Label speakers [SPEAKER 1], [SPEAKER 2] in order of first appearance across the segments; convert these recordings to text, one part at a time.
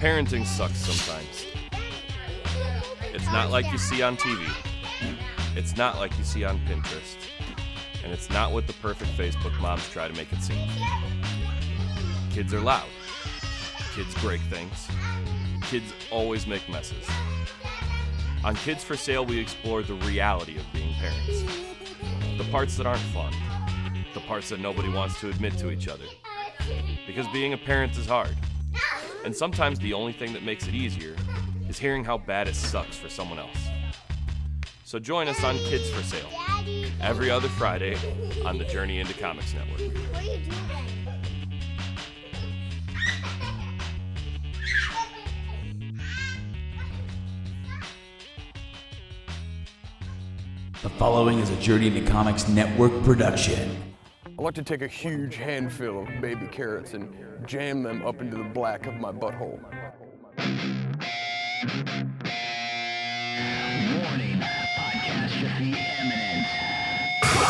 [SPEAKER 1] Parenting sucks sometimes. It's not like you see on TV. It's not like you see on Pinterest. And it's not what the perfect Facebook moms try to make it seem. Kids are loud. Kids break things. Kids always make messes. On Kids for Sale, we explore the reality of being parents the parts that aren't fun, the parts that nobody wants to admit to each other. Because being a parent is hard. And sometimes the only thing that makes it easier is hearing how bad it sucks for someone else. So join us on Kids for Sale every other Friday on the Journey into Comics Network.
[SPEAKER 2] The following is a Journey into Comics Network production.
[SPEAKER 3] I like to take a huge handful of baby carrots and jam them up into the black of my butthole.
[SPEAKER 4] Warning, podcastrophe imminent.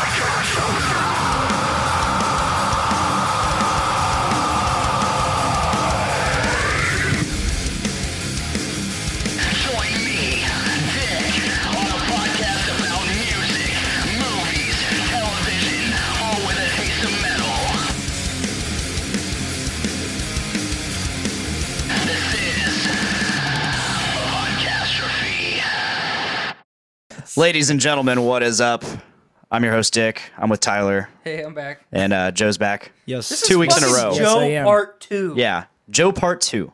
[SPEAKER 4] Join me, Dick, on a podcast about music, movies, television, all with a taste of metal. This is Podcastrophe.
[SPEAKER 5] Ladies and gentlemen, what is up? I'm your host Dick. I'm with Tyler
[SPEAKER 6] Hey, I'm back.
[SPEAKER 5] and uh, Joe's back.
[SPEAKER 7] Yes.
[SPEAKER 5] Two weeks in a row.
[SPEAKER 7] Yes,
[SPEAKER 6] Joe
[SPEAKER 7] I am.
[SPEAKER 6] part two.
[SPEAKER 5] Yeah, Joe part two.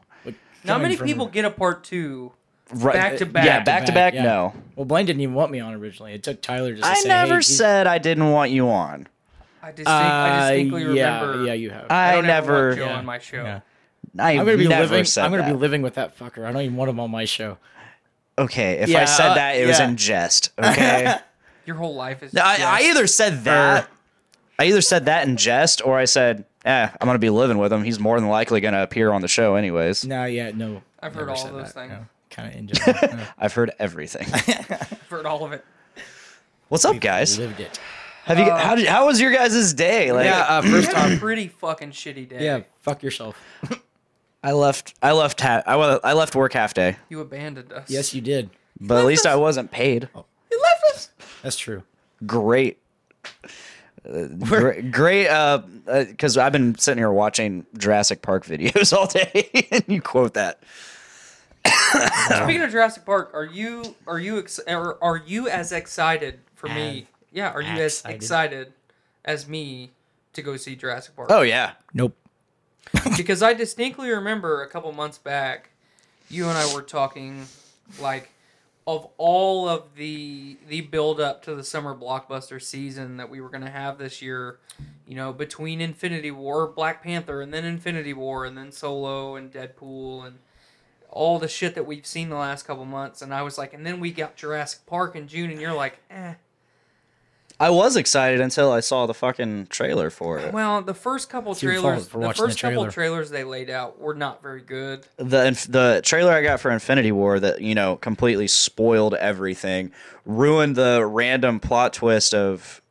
[SPEAKER 6] Not many
[SPEAKER 7] from-
[SPEAKER 6] people get a part two.
[SPEAKER 5] Right.
[SPEAKER 6] Back to back.
[SPEAKER 5] Yeah, back to back.
[SPEAKER 7] yeah.
[SPEAKER 5] No,
[SPEAKER 7] Well, Blaine didn't even want me on originally. It took Tyler just. To
[SPEAKER 5] I
[SPEAKER 7] say,
[SPEAKER 5] never
[SPEAKER 7] hey, he-
[SPEAKER 5] said I didn't want you on.
[SPEAKER 6] I, distinct, I distinctly
[SPEAKER 7] Uh, yeah,
[SPEAKER 6] remember.
[SPEAKER 7] Yeah, you have.
[SPEAKER 5] I,
[SPEAKER 6] I, don't ever
[SPEAKER 5] never.
[SPEAKER 6] want Joe
[SPEAKER 7] Yeah.
[SPEAKER 6] on my show.
[SPEAKER 7] Yeah.
[SPEAKER 5] I
[SPEAKER 7] I'm gonna be
[SPEAKER 5] never
[SPEAKER 7] living.
[SPEAKER 5] said
[SPEAKER 7] I'm gonna
[SPEAKER 5] that.
[SPEAKER 7] be living with that fucker. I don't even want him on my show.
[SPEAKER 5] okay, if I
[SPEAKER 7] Yeah,
[SPEAKER 5] said
[SPEAKER 7] uh,
[SPEAKER 5] that, it was
[SPEAKER 7] yeah.
[SPEAKER 5] in jest. Okay. I,
[SPEAKER 6] Your whole life is.
[SPEAKER 5] I
[SPEAKER 6] just-
[SPEAKER 5] either said that. I either said that in jest, or I said, "Eh, I'm gonna be living with him. He's more than likely gonna appear on the show, anyways."
[SPEAKER 7] No, yeah, no.
[SPEAKER 6] I've heard all those things.
[SPEAKER 7] Kind of enjoyed. it. No,
[SPEAKER 5] I've heard everything.
[SPEAKER 6] I've heard all of it.
[SPEAKER 5] What's up, guys?
[SPEAKER 7] lived it.
[SPEAKER 5] Have you? How did? How was your guys' day? Like,
[SPEAKER 7] Uh, Yeah, uh, first
[SPEAKER 6] It's a
[SPEAKER 7] time.
[SPEAKER 6] pretty fucking shitty day.
[SPEAKER 7] Yeah, fuck yourself.
[SPEAKER 5] I left. I left. Ha- I, wa- I left work half day,
[SPEAKER 6] You abandoned us.
[SPEAKER 7] Yes, you did.
[SPEAKER 5] but at least I wasn't paid.
[SPEAKER 7] Oh.
[SPEAKER 6] You left us.
[SPEAKER 7] That's true.
[SPEAKER 5] Great. Uh, gre- great, uh, because I've been sitting here watching Jurassic Park videos all day, and you quote that.
[SPEAKER 6] Speaking of Jurassic Park, are you are you ex- or are you as excited for me? Yeah, are you as
[SPEAKER 7] excited.
[SPEAKER 6] excited as me to go see Jurassic Park?
[SPEAKER 5] Oh yeah,
[SPEAKER 7] Nope.
[SPEAKER 6] because I distinctly remember a couple months back, you and I were talking, like, of all of the the build up to the summer blockbuster season that we were going to have this year, you know, between Infinity War, Black Panther, and then Infinity War, and then Solo and Deadpool and all the shit that we've seen the last couple months, and I was like, and then we got Jurassic Park in June, and you're like, eh.
[SPEAKER 5] I was excited until I saw the fucking trailer for it.
[SPEAKER 6] Well, the first couple
[SPEAKER 7] your fault
[SPEAKER 6] trailers,
[SPEAKER 7] for
[SPEAKER 6] the
[SPEAKER 7] watching the
[SPEAKER 6] first couple
[SPEAKER 7] trailer.
[SPEAKER 6] trailers they laid out were not very good.
[SPEAKER 5] the inf- the trailer I got for Infinity War that you know completely spoiled everything, ruined the random plot twist of,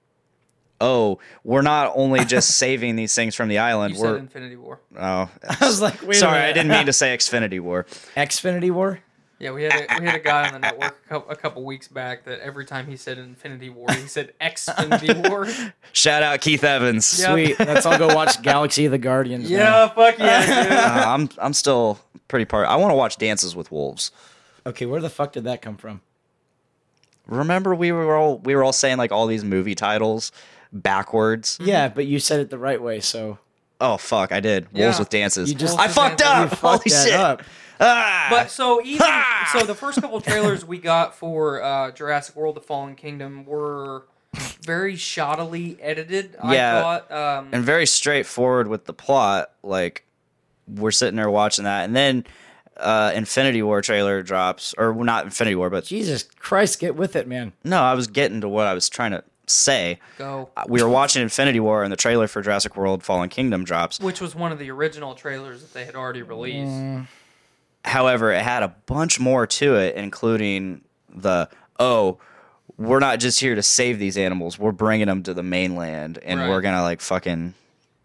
[SPEAKER 5] oh, we're not only just saving these things from the island.
[SPEAKER 6] You
[SPEAKER 5] we're
[SPEAKER 6] said Infinity War.
[SPEAKER 5] oh,
[SPEAKER 7] I was like, wait.
[SPEAKER 5] sorry, I didn't mean to say Xfinity War.
[SPEAKER 7] Xfinity War.
[SPEAKER 6] Yeah, we had a, we had a guy on the network a couple, a couple weeks back that every time he said Infinity War, he said Xfinity War.
[SPEAKER 5] Shout out Keith Evans. Uh,
[SPEAKER 6] Yeah.
[SPEAKER 7] Sweet. Let's all go watch Galaxy of the Guardians. now.
[SPEAKER 6] yeah, fuck yeah,
[SPEAKER 5] Uh, I'm I'm still pretty part. I want to watch Dances with Wolves.
[SPEAKER 7] Okay, where the fuck did that come from?
[SPEAKER 6] Mm-hmm.
[SPEAKER 5] Remember we were all we were all saying like all these movie titles backwards.
[SPEAKER 7] Yeah, but you said it the right way, so
[SPEAKER 5] Oh fuck, I did. Wolves
[SPEAKER 6] Yeah.
[SPEAKER 5] with dances.
[SPEAKER 7] You just-
[SPEAKER 5] I fucked
[SPEAKER 6] Wolves with
[SPEAKER 7] you
[SPEAKER 5] up. Holy
[SPEAKER 7] fucked that
[SPEAKER 5] shit.
[SPEAKER 7] up.
[SPEAKER 5] Ah!
[SPEAKER 6] But so even so, the first couple trailers we got for uh, Jurassic World: The Fallen Kingdom were very shoddily edited.
[SPEAKER 5] Yeah.
[SPEAKER 6] I thought. Um,
[SPEAKER 5] and very straightforward with the plot. Like we're sitting there watching that, and then uh Infinity War trailer drops, or well, not Infinity War, but
[SPEAKER 7] Jesus Christ, get with it, man.
[SPEAKER 5] no, I was getting to what I was trying to say.
[SPEAKER 6] go,
[SPEAKER 5] We were watching Infinity War, and the trailer for Jurassic World: Fallen Kingdom drops.
[SPEAKER 6] which was one of the original trailers that they had already released.
[SPEAKER 5] Mm. However, it had a bunch more to it, including the oh, we're not just here to save these animals. We're bringing them to the mainland, and
[SPEAKER 6] Right.
[SPEAKER 5] we're gonna like fucking.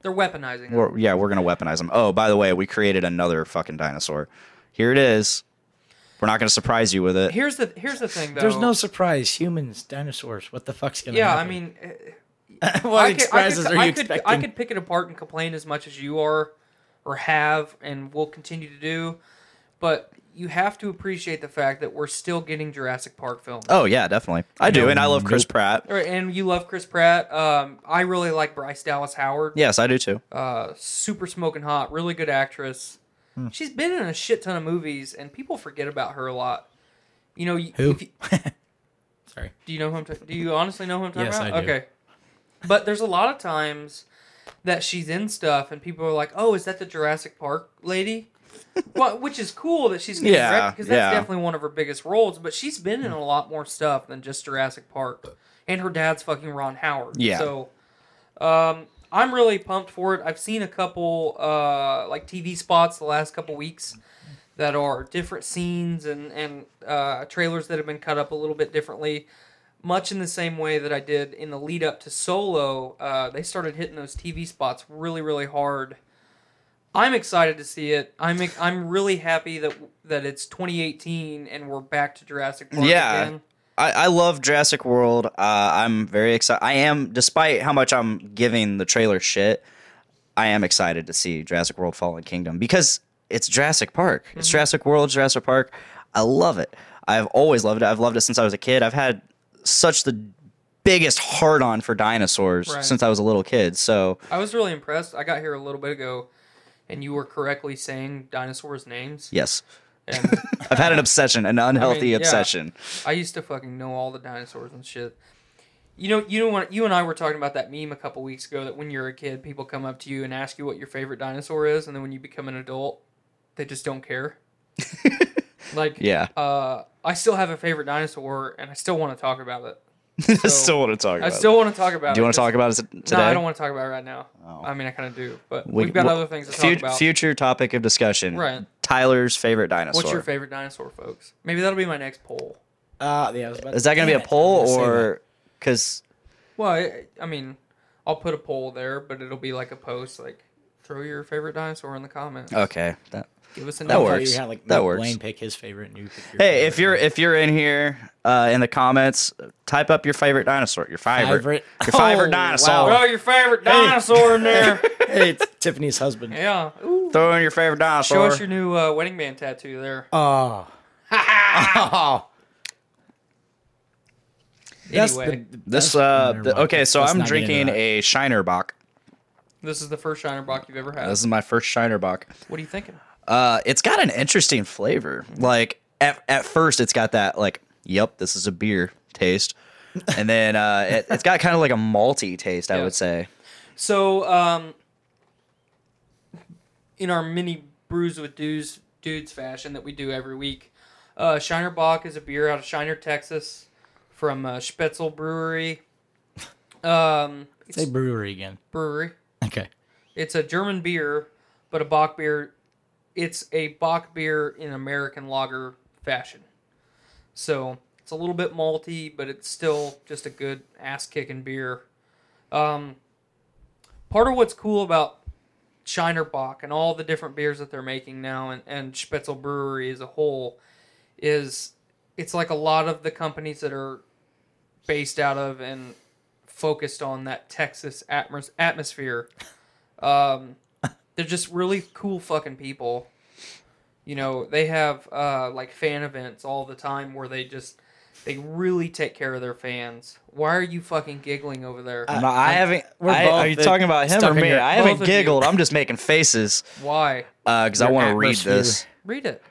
[SPEAKER 6] They're weaponizing. it.
[SPEAKER 5] We're, yeah, we're gonna weaponize them. Oh, by the way, we created another fucking dinosaur. Here it is. We're not gonna surprise you with it.
[SPEAKER 6] Here's the here's the thing though.
[SPEAKER 7] There's no surprise. Humans, dinosaurs. What the fuck's gonna
[SPEAKER 6] Yeah, I
[SPEAKER 7] happen?
[SPEAKER 6] mean, eh,
[SPEAKER 7] what
[SPEAKER 6] I could, I
[SPEAKER 7] surprises
[SPEAKER 6] could,
[SPEAKER 7] are
[SPEAKER 6] I
[SPEAKER 7] you
[SPEAKER 6] could,
[SPEAKER 7] expecting?
[SPEAKER 6] I could pick it apart and complain as much as you are, or have, and will continue to do, but you have to appreciate the fact that we're still getting Jurassic Park films.
[SPEAKER 5] Oh yeah, definitely. I do, and I love Chris Pratt.
[SPEAKER 6] All right, and you love Chris Pratt. Um, I really like Bryce Dallas Howard.
[SPEAKER 5] Yes, I do too.
[SPEAKER 6] Uh, super smoking hot, really good actress.
[SPEAKER 7] Hmm.
[SPEAKER 6] She's been in a shit ton of movies, and people forget about her a lot. You know, y-
[SPEAKER 7] Who?
[SPEAKER 6] if you-
[SPEAKER 7] Sorry.
[SPEAKER 6] Do you know who I'm ta- Do you honestly know who I'm talking
[SPEAKER 7] Yes,
[SPEAKER 6] about?
[SPEAKER 7] I do.
[SPEAKER 6] Okay. But there's a lot of times that she's in stuff and people are like, "Oh, is that the Jurassic Park lady?" well, which is cool that she's getting
[SPEAKER 5] Yeah,
[SPEAKER 6] because that's
[SPEAKER 5] yeah.
[SPEAKER 6] definitely one of her biggest roles. But she's been in a lot more stuff than just Jurassic Park, and her dad's fucking Ron Howard.
[SPEAKER 5] Yeah.
[SPEAKER 6] So, um, I'm really pumped for it. I've seen a couple uh like TV spots the last couple weeks that are different scenes and and uh, trailers that have been cut up a little bit differently, much in the same way that I did in the lead up to Solo. Uh, they started hitting those TV spots really really hard. I'm excited to see it. I'm ex- I'm really happy that that it's 2018 and we're back to Jurassic Park
[SPEAKER 5] Yeah.
[SPEAKER 6] again.
[SPEAKER 5] I, I love Jurassic World. Uh, I'm very excited. I am, despite how much I'm giving the trailer shit, I am excited to see Jurassic World Fallen Kingdom because it's Jurassic Park.
[SPEAKER 6] Mm-hmm.
[SPEAKER 5] It's Jurassic World, Jurassic Park. I love it. I've always loved it. I've loved it since I was a kid. I've had such the biggest hard on for dinosaurs
[SPEAKER 6] Right.
[SPEAKER 5] since I was a little kid. So,
[SPEAKER 6] I was really impressed. I got here a little bit ago, and you were correctly saying dinosaurs' names.
[SPEAKER 5] yes,
[SPEAKER 6] And
[SPEAKER 5] I've had an obsession, an unhealthy
[SPEAKER 6] yeah.
[SPEAKER 5] obsession.
[SPEAKER 6] I used to fucking know all the dinosaurs and shit. You know, you know what? You and I were talking about that meme a couple weeks ago. That when you're a kid, people come up to you and ask you what your favorite dinosaur is, and then when you become an adult, they just don't care. like,
[SPEAKER 5] Yeah.
[SPEAKER 6] uh, I still have a favorite dinosaur, and I still want to talk about it.
[SPEAKER 5] I still want to talk
[SPEAKER 6] Uh, I
[SPEAKER 5] about
[SPEAKER 6] still want to talk about.
[SPEAKER 5] it. Do you want
[SPEAKER 6] to
[SPEAKER 5] to talk about it t- today? Oh.
[SPEAKER 6] No, I don't want to talk about it right now. I mean, I kind of do, but we, have got
[SPEAKER 5] wh-
[SPEAKER 6] other things to
[SPEAKER 5] fut-
[SPEAKER 6] talk about.
[SPEAKER 5] Future topic of discussion.
[SPEAKER 6] Right.
[SPEAKER 5] Tyler's favorite dinosaur.
[SPEAKER 6] What's your favorite dinosaur, folks? Maybe that'll be my next poll.
[SPEAKER 7] Uh, yeah, I was about
[SPEAKER 5] Is that going to
[SPEAKER 7] Damn
[SPEAKER 5] be a
[SPEAKER 7] it,
[SPEAKER 5] poll
[SPEAKER 7] I was gonna say
[SPEAKER 5] or because
[SPEAKER 6] Well, I, I mean, I'll put a poll there, but it'll be like a post, like throw your favorite dinosaur in the comments.
[SPEAKER 5] okay that.
[SPEAKER 6] Give us a
[SPEAKER 5] that
[SPEAKER 7] that? I
[SPEAKER 6] name.
[SPEAKER 7] thought
[SPEAKER 5] works.
[SPEAKER 7] You had, like,
[SPEAKER 5] That
[SPEAKER 7] make
[SPEAKER 5] works.
[SPEAKER 7] Blaine pick his favorite, and you pick your
[SPEAKER 5] Hey, if
[SPEAKER 7] favorite.
[SPEAKER 5] you're if you're in here uh, in the comments, type up your favorite dinosaur. Your favorite.
[SPEAKER 7] Favorite.
[SPEAKER 5] Your favorite
[SPEAKER 7] Oh,
[SPEAKER 5] dinosaur.
[SPEAKER 7] wow.
[SPEAKER 6] Throw your favorite dinosaur in there.
[SPEAKER 7] hey, it's Tiffany's husband.
[SPEAKER 6] yeah. Ooh.
[SPEAKER 5] Throw in your favorite dinosaur.
[SPEAKER 6] Show us your new uh, wedding band tattoo there.
[SPEAKER 7] Oh. oh. That's the-
[SPEAKER 6] Anyway.
[SPEAKER 7] the
[SPEAKER 5] this
[SPEAKER 7] best
[SPEAKER 5] uh
[SPEAKER 7] Wiener
[SPEAKER 5] the-
[SPEAKER 7] Bach.
[SPEAKER 5] okay, so
[SPEAKER 7] Let's
[SPEAKER 5] I'm
[SPEAKER 7] not get into
[SPEAKER 5] drinking
[SPEAKER 7] that.
[SPEAKER 5] a Shinerbach.
[SPEAKER 6] This is the first Shiner Brock you've ever had.
[SPEAKER 5] This is my first Shinerbach.
[SPEAKER 6] What are you thinking?
[SPEAKER 5] Uh, it's got an interesting flavor. Like at, at first, it's got that like, yep, this is a beer taste, and then uh, it, it's got kind of like a malty taste. I
[SPEAKER 6] Yeah.
[SPEAKER 5] would say.
[SPEAKER 6] So, um, in our mini brews with dudes dudes fashion that we do every week, uh, Shiner Bock is a beer out of Shiner, Texas, from uh, Spetzel Brewery. Um,
[SPEAKER 7] Say brewery again.
[SPEAKER 6] brewery.
[SPEAKER 7] Okay.
[SPEAKER 6] It's a German beer, but a Bock beer. It's a Bock beer in American lager fashion. So it's a little bit malty, but it's still just a good ass kicking beer. Um, part of what's cool about Shiner Bock and all the different beers that they're making now and, and Spetzel Brewery as a whole is it's like a lot of the companies that are based out of and focused on that Texas atmos- atmosphere. Um, they're just really cool fucking people. You know, they have uh, like fan events all the time where they just they really take care of their fans. Why are you fucking giggling over there?
[SPEAKER 5] Uh, No, I haven't.
[SPEAKER 7] we're
[SPEAKER 5] I-
[SPEAKER 7] both
[SPEAKER 5] are you
[SPEAKER 7] the-
[SPEAKER 5] talking about him
[SPEAKER 7] stuck
[SPEAKER 5] or
[SPEAKER 7] in
[SPEAKER 5] me?
[SPEAKER 7] your-
[SPEAKER 5] I
[SPEAKER 6] both
[SPEAKER 5] haven't
[SPEAKER 6] of you.
[SPEAKER 5] giggled. I'm just making faces
[SPEAKER 6] Why?
[SPEAKER 5] because I
[SPEAKER 7] Your
[SPEAKER 5] want to read
[SPEAKER 7] atmosphere.
[SPEAKER 5] this.
[SPEAKER 6] Read it.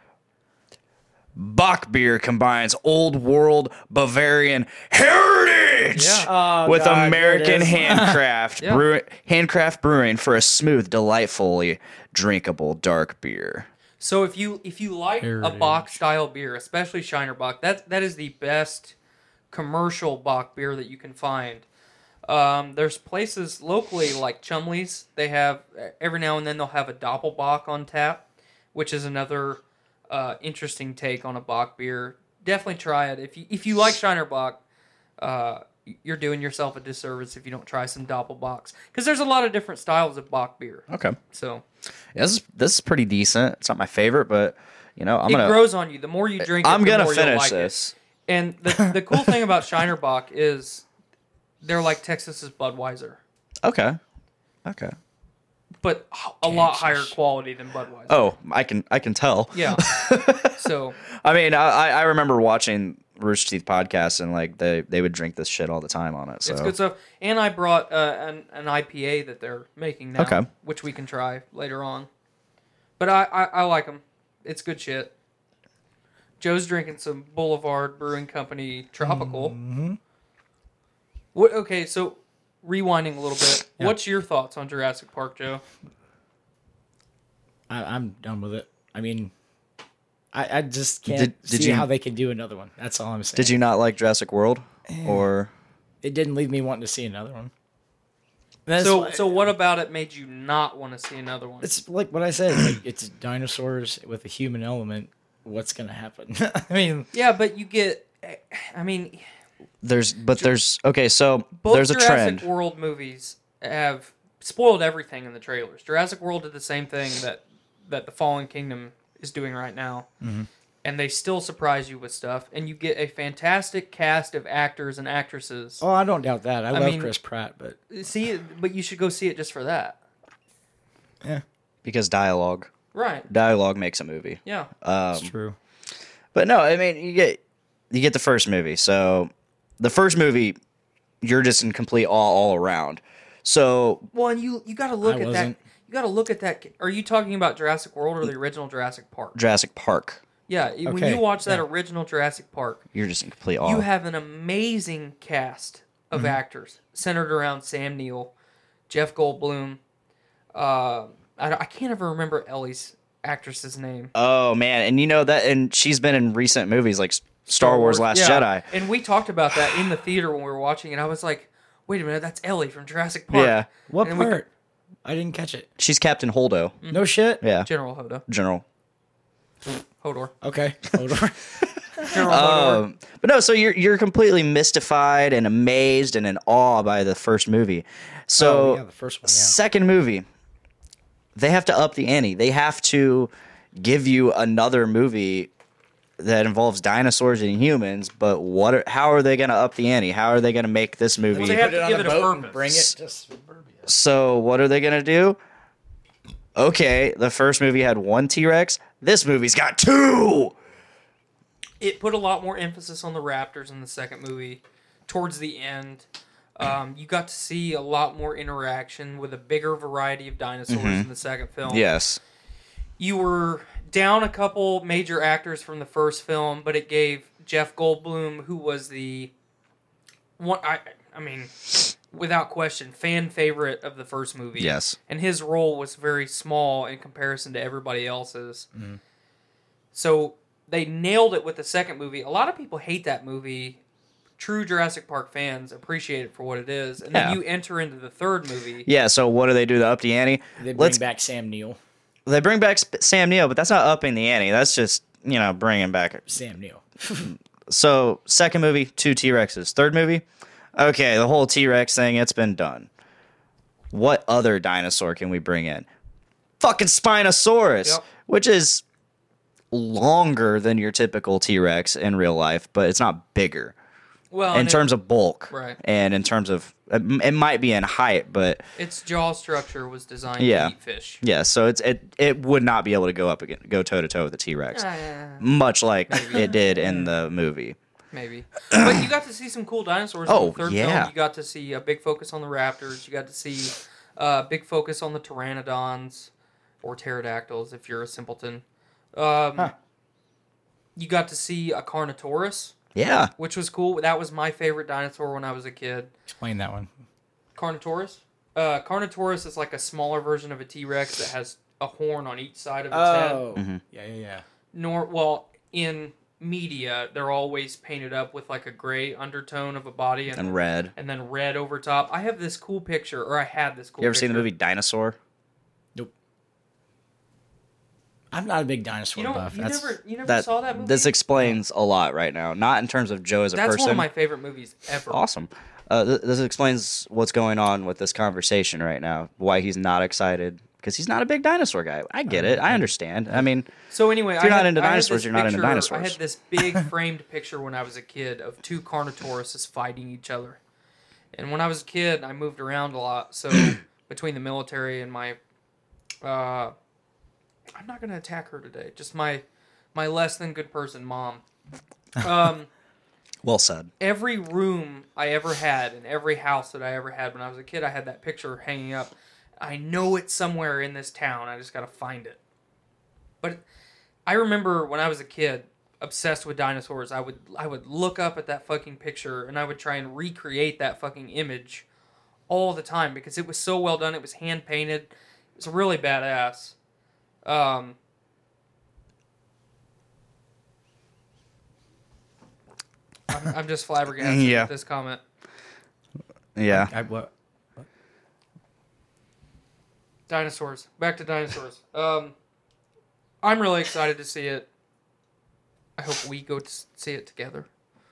[SPEAKER 5] Bach beer combines old world Bavarian heritage
[SPEAKER 6] Yeah.
[SPEAKER 7] Oh,
[SPEAKER 5] with
[SPEAKER 7] God, here
[SPEAKER 5] American
[SPEAKER 7] it is.
[SPEAKER 5] handcraft
[SPEAKER 6] Yeah.
[SPEAKER 5] brew- handcraft brewing for a smooth, delightfully drinkable dark beer.
[SPEAKER 6] So if you if you like a Bach style beer, especially Shiner Bach, that that is the best commercial Bach beer that you can find. Um, there's places locally like Chumley's. They have e, every now and then they'll have a Doppelbock on tap, which is another uh, interesting take on a Bach beer. Definitely try it if you if you like Shiner Bach. Uh, you're doing yourself a disservice if you don't try some Doppelbox because there's a lot of different styles of Bach beer.
[SPEAKER 5] Okay.
[SPEAKER 6] So
[SPEAKER 5] Yeah, this is this is pretty decent. It's not my favorite, but you know, I'm
[SPEAKER 6] it
[SPEAKER 5] gonna
[SPEAKER 6] grows on you. The more you drink, it,
[SPEAKER 5] I'm
[SPEAKER 6] the
[SPEAKER 5] gonna
[SPEAKER 6] more you'll
[SPEAKER 5] finish
[SPEAKER 6] like it.
[SPEAKER 5] this.
[SPEAKER 6] And the, the cool thing about Shinerbach is they're like Texas's Budweiser,
[SPEAKER 5] Okay. Okay.
[SPEAKER 6] but a lot higher quality than Budweiser.
[SPEAKER 5] Oh, I can I can tell.
[SPEAKER 6] Yeah. so
[SPEAKER 5] I mean, I I I remember watching Rooster Teeth podcast and like they they would drink this shit all the time on it. So
[SPEAKER 6] it's good stuff. And I brought uh, an, an IPA that they're making now,
[SPEAKER 5] Okay.
[SPEAKER 6] which we can try later on. But I, I, I like them. It's good shit. Joe's drinking some Boulevard Brewing Company Tropical.
[SPEAKER 5] Mm-hmm.
[SPEAKER 6] What? Okay, so rewinding a little bit, what's your thoughts on Jurassic Park, Joe?
[SPEAKER 7] I, I'm done with it. I mean, I, I just can't
[SPEAKER 5] Did- did
[SPEAKER 7] see
[SPEAKER 5] you-
[SPEAKER 7] how they can do another one. That's all I'm saying.
[SPEAKER 5] Did you not like Jurassic World or
[SPEAKER 7] It didn't leave me wanting to see another one. That's
[SPEAKER 6] so,
[SPEAKER 7] why-
[SPEAKER 6] so what about it made you not want to see another one?
[SPEAKER 7] it's like what I said. Like it's dinosaurs with a human element. What's gonna happen? I mean,
[SPEAKER 6] yeah, but you get. I mean,
[SPEAKER 5] there's but there's okay, so
[SPEAKER 6] both
[SPEAKER 5] there's a
[SPEAKER 6] Jurassic
[SPEAKER 5] trend.
[SPEAKER 6] World movies have spoiled everything in the trailers. Jurassic World did the same thing that that the Fallen Kingdom is doing right now, and they still surprise you with stuff. And you get a fantastic cast of actors and actresses.
[SPEAKER 7] oh, I don't doubt that. I, love
[SPEAKER 6] mean-
[SPEAKER 7] Chris Pratt, but
[SPEAKER 6] See, but you should go see it just for that,
[SPEAKER 5] because dialogue
[SPEAKER 6] right?
[SPEAKER 5] dialogue makes a movie. Um,
[SPEAKER 6] Yeah,
[SPEAKER 7] it's true.
[SPEAKER 5] But no, I mean you get you get the first movie. So the first movie, you're just in complete awe all around. So
[SPEAKER 6] Well, and you you got to look
[SPEAKER 7] I
[SPEAKER 6] at
[SPEAKER 7] wasn't.
[SPEAKER 6] that. You got to look at that. Are you talking about Jurassic World or the original Jurassic Park?
[SPEAKER 5] Jurassic Park,
[SPEAKER 6] yeah, when
[SPEAKER 7] Okay,
[SPEAKER 6] you watch that original Jurassic Park,
[SPEAKER 5] you're just in complete awe.
[SPEAKER 6] you have an amazing cast of
[SPEAKER 5] Mm-hmm.
[SPEAKER 6] actors centered around Sam Neill, Jeff Goldblum. Uh, I, don't- I can't ever remember Ellie's actress's name.
[SPEAKER 5] oh man, and you know that, and she's been in recent movies like S- Star Wars: Last
[SPEAKER 6] Yeah,
[SPEAKER 5] Jedi.
[SPEAKER 6] And we talked about that in the theater when we were watching it. I was like, wait a minute, that's Ellie from Jurassic Park.
[SPEAKER 5] Yeah,
[SPEAKER 7] What
[SPEAKER 6] And we- Mm-hmm.
[SPEAKER 7] part? I didn't catch it.
[SPEAKER 5] she's Captain Holdo.
[SPEAKER 7] No shit.
[SPEAKER 5] Yeah,
[SPEAKER 6] General Hoda.
[SPEAKER 5] General.
[SPEAKER 6] Hodor.
[SPEAKER 7] Okay. Hold on.
[SPEAKER 6] General Hodor.
[SPEAKER 5] Um, but no, so you're you're completely mystified and amazed and in awe by the first movie. So
[SPEAKER 7] Oh, yeah, the first one. Yeah.
[SPEAKER 5] Second movie, they have to up the ante. They have to give you another movie that involves dinosaurs and humans. But what? Are, how are they going to up the ante? How are they going to make this movie?
[SPEAKER 6] they have to give it a purpose.
[SPEAKER 7] Bring it. to suburbia.
[SPEAKER 5] so what are they going to do? Okay, the first movie had one T Rex. This movie's got two.
[SPEAKER 6] it put a lot more emphasis on the Raptors in the second movie. Towards the end, um, you got to see a lot more interaction with a bigger variety of dinosaurs
[SPEAKER 5] Mm-hmm.
[SPEAKER 6] in the second film.
[SPEAKER 5] Yes.
[SPEAKER 6] you were down a couple major actors from the first film, but it gave Jeff Goldblum, who was the one I I mean, without question, fan favorite of the first movie.
[SPEAKER 5] Yes.
[SPEAKER 6] And his role was very small in comparison to everybody else's.
[SPEAKER 5] Mm-hmm.
[SPEAKER 6] So they nailed it with the second movie. A lot of people hate that movie. True Jurassic Park fans appreciate it for what it is. And
[SPEAKER 5] Yeah.
[SPEAKER 6] then you enter into the third movie.
[SPEAKER 5] Yeah. So what do they do to up the ante?
[SPEAKER 7] They bring
[SPEAKER 5] Let's
[SPEAKER 7] back Sam Neill.
[SPEAKER 5] they bring back Sp- Sam Neill, but that's not upping the ante. That's just you know bringing back
[SPEAKER 7] Sam Neill.
[SPEAKER 5] so second movie, two T Rexes. Third movie, okay, the whole T Rex thing, it's been done. What other dinosaur can we bring in? Fucking Spinosaurus,
[SPEAKER 6] Yep.
[SPEAKER 5] which is longer than your typical T Rex in real life, but it's not bigger
[SPEAKER 6] Well,
[SPEAKER 5] in
[SPEAKER 6] Oh, and it-
[SPEAKER 5] terms of bulk,
[SPEAKER 6] Right.
[SPEAKER 5] And in terms of it it might be in height, but
[SPEAKER 6] its jaw structure was designed
[SPEAKER 5] Yeah.
[SPEAKER 6] to eat fish.
[SPEAKER 5] yeah, so it's it it would not be able to go up again, go toe to toe with a T Rex,
[SPEAKER 6] Uh,
[SPEAKER 5] much like it did in the movie.
[SPEAKER 6] maybe. But you got to see some cool dinosaurs. Oh,
[SPEAKER 5] Oh,
[SPEAKER 6] in the third
[SPEAKER 5] yeah.
[SPEAKER 6] Film. You got to see a big focus on the raptors. You got to see a big focus on the pteranodons or pterodactyls if you're a simpleton. Um, You got to see a Carnotaurus,
[SPEAKER 5] Yeah,
[SPEAKER 6] which was cool. That was my favorite dinosaur when I was a kid.
[SPEAKER 7] Explain that one.
[SPEAKER 6] Carnotaurus? Uh, Carnotaurus is like a smaller version of a T Rex that has a horn on each side of its head.
[SPEAKER 7] Oh.
[SPEAKER 5] Mm-hmm.
[SPEAKER 7] Yeah, yeah, yeah.
[SPEAKER 6] nor well in media they're always painted up with like a gray undertone of a body and,
[SPEAKER 5] and red.
[SPEAKER 6] and then red over top i have this cool picture or i had this cool
[SPEAKER 5] You ever
[SPEAKER 6] picture.
[SPEAKER 5] seen the movie Dinosaur?
[SPEAKER 7] I'm not a big dinosaur
[SPEAKER 6] you don't
[SPEAKER 7] buff.
[SPEAKER 6] you
[SPEAKER 7] That's
[SPEAKER 6] never you never
[SPEAKER 5] That
[SPEAKER 6] saw that movie
[SPEAKER 5] this explains a lot right now. Not in terms of Joe as a
[SPEAKER 6] that's
[SPEAKER 5] person.
[SPEAKER 6] one of my favorite movies ever
[SPEAKER 5] awesome. Uh, th- this explains what's going on with this conversation right now. Why he's not excited because he's not a big dinosaur guy. I get it. I understand. I mean,
[SPEAKER 6] So anyway,
[SPEAKER 5] If you're
[SPEAKER 6] I
[SPEAKER 5] not
[SPEAKER 6] had-
[SPEAKER 5] into
[SPEAKER 6] I had
[SPEAKER 5] dinosaurs,
[SPEAKER 6] this
[SPEAKER 5] you're not into
[SPEAKER 6] picture- I
[SPEAKER 5] dinosaurs.
[SPEAKER 6] had this big framed picture when I was a kid of two Carnotaurus fighting each other. And when I was a kid, I moved around a lot. So between the military and my, uh, I'm not gonna attack her today. Just my, my less than good person mom. Um.
[SPEAKER 5] well said.
[SPEAKER 6] every room I ever had and every house that I ever had when I was a kid, I had that picture hanging up. I know it's somewhere in this town. I just got to find it. But I remember when I was a kid, obsessed with dinosaurs, I would I would look up at that fucking picture and I would try and recreate that fucking image all the time because it was so well done. It was hand painted. It was really badass. Um, I'm, I'm just flabbergasted
[SPEAKER 5] Yeah.
[SPEAKER 6] with this comment.
[SPEAKER 5] Yeah.
[SPEAKER 7] I, what,
[SPEAKER 6] Dinosaurs. Back to dinosaurs. Um, I'm really excited to see it. I hope we go to s- see it together.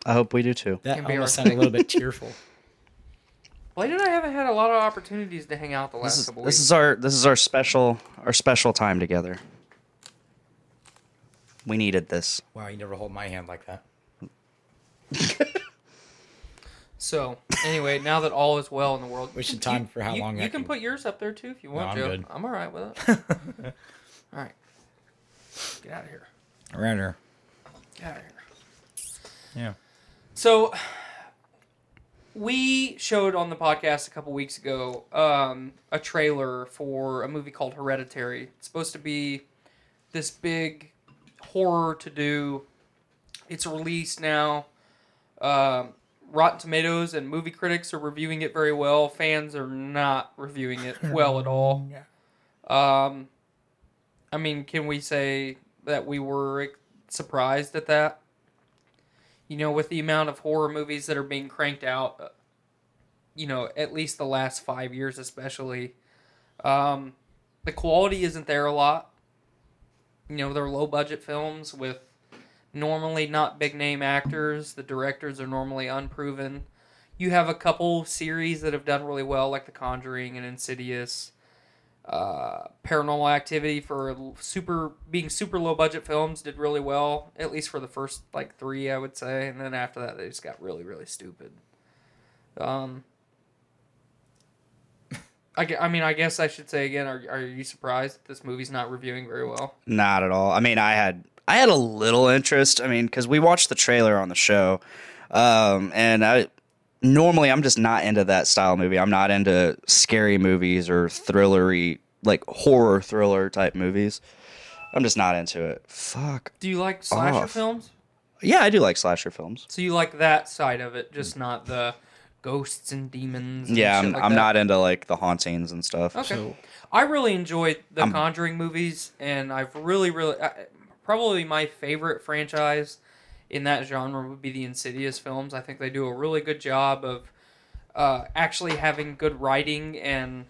[SPEAKER 5] I hope we do too.
[SPEAKER 7] that
[SPEAKER 6] Can be
[SPEAKER 7] almost
[SPEAKER 6] our
[SPEAKER 7] sounded a little bit tearful.
[SPEAKER 6] Blade and I haven't had a lot of opportunities to hang out the last
[SPEAKER 5] This is,
[SPEAKER 6] couple
[SPEAKER 5] this
[SPEAKER 6] weeks.
[SPEAKER 5] is our this is our special our special time together. We needed this.
[SPEAKER 7] Wow, you never hold my hand like that.
[SPEAKER 6] so, anyway, now that all is well in the world,
[SPEAKER 7] We should time for how
[SPEAKER 6] you,
[SPEAKER 7] long
[SPEAKER 6] you
[SPEAKER 7] that
[SPEAKER 6] can
[SPEAKER 7] can-
[SPEAKER 6] put yours up there too if you want
[SPEAKER 7] I'm
[SPEAKER 6] to.
[SPEAKER 7] good.
[SPEAKER 6] I'm all right with it. all right, get out of here.
[SPEAKER 7] Around here.
[SPEAKER 6] Get out of here.
[SPEAKER 7] Yeah.
[SPEAKER 6] So we showed on the podcast a couple weeks ago um, a trailer for a movie called Hereditary. It's supposed to be this big horror to do. It's released now. Um, Rotten Tomatoes and movie critics are reviewing it very well. Fans are not reviewing it well at all. Um, I mean, can we say that we were like, surprised at that? you know, with the amount of horror movies that are being cranked out, uh, you know, at least the last five years, especially, um, the quality isn't there a lot. You know, they're low budget films with normally not big name actors. The directors are normally unproven. You have a couple series that have done really well, like The Conjuring and Insidious. Uh, paranormal activity for l- super being super low budget films did really well at least for the first like three i would say and then after that they just got really really stupid um I, gue- I mean i guess i should say again are, are you surprised that this movie's not reviewing very well
[SPEAKER 5] Not at all. I mean, I had I had a little interest. I mean, because we watched the trailer on the show, um, and I normally I'm just not into that style of movie. I'm not into scary movies or thrillery, like horror thriller type movies. I'm just not into it. Fuck.
[SPEAKER 6] do you like slasher
[SPEAKER 5] Off.
[SPEAKER 6] films
[SPEAKER 5] Yeah, I do like slasher films.
[SPEAKER 6] so you like that side of it just not the ghosts and demons and
[SPEAKER 5] Yeah,
[SPEAKER 6] shit
[SPEAKER 5] I'm,
[SPEAKER 6] like
[SPEAKER 5] I'm
[SPEAKER 6] that?
[SPEAKER 5] not into like the hauntings and stuff.
[SPEAKER 6] Okay.
[SPEAKER 7] So-
[SPEAKER 6] I really enjoyed the Conjuring movies, and I've really, really, I, probably my favorite franchise in that genre would be the Insidious films. I think they do a really good job of uh, actually having good writing and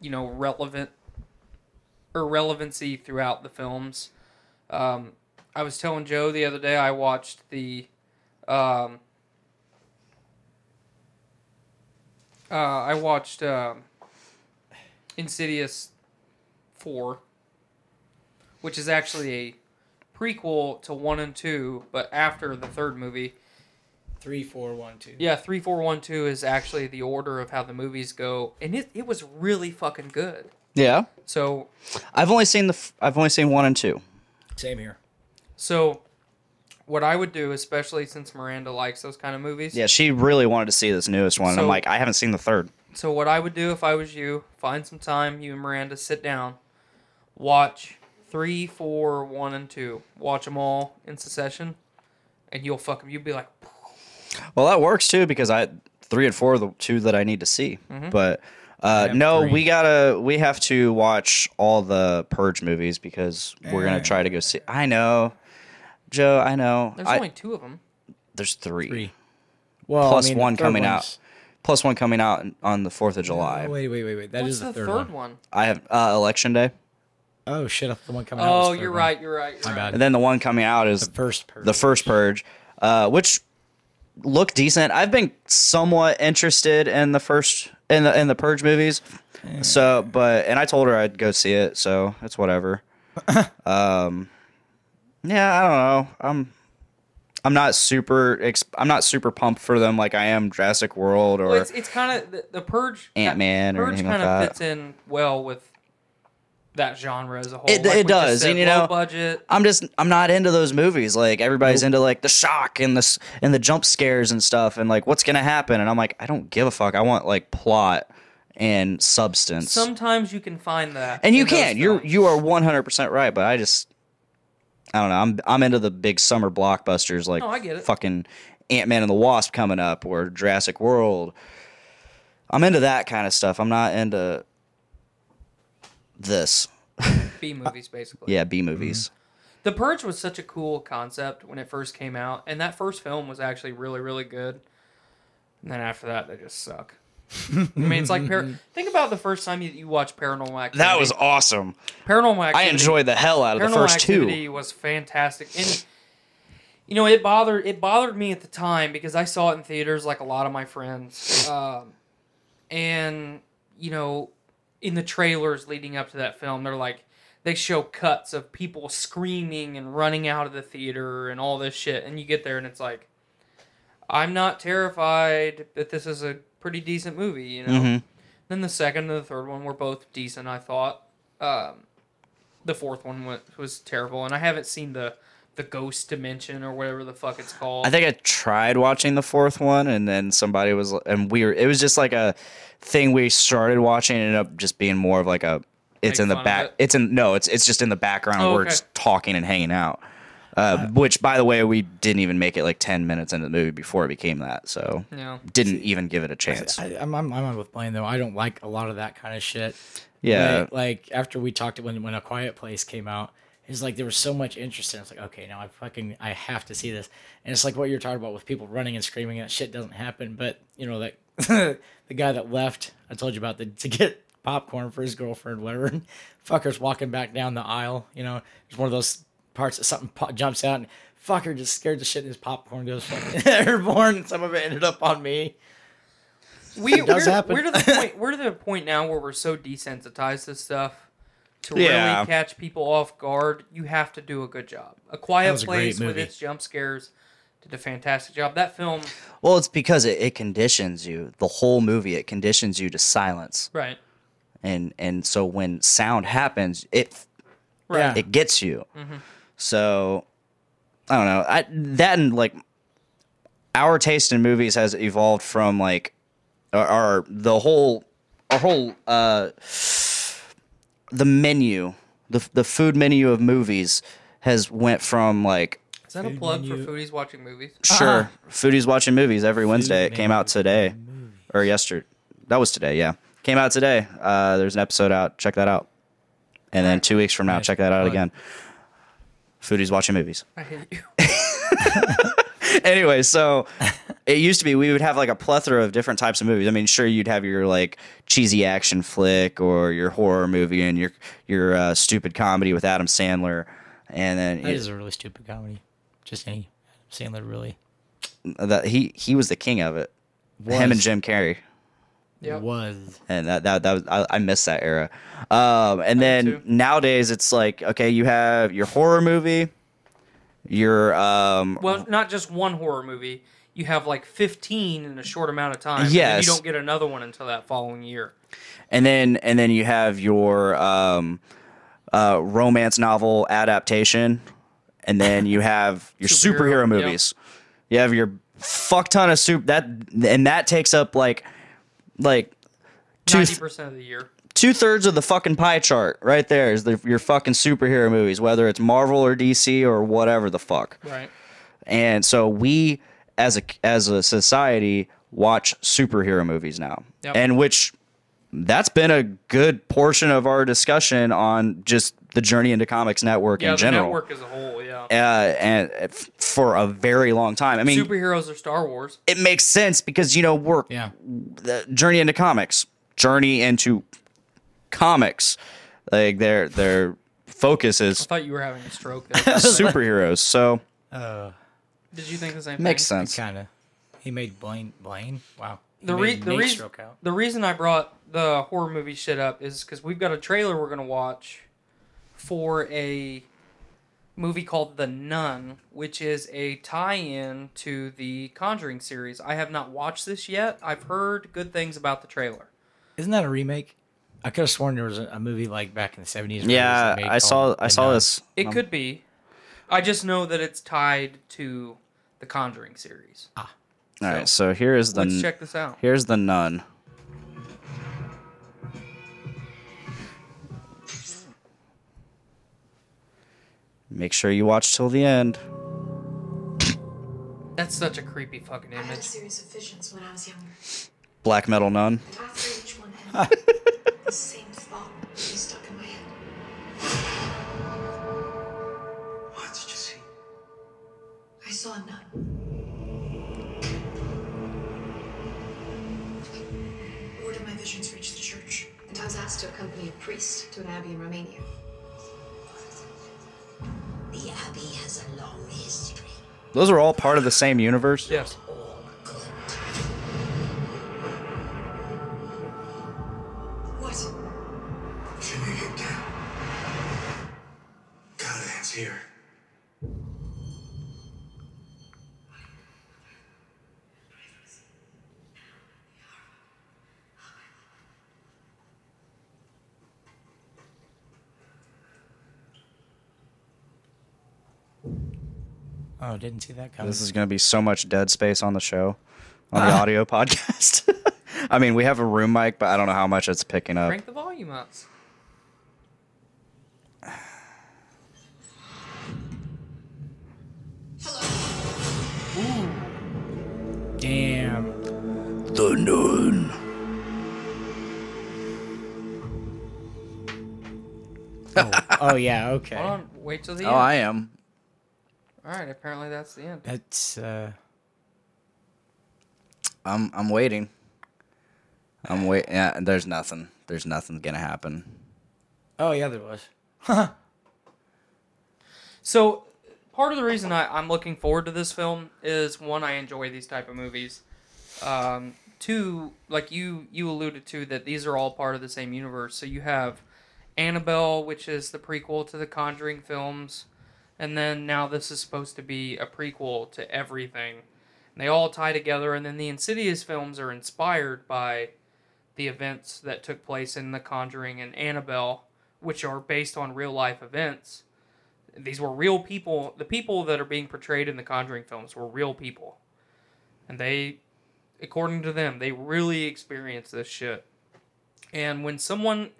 [SPEAKER 6] you know relevant or relevancy throughout the films. Um, I was telling Joe the other day I watched the. Um, uh, I watched. Um, Insidious 4, which is actually a prequel to 1 and 2, but after the third movie.
[SPEAKER 7] Three, four, one, two.
[SPEAKER 6] Yeah, 3412 is actually the order of how the movies go, and it, it was really fucking good.
[SPEAKER 5] Yeah,
[SPEAKER 6] So,
[SPEAKER 5] I've only seen the f- I've only seen one and two.
[SPEAKER 7] Same here.
[SPEAKER 6] so what I would do, especially since Miranda likes those kind of movies,
[SPEAKER 5] Yeah, she really wanted to see this newest one. and I'm
[SPEAKER 6] So-
[SPEAKER 5] like, I haven't seen the third.
[SPEAKER 6] So what I would do if I was you, find some time, you and Miranda sit down, watch three, four, one, and two. Watch them all in succession, and you'll fuck 'em. You'd be like,
[SPEAKER 5] Well, that works too because I three and four are the two that I need to see. But uh,
[SPEAKER 7] have
[SPEAKER 5] no,
[SPEAKER 7] three.
[SPEAKER 5] we gotta we have to watch all the Purge movies because we're gonna try to go see. I know, Joe. I know.
[SPEAKER 6] "There's
[SPEAKER 5] I-
[SPEAKER 6] only two of them."
[SPEAKER 5] there's three,
[SPEAKER 7] Three. Well,
[SPEAKER 5] Plus one coming out. Plus one coming out on the Fourth of July.
[SPEAKER 7] wait, wait, wait, wait. That
[SPEAKER 6] What's
[SPEAKER 7] is
[SPEAKER 6] the third,
[SPEAKER 7] one.
[SPEAKER 6] one?
[SPEAKER 5] I have uh, Election Day,
[SPEAKER 7] Oh shit! I thought the one coming out. was
[SPEAKER 6] Oh,
[SPEAKER 7] the third
[SPEAKER 6] you're
[SPEAKER 7] one.
[SPEAKER 6] right. You're right. You're
[SPEAKER 7] My
[SPEAKER 6] right.
[SPEAKER 7] bad.
[SPEAKER 5] and then the one coming out is
[SPEAKER 7] The first. Purge.
[SPEAKER 5] the first Purge, uh, which look decent. I've been somewhat interested in the first in the in the Purge movies. So, but and I told her I'd go see it, so it's whatever. um, yeah, I don't know. I'm I'm not super ex- I'm not super pumped for them like I am Jurassic World or
[SPEAKER 6] Well, it's it's kind of the, the purge.
[SPEAKER 5] Ant-Man or
[SPEAKER 6] Purge
[SPEAKER 5] anything like
[SPEAKER 6] kinda
[SPEAKER 5] that.
[SPEAKER 6] fits in well with that genre as a whole.
[SPEAKER 5] It-
[SPEAKER 6] Like
[SPEAKER 5] it
[SPEAKER 6] we just
[SPEAKER 5] does,
[SPEAKER 6] said,
[SPEAKER 5] and you
[SPEAKER 6] low
[SPEAKER 5] know-
[SPEAKER 6] budget.
[SPEAKER 5] I'm just I'm not into those movies. Like everybody's into like the shock and the s- and the jump scares and stuff and like what's gonna happen. And I'm like I don't give a fuck. I want like plot and substance.
[SPEAKER 6] Sometimes you can find that,
[SPEAKER 5] and you
[SPEAKER 6] in those
[SPEAKER 5] can. You're
[SPEAKER 6] films.
[SPEAKER 5] you are 100 percent right. But I just I don't know. I'm I'm into the big summer blockbusters like
[SPEAKER 6] No, I get it.
[SPEAKER 5] fucking Ant Man and the Wasp coming up or Jurassic World. I'm into that kind of stuff. I'm not into this.
[SPEAKER 6] B movies basically.
[SPEAKER 5] Yeah, B movies.
[SPEAKER 6] The Purge was such a cool concept when it first came out, and that first film was actually really, really good. And then after that, they just suck. I mean, it's like par- think about the first time you, you watched Paranormal Activity.
[SPEAKER 5] That was awesome.
[SPEAKER 6] Paranormal Activity.
[SPEAKER 5] I enjoyed the hell out of the
[SPEAKER 6] Paranormal
[SPEAKER 5] first
[SPEAKER 6] Activity
[SPEAKER 5] two.
[SPEAKER 6] was fantastic, and you know it bothered it bothered me at the time because I saw it in theaters like a lot of my friends, um, and you know, in the trailers leading up to that film, they're like they show cuts of people screaming and running out of the theater and all this shit, and you get there and it's like, I'm not terrified that this is a pretty decent movie, you know.
[SPEAKER 5] Mm-hmm.
[SPEAKER 6] Then the second and the third one were both decent, I thought. Um, the fourth one was, was terrible, and I haven't seen the the ghost dimension or whatever the fuck it's called.
[SPEAKER 5] I think I tried watching the fourth one, and then somebody was, and we were. It was just like a thing we started watching, and ended up just being more of like a. It's
[SPEAKER 6] Make
[SPEAKER 5] in the
[SPEAKER 6] fun of
[SPEAKER 5] back.
[SPEAKER 6] it.
[SPEAKER 5] It's in no. It's it's just in the background.
[SPEAKER 6] Oh,
[SPEAKER 5] We're
[SPEAKER 6] okay.
[SPEAKER 5] just talking and hanging out. Uh, which, by the way, we didn't even make it like ten minutes into the movie before it became that. So
[SPEAKER 6] Yeah.
[SPEAKER 5] didn't even give it a chance.
[SPEAKER 7] I, I'm, I'm I'm with Blaine though. I don't like a lot of that kind of shit.
[SPEAKER 5] yeah,
[SPEAKER 7] Like, like, after we talked when when A Quiet Place came out, it's like there was so much interest in. it. It's like okay, now I fucking I have to see this. And it's like what you're talking about with people running and screaming. That shit doesn't happen. But you know that the guy that left, I told you about the, to get popcorn for his girlfriend, whatever. Fucker's walking back down the aisle. You know, it's one of those parts that something po- jumps out and. Fucker just scared the shit and his popcorn goes fucking airborne. and Some of it ended up on me.
[SPEAKER 6] we,
[SPEAKER 7] does
[SPEAKER 6] we're,
[SPEAKER 7] happen.
[SPEAKER 6] we're to the point we're to the point now where we're so desensitized to stuff to
[SPEAKER 5] Yeah.
[SPEAKER 6] really catch people off guard. You have to do a good job. A Quiet
[SPEAKER 7] was a great
[SPEAKER 6] Place with
[SPEAKER 7] movie.
[SPEAKER 6] its jump scares did a fantastic job. That film,
[SPEAKER 5] Well, it's because it, it conditions you. The whole movie it conditions you to silence,
[SPEAKER 6] right?
[SPEAKER 5] and and so when sound happens, it
[SPEAKER 7] Right.
[SPEAKER 5] it gets you. So I don't know. I that and like our taste in movies has evolved from like our, our the whole our whole uh the menu the the food menu of movies has went from like
[SPEAKER 6] Is that a plug for foodies watching movies?
[SPEAKER 5] sure Uh-huh. foodies watching movies every Wednesday. It came out today or yesterday. That was today. Yeah, came out today. Uh, there's an episode out. Check that out. And then two weeks from now, check that out again. Foodies watching movies
[SPEAKER 6] I hate you.
[SPEAKER 5] anyway, so it used to be we would have like a plethora of different types of movies. I mean, sure you'd have your like cheesy action flick or your horror movie and your your uh, stupid comedy with Adam Sandler, and then
[SPEAKER 7] That is a really stupid comedy. Just any Sandler really
[SPEAKER 5] that he he was the king of it. Him
[SPEAKER 7] Was.
[SPEAKER 5] and Jim Carrey,
[SPEAKER 6] Yep.
[SPEAKER 7] was.
[SPEAKER 5] and that that, that was I, I miss that era. Um, and then
[SPEAKER 6] too.
[SPEAKER 5] nowadays it's like okay, you have your horror movie, your um,
[SPEAKER 6] Well, not just one horror movie. You have like 15 in a short amount of time. and then
[SPEAKER 5] Yes.
[SPEAKER 6] you don't get another one until that following year.
[SPEAKER 5] and then and then you have your um, uh, romance novel adaptation, and then you have your superhero,
[SPEAKER 6] Superhero, yeah.
[SPEAKER 5] movies. You have your fuck ton of soup that, and that takes up like like two
[SPEAKER 6] 90% of the year.
[SPEAKER 5] two thirds of the fucking pie chart right there is the, your fucking superhero movies, whether it's Marvel or DC or whatever the fuck.
[SPEAKER 6] Right.
[SPEAKER 5] And so we as a as a society watch superhero movies now.
[SPEAKER 6] Yep.
[SPEAKER 5] And which that's been a good portion of our discussion on just the journey into comics network
[SPEAKER 6] Yeah,
[SPEAKER 5] in
[SPEAKER 6] the
[SPEAKER 5] general.
[SPEAKER 6] network as a whole, yeah.
[SPEAKER 5] Uh, and f- for a very long time. I mean,
[SPEAKER 6] Superheroes are Star Wars.
[SPEAKER 5] it makes sense because you know we're
[SPEAKER 7] Yeah.
[SPEAKER 5] the journey into comics, journey into comics. Like their their focus
[SPEAKER 6] I
[SPEAKER 5] is
[SPEAKER 6] thought you were having a stroke there.
[SPEAKER 5] superheroes. So
[SPEAKER 6] Did you think the same
[SPEAKER 5] makes
[SPEAKER 6] thing?
[SPEAKER 5] sense.
[SPEAKER 7] Kind of. Uh, He made Blaine. Blaine. Wow. He
[SPEAKER 6] The, re-
[SPEAKER 7] made
[SPEAKER 6] the,
[SPEAKER 7] Nate
[SPEAKER 6] reas-
[SPEAKER 7] stroke out.
[SPEAKER 6] the reason I brought the horror movie shit up is because we've got a trailer we're going to watch for a movie called The Nun, which is a tie in to the Conjuring series. I have not watched this yet. I've heard good things about the trailer.
[SPEAKER 7] Isn't that a remake? I could have sworn there was a, a movie like back in the seventies.
[SPEAKER 5] Yeah, I saw I saw this.
[SPEAKER 6] It could be. I just know that it's tied to the Conjuring series.
[SPEAKER 5] All right, so here is the
[SPEAKER 6] Let's
[SPEAKER 5] n-
[SPEAKER 6] check this out.
[SPEAKER 5] here's the nun. Make sure you watch till the end.
[SPEAKER 6] That's such a creepy fucking
[SPEAKER 8] I had a
[SPEAKER 6] image.
[SPEAKER 8] series of visions when I was younger,
[SPEAKER 5] Black metal nun.
[SPEAKER 8] and after each one ended, the same thought was stuck in my head.
[SPEAKER 4] What did you see?
[SPEAKER 8] I saw a nun. Word of my visions reached the church, and I was asked to accompany a priest to an abbey in Romania.
[SPEAKER 9] The Abbey has a long history.
[SPEAKER 5] Those are all part of the same universe.
[SPEAKER 6] Yes.
[SPEAKER 9] All good.
[SPEAKER 8] What?
[SPEAKER 4] Jimmy get down. Conan's here.
[SPEAKER 7] Oh, didn't see that coming.
[SPEAKER 5] This is going to be so much dead space on the show, on the audio podcast. I mean, we have a room mic, but I don't know how much it's picking up.
[SPEAKER 6] Crank the volume up.
[SPEAKER 7] Damn.
[SPEAKER 5] The nun.
[SPEAKER 7] Oh yeah. Okay.
[SPEAKER 6] Hold on. Wait till the
[SPEAKER 5] Oh,
[SPEAKER 6] end.
[SPEAKER 5] I am.
[SPEAKER 6] All right. Apparently that's the end.
[SPEAKER 7] That's uh.
[SPEAKER 5] I'm. I'm waiting. I'm wait. Yeah, there's nothing. There's nothing gonna happen.
[SPEAKER 7] Oh yeah, there was.
[SPEAKER 6] So, part of the reason I, I'm looking forward to this film is one, I enjoy these type of movies. Um, two, like you you alluded to, that these are all part of the same universe. So you have Annabelle, which is the prequel to the Conjuring films, and then now this is supposed to be a prequel to everything. And they all tie together, and then the Insidious films are inspired by the events that took place in The Conjuring and Annabelle, which are based on real life events these were real people. The people that are being portrayed in the Conjuring films were real people, and they, according to them, they really experienced this shit. And when someone,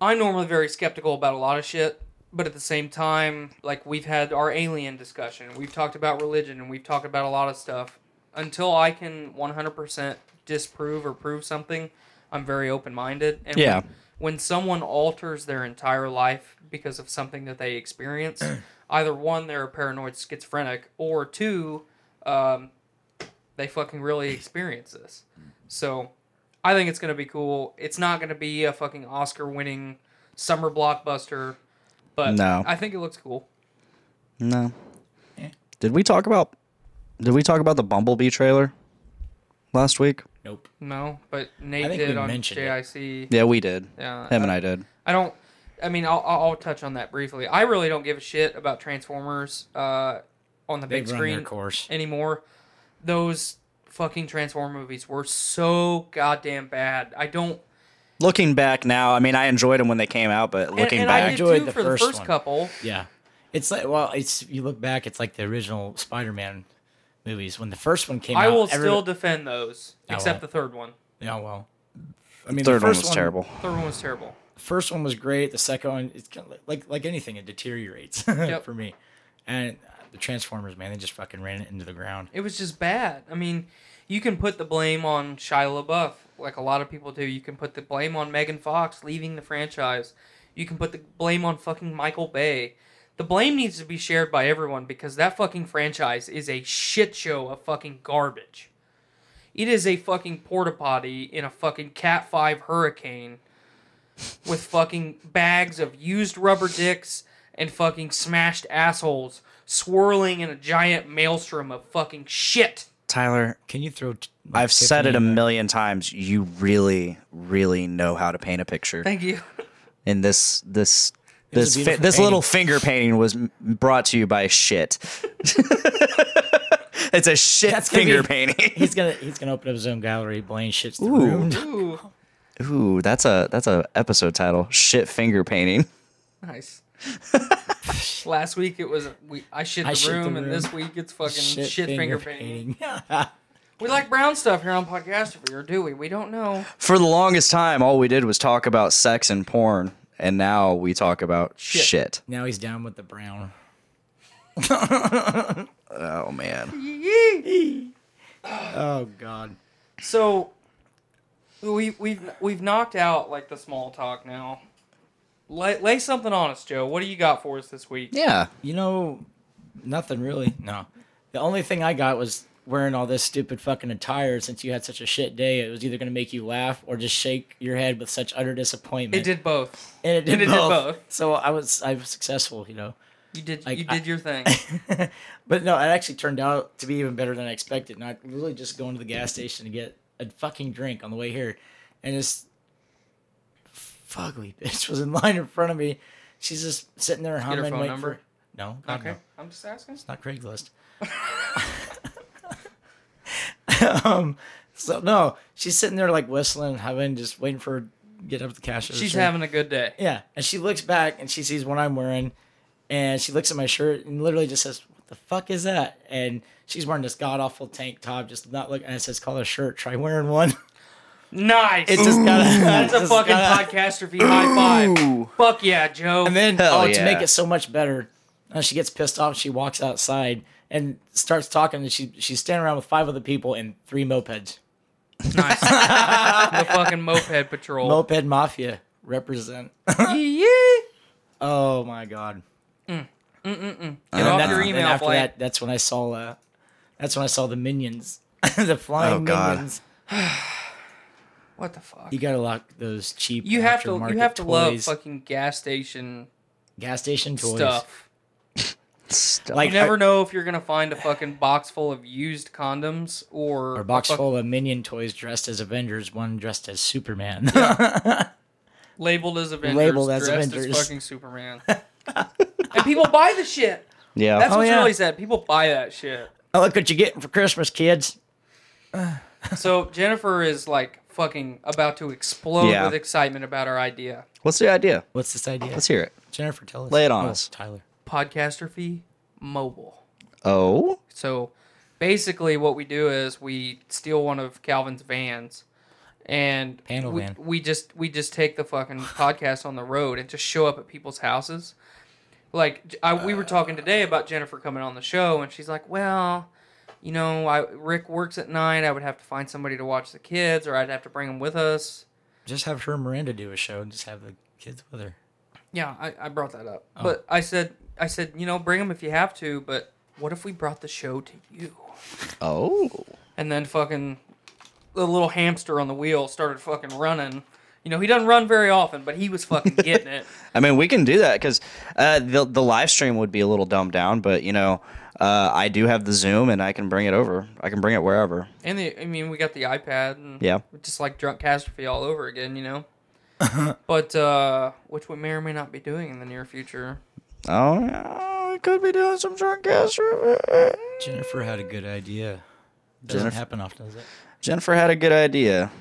[SPEAKER 6] I'm normally very skeptical about a lot of shit, but at the same time, like we've had our alien discussion, and we've talked about religion, and we've talked about a lot of stuff. Until I can 100% disprove or prove something, I'm very open minded. And
[SPEAKER 5] Yeah.
[SPEAKER 6] when- when someone alters their entire life because of something that they experience, either one, they're a paranoid schizophrenic, or two, um, they fucking really experience this. So I think it's going to be cool. It's not going to be a fucking Oscar winning summer blockbuster, but
[SPEAKER 5] No.
[SPEAKER 6] I think it looks cool.
[SPEAKER 5] No. Did we talk about? Did we talk about the Bumblebee trailer last week?
[SPEAKER 7] Nope.
[SPEAKER 6] No, but Nate
[SPEAKER 7] I think
[SPEAKER 6] did
[SPEAKER 7] we
[SPEAKER 6] on
[SPEAKER 7] mentioned it.
[SPEAKER 6] JIC.
[SPEAKER 5] Yeah, we did.
[SPEAKER 6] Yeah,
[SPEAKER 5] Him and I did.
[SPEAKER 6] uh, I don't. I mean, I'll, I'll I'll touch on that briefly. I really don't give a shit about Transformers uh, on the
[SPEAKER 7] They've
[SPEAKER 6] big
[SPEAKER 7] run
[SPEAKER 6] screen
[SPEAKER 7] their course.
[SPEAKER 6] anymore. Those fucking Transformer movies were so goddamn bad. I don't.
[SPEAKER 5] Looking back now, I mean, I enjoyed them when they came out, but
[SPEAKER 6] And,
[SPEAKER 5] looking
[SPEAKER 6] and I
[SPEAKER 5] back,
[SPEAKER 6] did
[SPEAKER 7] enjoyed
[SPEAKER 6] too
[SPEAKER 7] the
[SPEAKER 6] for
[SPEAKER 7] first
[SPEAKER 6] the first
[SPEAKER 7] one.
[SPEAKER 6] couple.
[SPEAKER 7] Yeah. It's like well, it's you look back, it's like the original Spider-Man movies when the first one came
[SPEAKER 6] I
[SPEAKER 7] out.
[SPEAKER 6] will
[SPEAKER 7] every-
[SPEAKER 6] still defend those,
[SPEAKER 7] I
[SPEAKER 6] except
[SPEAKER 7] won't.
[SPEAKER 6] the third one.
[SPEAKER 7] Yeah, well. I mean, the
[SPEAKER 5] third one
[SPEAKER 7] first
[SPEAKER 5] was terrible.
[SPEAKER 6] Third one was terrible.
[SPEAKER 7] first one was great. The second one, it's kind of like like, like anything, it deteriorates for me. And uh, the Transformers, man, they just fucking ran it into the ground.
[SPEAKER 6] It was just bad. I mean, you can put the blame on Shia LaBeouf, like a lot of people do. You can put the blame on Megan Fox leaving the franchise. You can put the blame on fucking Michael Bay. The blame needs to be shared by everyone because that fucking franchise is a shit show of fucking garbage. It is a fucking porta potty in a fucking Cat 5 hurricane with fucking bags of used rubber dicks and fucking smashed assholes swirling in a giant maelstrom of fucking shit.
[SPEAKER 5] Tyler,
[SPEAKER 7] Can you throw? t- like,
[SPEAKER 5] I've said it a
[SPEAKER 7] Tiffany in there?
[SPEAKER 5] million times. You really, really know how to paint a picture.
[SPEAKER 6] Thank you.
[SPEAKER 5] And this, this,
[SPEAKER 7] was
[SPEAKER 5] this,
[SPEAKER 7] a
[SPEAKER 5] fi-
[SPEAKER 7] beautiful
[SPEAKER 5] this little
[SPEAKER 7] painting.
[SPEAKER 5] finger painting was m- brought to you by shit. it's a shit
[SPEAKER 7] That's gonna
[SPEAKER 5] finger
[SPEAKER 7] be-
[SPEAKER 5] painting.
[SPEAKER 7] He's gonna he's gonna open up his own gallery. Blaine shits the
[SPEAKER 5] Ooh.
[SPEAKER 7] room.
[SPEAKER 6] Ooh,
[SPEAKER 5] Ooh, that's a that's a episode title. Shit finger painting.
[SPEAKER 6] nice. Last week it was we, I shit the,
[SPEAKER 7] I shit the
[SPEAKER 6] room, and
[SPEAKER 7] room.
[SPEAKER 6] this week it's fucking shit, finger, painting.
[SPEAKER 7] painting.
[SPEAKER 6] We like brown stuff here on podcast or do we? We don't know.
[SPEAKER 5] For the longest time, all we did was talk about sex and porn, and now we talk about
[SPEAKER 6] Shit.
[SPEAKER 5] shit.
[SPEAKER 7] now he's down with the brown.
[SPEAKER 5] Oh man.
[SPEAKER 7] Oh God.
[SPEAKER 6] So we we've we've knocked out like the small talk now. Lay, lay something on us, Joe. What do you got for us this week?
[SPEAKER 5] Yeah.
[SPEAKER 7] You know, nothing really. No. The only thing I got was wearing all this stupid fucking attire since you had such a shit day. It was either going to make you laugh or just shake your head with such utter disappointment.
[SPEAKER 6] It did both.
[SPEAKER 7] And it did,
[SPEAKER 6] and it did
[SPEAKER 7] both.
[SPEAKER 6] both.
[SPEAKER 7] So I was I was successful, you know.
[SPEAKER 6] You did
[SPEAKER 7] Like,
[SPEAKER 6] you
[SPEAKER 7] I-
[SPEAKER 6] did your thing.
[SPEAKER 7] but no, it actually turned out to be even better than I expected. And I really just going to the gas station to get a fucking drink on the way here, and this fugly bitch was in line in front of me. She's just sitting there
[SPEAKER 6] her
[SPEAKER 7] humming.
[SPEAKER 6] phone
[SPEAKER 7] waiting
[SPEAKER 6] number?
[SPEAKER 7] For... No, God,
[SPEAKER 6] Okay,
[SPEAKER 7] no.
[SPEAKER 6] I'm just asking.
[SPEAKER 7] It's not Craigslist. um, so no, she's sitting there like whistling, having just waiting for her to get up to the cash.
[SPEAKER 6] She's
[SPEAKER 7] register.
[SPEAKER 6] having a good day.
[SPEAKER 7] Yeah, and she looks back and she sees what I'm wearing, and she looks at my shirt and literally just says, "What the fuck is that?" And she's wearing this god awful tank top, just not look. And it says, "Call a shirt. Try wearing one."
[SPEAKER 6] Nice.
[SPEAKER 7] It just got
[SPEAKER 6] That's a fucking podcastrophe high five. Fuck yeah, Joe.
[SPEAKER 7] And then,
[SPEAKER 5] Hell
[SPEAKER 7] oh,
[SPEAKER 5] yeah.
[SPEAKER 7] to make it so much better, uh, she gets pissed off. She walks outside and starts talking. And she she's standing around with five other people and three mopeds.
[SPEAKER 6] nice. the fucking moped patrol.
[SPEAKER 7] Moped mafia represent.
[SPEAKER 6] yeah.
[SPEAKER 7] oh my god!
[SPEAKER 6] Mm. Get off
[SPEAKER 7] That-
[SPEAKER 6] your
[SPEAKER 7] then
[SPEAKER 6] email,
[SPEAKER 7] after
[SPEAKER 6] Blake.
[SPEAKER 7] that, that's when I saw. Uh, that's when I saw the minions, the flying
[SPEAKER 5] Oh, God.
[SPEAKER 7] minions.
[SPEAKER 6] What the fuck?
[SPEAKER 7] You gotta lock those cheap.
[SPEAKER 6] You have to
[SPEAKER 7] aftermarket
[SPEAKER 6] you have to love
[SPEAKER 7] toys,
[SPEAKER 6] fucking gas station
[SPEAKER 7] gas station toys.
[SPEAKER 6] stuff.
[SPEAKER 5] Like
[SPEAKER 6] You never know if you're gonna find a fucking box full of used condoms or
[SPEAKER 7] Or a box
[SPEAKER 6] a fuck-
[SPEAKER 7] full of minion toys dressed as Avengers, one dressed as Superman.
[SPEAKER 6] labeled as Avengers,
[SPEAKER 7] Labeled as
[SPEAKER 6] dressed
[SPEAKER 7] Avengers.
[SPEAKER 6] as fucking Superman. and people buy the shit.
[SPEAKER 5] yeah.
[SPEAKER 6] That's
[SPEAKER 7] Oh,
[SPEAKER 6] what's
[SPEAKER 7] yeah.
[SPEAKER 6] really sad. People buy that shit.
[SPEAKER 7] oh, look what you're getting for Christmas, kids.
[SPEAKER 6] So Jennifer is like fucking about to explode
[SPEAKER 5] Yeah.
[SPEAKER 6] with excitement about our idea.
[SPEAKER 5] What's the idea?
[SPEAKER 7] What's this idea?
[SPEAKER 5] Let's hear it.
[SPEAKER 7] Jennifer, tell us.
[SPEAKER 5] Lay it on
[SPEAKER 7] Oh,
[SPEAKER 5] us.
[SPEAKER 7] Tyler.
[SPEAKER 6] Podcastrophe mobile.
[SPEAKER 5] Oh.
[SPEAKER 6] So basically, what we do is we steal one of Calvin's vans, and
[SPEAKER 7] Panel
[SPEAKER 6] we,
[SPEAKER 7] van.
[SPEAKER 6] we just we just take the fucking podcast on the road and just show up at people's houses. Like J- I, we were talking today about Jennifer coming on the show, and she's like, "Well, you know, I Rick works at night. I would have to find somebody to watch the kids, or I'd have to bring them with us."
[SPEAKER 7] Just have her and Miranda do a show and just have the kids with her.
[SPEAKER 6] Yeah, I, I brought that up, but I said I said you know bring them if you have to, but what if we brought the show to you?
[SPEAKER 5] Oh.
[SPEAKER 6] and then fucking the little hamster on the wheel started fucking running. You know, he doesn't run very often, but he was fucking getting it.
[SPEAKER 5] I mean, we can do that because uh, the the live stream would be a little dumbed down, but you know, uh, I do have the Zoom and I can bring it over. I can bring it wherever.
[SPEAKER 6] And the, I mean, we got the iPad and
[SPEAKER 5] Yeah.
[SPEAKER 6] just like drunk catastrophe all over again, you know. but uh which we may or may not be doing in the near future.
[SPEAKER 5] Oh, yeah, I could be doing some drunk ass. room.
[SPEAKER 7] Jennifer had a good idea. Doesn't
[SPEAKER 5] Jennifer-
[SPEAKER 7] happen often, does it?
[SPEAKER 5] Jennifer had a good idea.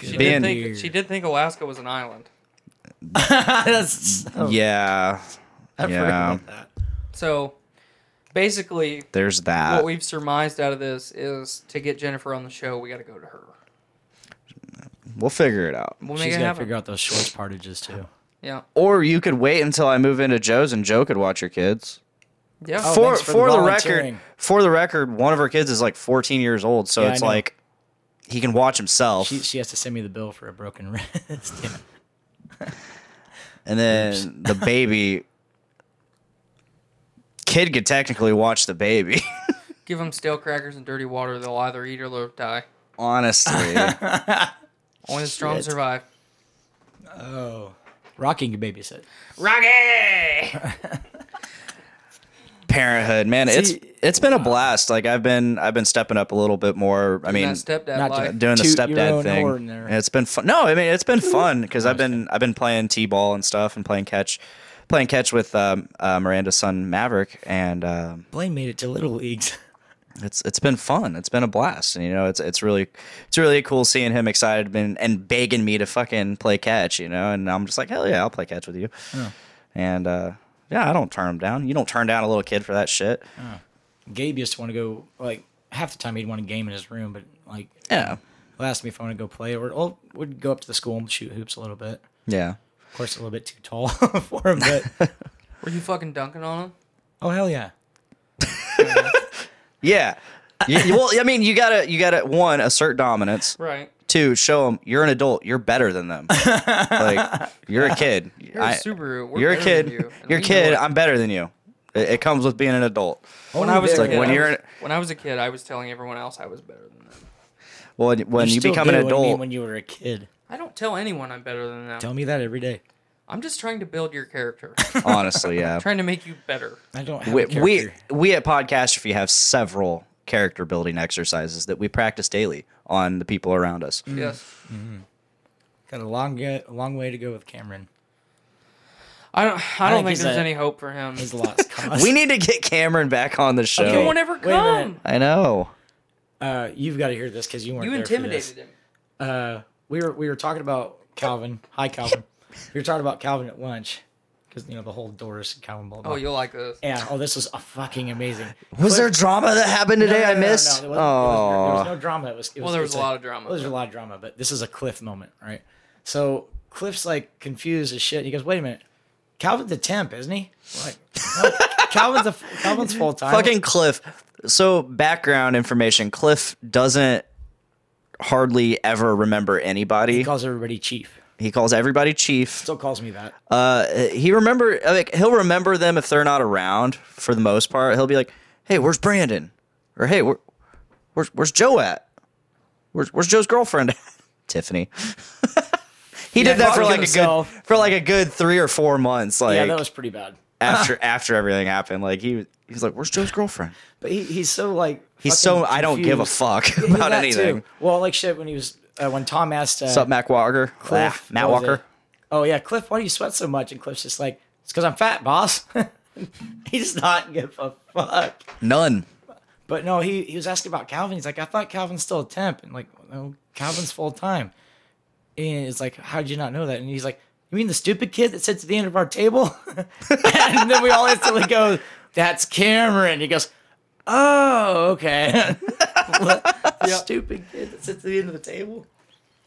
[SPEAKER 6] She
[SPEAKER 5] Being-
[SPEAKER 6] did think she did think Alaska was an island.
[SPEAKER 7] That's,
[SPEAKER 5] Yeah,
[SPEAKER 7] Oh. I forgot
[SPEAKER 5] Yeah.
[SPEAKER 7] about that.
[SPEAKER 6] So basically,
[SPEAKER 5] there's that.
[SPEAKER 6] what we've surmised out of this is to get Jennifer on the show, we got to go to her.
[SPEAKER 5] we'll figure it out.
[SPEAKER 6] We'll make
[SPEAKER 7] She's
[SPEAKER 6] it
[SPEAKER 7] got to
[SPEAKER 6] happen.
[SPEAKER 7] figure out those shorts partages too.
[SPEAKER 6] Yeah,
[SPEAKER 5] Or you could wait until I move into Joe's and Joe could watch your kids.
[SPEAKER 6] yeah.
[SPEAKER 5] for
[SPEAKER 7] Oh, thanks for
[SPEAKER 5] for
[SPEAKER 7] the
[SPEAKER 5] the, record,
[SPEAKER 7] volunteering.
[SPEAKER 5] for the record, one of her kids is like 14 years old, so
[SPEAKER 7] Yeah, I
[SPEAKER 5] it's
[SPEAKER 7] know.
[SPEAKER 5] like he can watch himself.
[SPEAKER 7] She, she has to send me the bill for a broken wrist. Damn it.
[SPEAKER 5] And then the baby kid could technically watch the baby.
[SPEAKER 6] Give them stale crackers and dirty water; they'll either eat or they'll die.
[SPEAKER 5] Honestly,
[SPEAKER 6] Only the strong
[SPEAKER 7] Shit.
[SPEAKER 6] survive.
[SPEAKER 7] Oh, Rocky can babysit.
[SPEAKER 6] Rocky!
[SPEAKER 5] Parenthood, man, it's
[SPEAKER 7] See- uh,
[SPEAKER 5] it's been a blast. Like I've been I've been stepping up a little bit more. I mean,
[SPEAKER 6] that stepdad
[SPEAKER 7] not
[SPEAKER 6] life.
[SPEAKER 5] doing the
[SPEAKER 7] Toot your
[SPEAKER 5] stepdad
[SPEAKER 7] own
[SPEAKER 5] thing.
[SPEAKER 7] horn there.
[SPEAKER 5] And It's been fun. No, I mean it's been fun because I've been I've been playing t-ball and stuff and playing catch, playing catch with um, uh, Miranda's son Maverick, and um,
[SPEAKER 7] Blaine made it to little leagues.
[SPEAKER 5] it's it's been fun. It's been a blast, and you know it's it's really it's really cool seeing him excited and, and begging me to fucking play catch, you know, and I'm just like hell yeah, I'll play catch with you, and uh, yeah, I don't turn him down. You don't turn down a little kid for that shit.
[SPEAKER 7] Gabe used to want to go like half the time he'd want to game in his room, but like
[SPEAKER 5] Yeah,
[SPEAKER 7] he'll ask me if I want to go play or or would go up to the school and shoot hoops a little bit.
[SPEAKER 5] yeah.
[SPEAKER 7] Of course, a little bit too tall for him, but
[SPEAKER 6] Were you fucking dunking on him?
[SPEAKER 7] oh hell yeah,
[SPEAKER 5] Yeah. You- you- well, I mean, you gotta, you gotta one assert dominance.
[SPEAKER 6] Right.
[SPEAKER 5] Two, show them you're an adult. You're better than them. like you're a kid.
[SPEAKER 6] You're a Subaru. We're
[SPEAKER 5] you're a
[SPEAKER 6] better than
[SPEAKER 5] kid.
[SPEAKER 6] you, and
[SPEAKER 5] are a
[SPEAKER 6] we know
[SPEAKER 5] kid.
[SPEAKER 6] it.
[SPEAKER 5] I'm better than you. It, it comes with being an adult.
[SPEAKER 6] When I was a
[SPEAKER 5] Like,
[SPEAKER 6] kid,
[SPEAKER 5] when
[SPEAKER 6] I
[SPEAKER 5] you're
[SPEAKER 6] was-
[SPEAKER 5] in-
[SPEAKER 6] when I was a kid, I was telling everyone else I was better than them.
[SPEAKER 5] Well, when when you,
[SPEAKER 7] still
[SPEAKER 5] become an
[SPEAKER 7] do, what do you mean
[SPEAKER 5] adult,
[SPEAKER 7] when you were a kid.
[SPEAKER 6] I don't tell anyone I'm better than them.
[SPEAKER 7] Tell me that every day.
[SPEAKER 6] I'm just trying to build your character,
[SPEAKER 5] honestly, yeah.
[SPEAKER 6] trying to make you better.
[SPEAKER 7] I don't have
[SPEAKER 5] we,
[SPEAKER 7] a
[SPEAKER 5] we
[SPEAKER 7] character.
[SPEAKER 5] we at Podcastrophe have several character building exercises that we practice daily on the people around us.
[SPEAKER 7] Mm.
[SPEAKER 6] Yes.
[SPEAKER 7] got a long get, a long way to go with Cameron.
[SPEAKER 6] I don't. I don't
[SPEAKER 7] think
[SPEAKER 6] think,
[SPEAKER 7] he's
[SPEAKER 6] there's
[SPEAKER 7] a-
[SPEAKER 6] any hope for him.
[SPEAKER 7] His lost cause.
[SPEAKER 5] We need to get Cameron back on the show.
[SPEAKER 6] You won't ever
[SPEAKER 7] Wait a minute.
[SPEAKER 6] come.
[SPEAKER 5] I know.
[SPEAKER 7] uh, you've got to hear this because you weren't
[SPEAKER 6] You
[SPEAKER 7] there
[SPEAKER 6] intimidated him.
[SPEAKER 7] him. Uh, we were we were talking about Calvin. Hi Calvin. we were talking about Calvin at lunch because you know the whole Doris and Calvin blah blah.
[SPEAKER 6] Oh, you'll like this.
[SPEAKER 7] Yeah. Oh, this was a fucking amazing.
[SPEAKER 5] Was there drama that happened today I missed?
[SPEAKER 7] No, no,
[SPEAKER 5] oh,
[SPEAKER 7] there, was, there was no drama. It was, it
[SPEAKER 6] Well, there was
[SPEAKER 7] it's
[SPEAKER 6] a lot of drama,
[SPEAKER 7] Well, there was a lot of drama, but this is a Cliff moment, right? So Cliff's like confused as shit. He goes, "Wait a minute, Calvin's a temp, isn't he?" We're like, no, Calvin's a Calvin's full time.
[SPEAKER 5] fucking Cliff. So background information: Cliff doesn't hardly ever remember anybody.
[SPEAKER 7] He
[SPEAKER 5] He,
[SPEAKER 7] calls everybody chief.
[SPEAKER 5] calls everybody chief.
[SPEAKER 7] Still calls me that.
[SPEAKER 5] Uh, he remember like he'll remember them if they're not around for the most part. He'll be like, "Hey, where's Brandon?" Or "Hey, where, where's where's Joe at? Where's where's Joe's girlfriend at? Tiffany." he did that
[SPEAKER 7] fuck
[SPEAKER 5] for like
[SPEAKER 7] himself.
[SPEAKER 5] a good for like a good three or four months. Like
[SPEAKER 7] yeah, that was pretty bad.
[SPEAKER 5] after after everything happened. Like he he's like, "Where's Joe's girlfriend?"
[SPEAKER 7] But he, he's so like
[SPEAKER 5] He's so
[SPEAKER 7] fucking
[SPEAKER 5] I don't give a
[SPEAKER 7] confused.
[SPEAKER 5] fuck
[SPEAKER 7] He's
[SPEAKER 5] about
[SPEAKER 7] that,
[SPEAKER 5] anything.
[SPEAKER 7] too. Well, like shit when he was uh, when Tom asked uh,
[SPEAKER 5] What's up, Mac Walker? Ah,
[SPEAKER 7] Cliff,
[SPEAKER 5] Matt
[SPEAKER 7] what was
[SPEAKER 5] Walker.
[SPEAKER 7] it? Oh yeah, Cliff, why do you sweat so much? And Cliff's just like, it's because I'm fat, boss. he does not give a fuck.
[SPEAKER 5] None.
[SPEAKER 7] But no, he he was asking about Calvin. He's like, I thought Calvin's still a temp, and like, no, Calvin's full time. And it's like, how would you not know that? And he's like, you mean the stupid kid that sits at the end of our table? and then we all instantly go, that's Cameron. He goes, oh okay. Stupid kid that sits at the end of the table.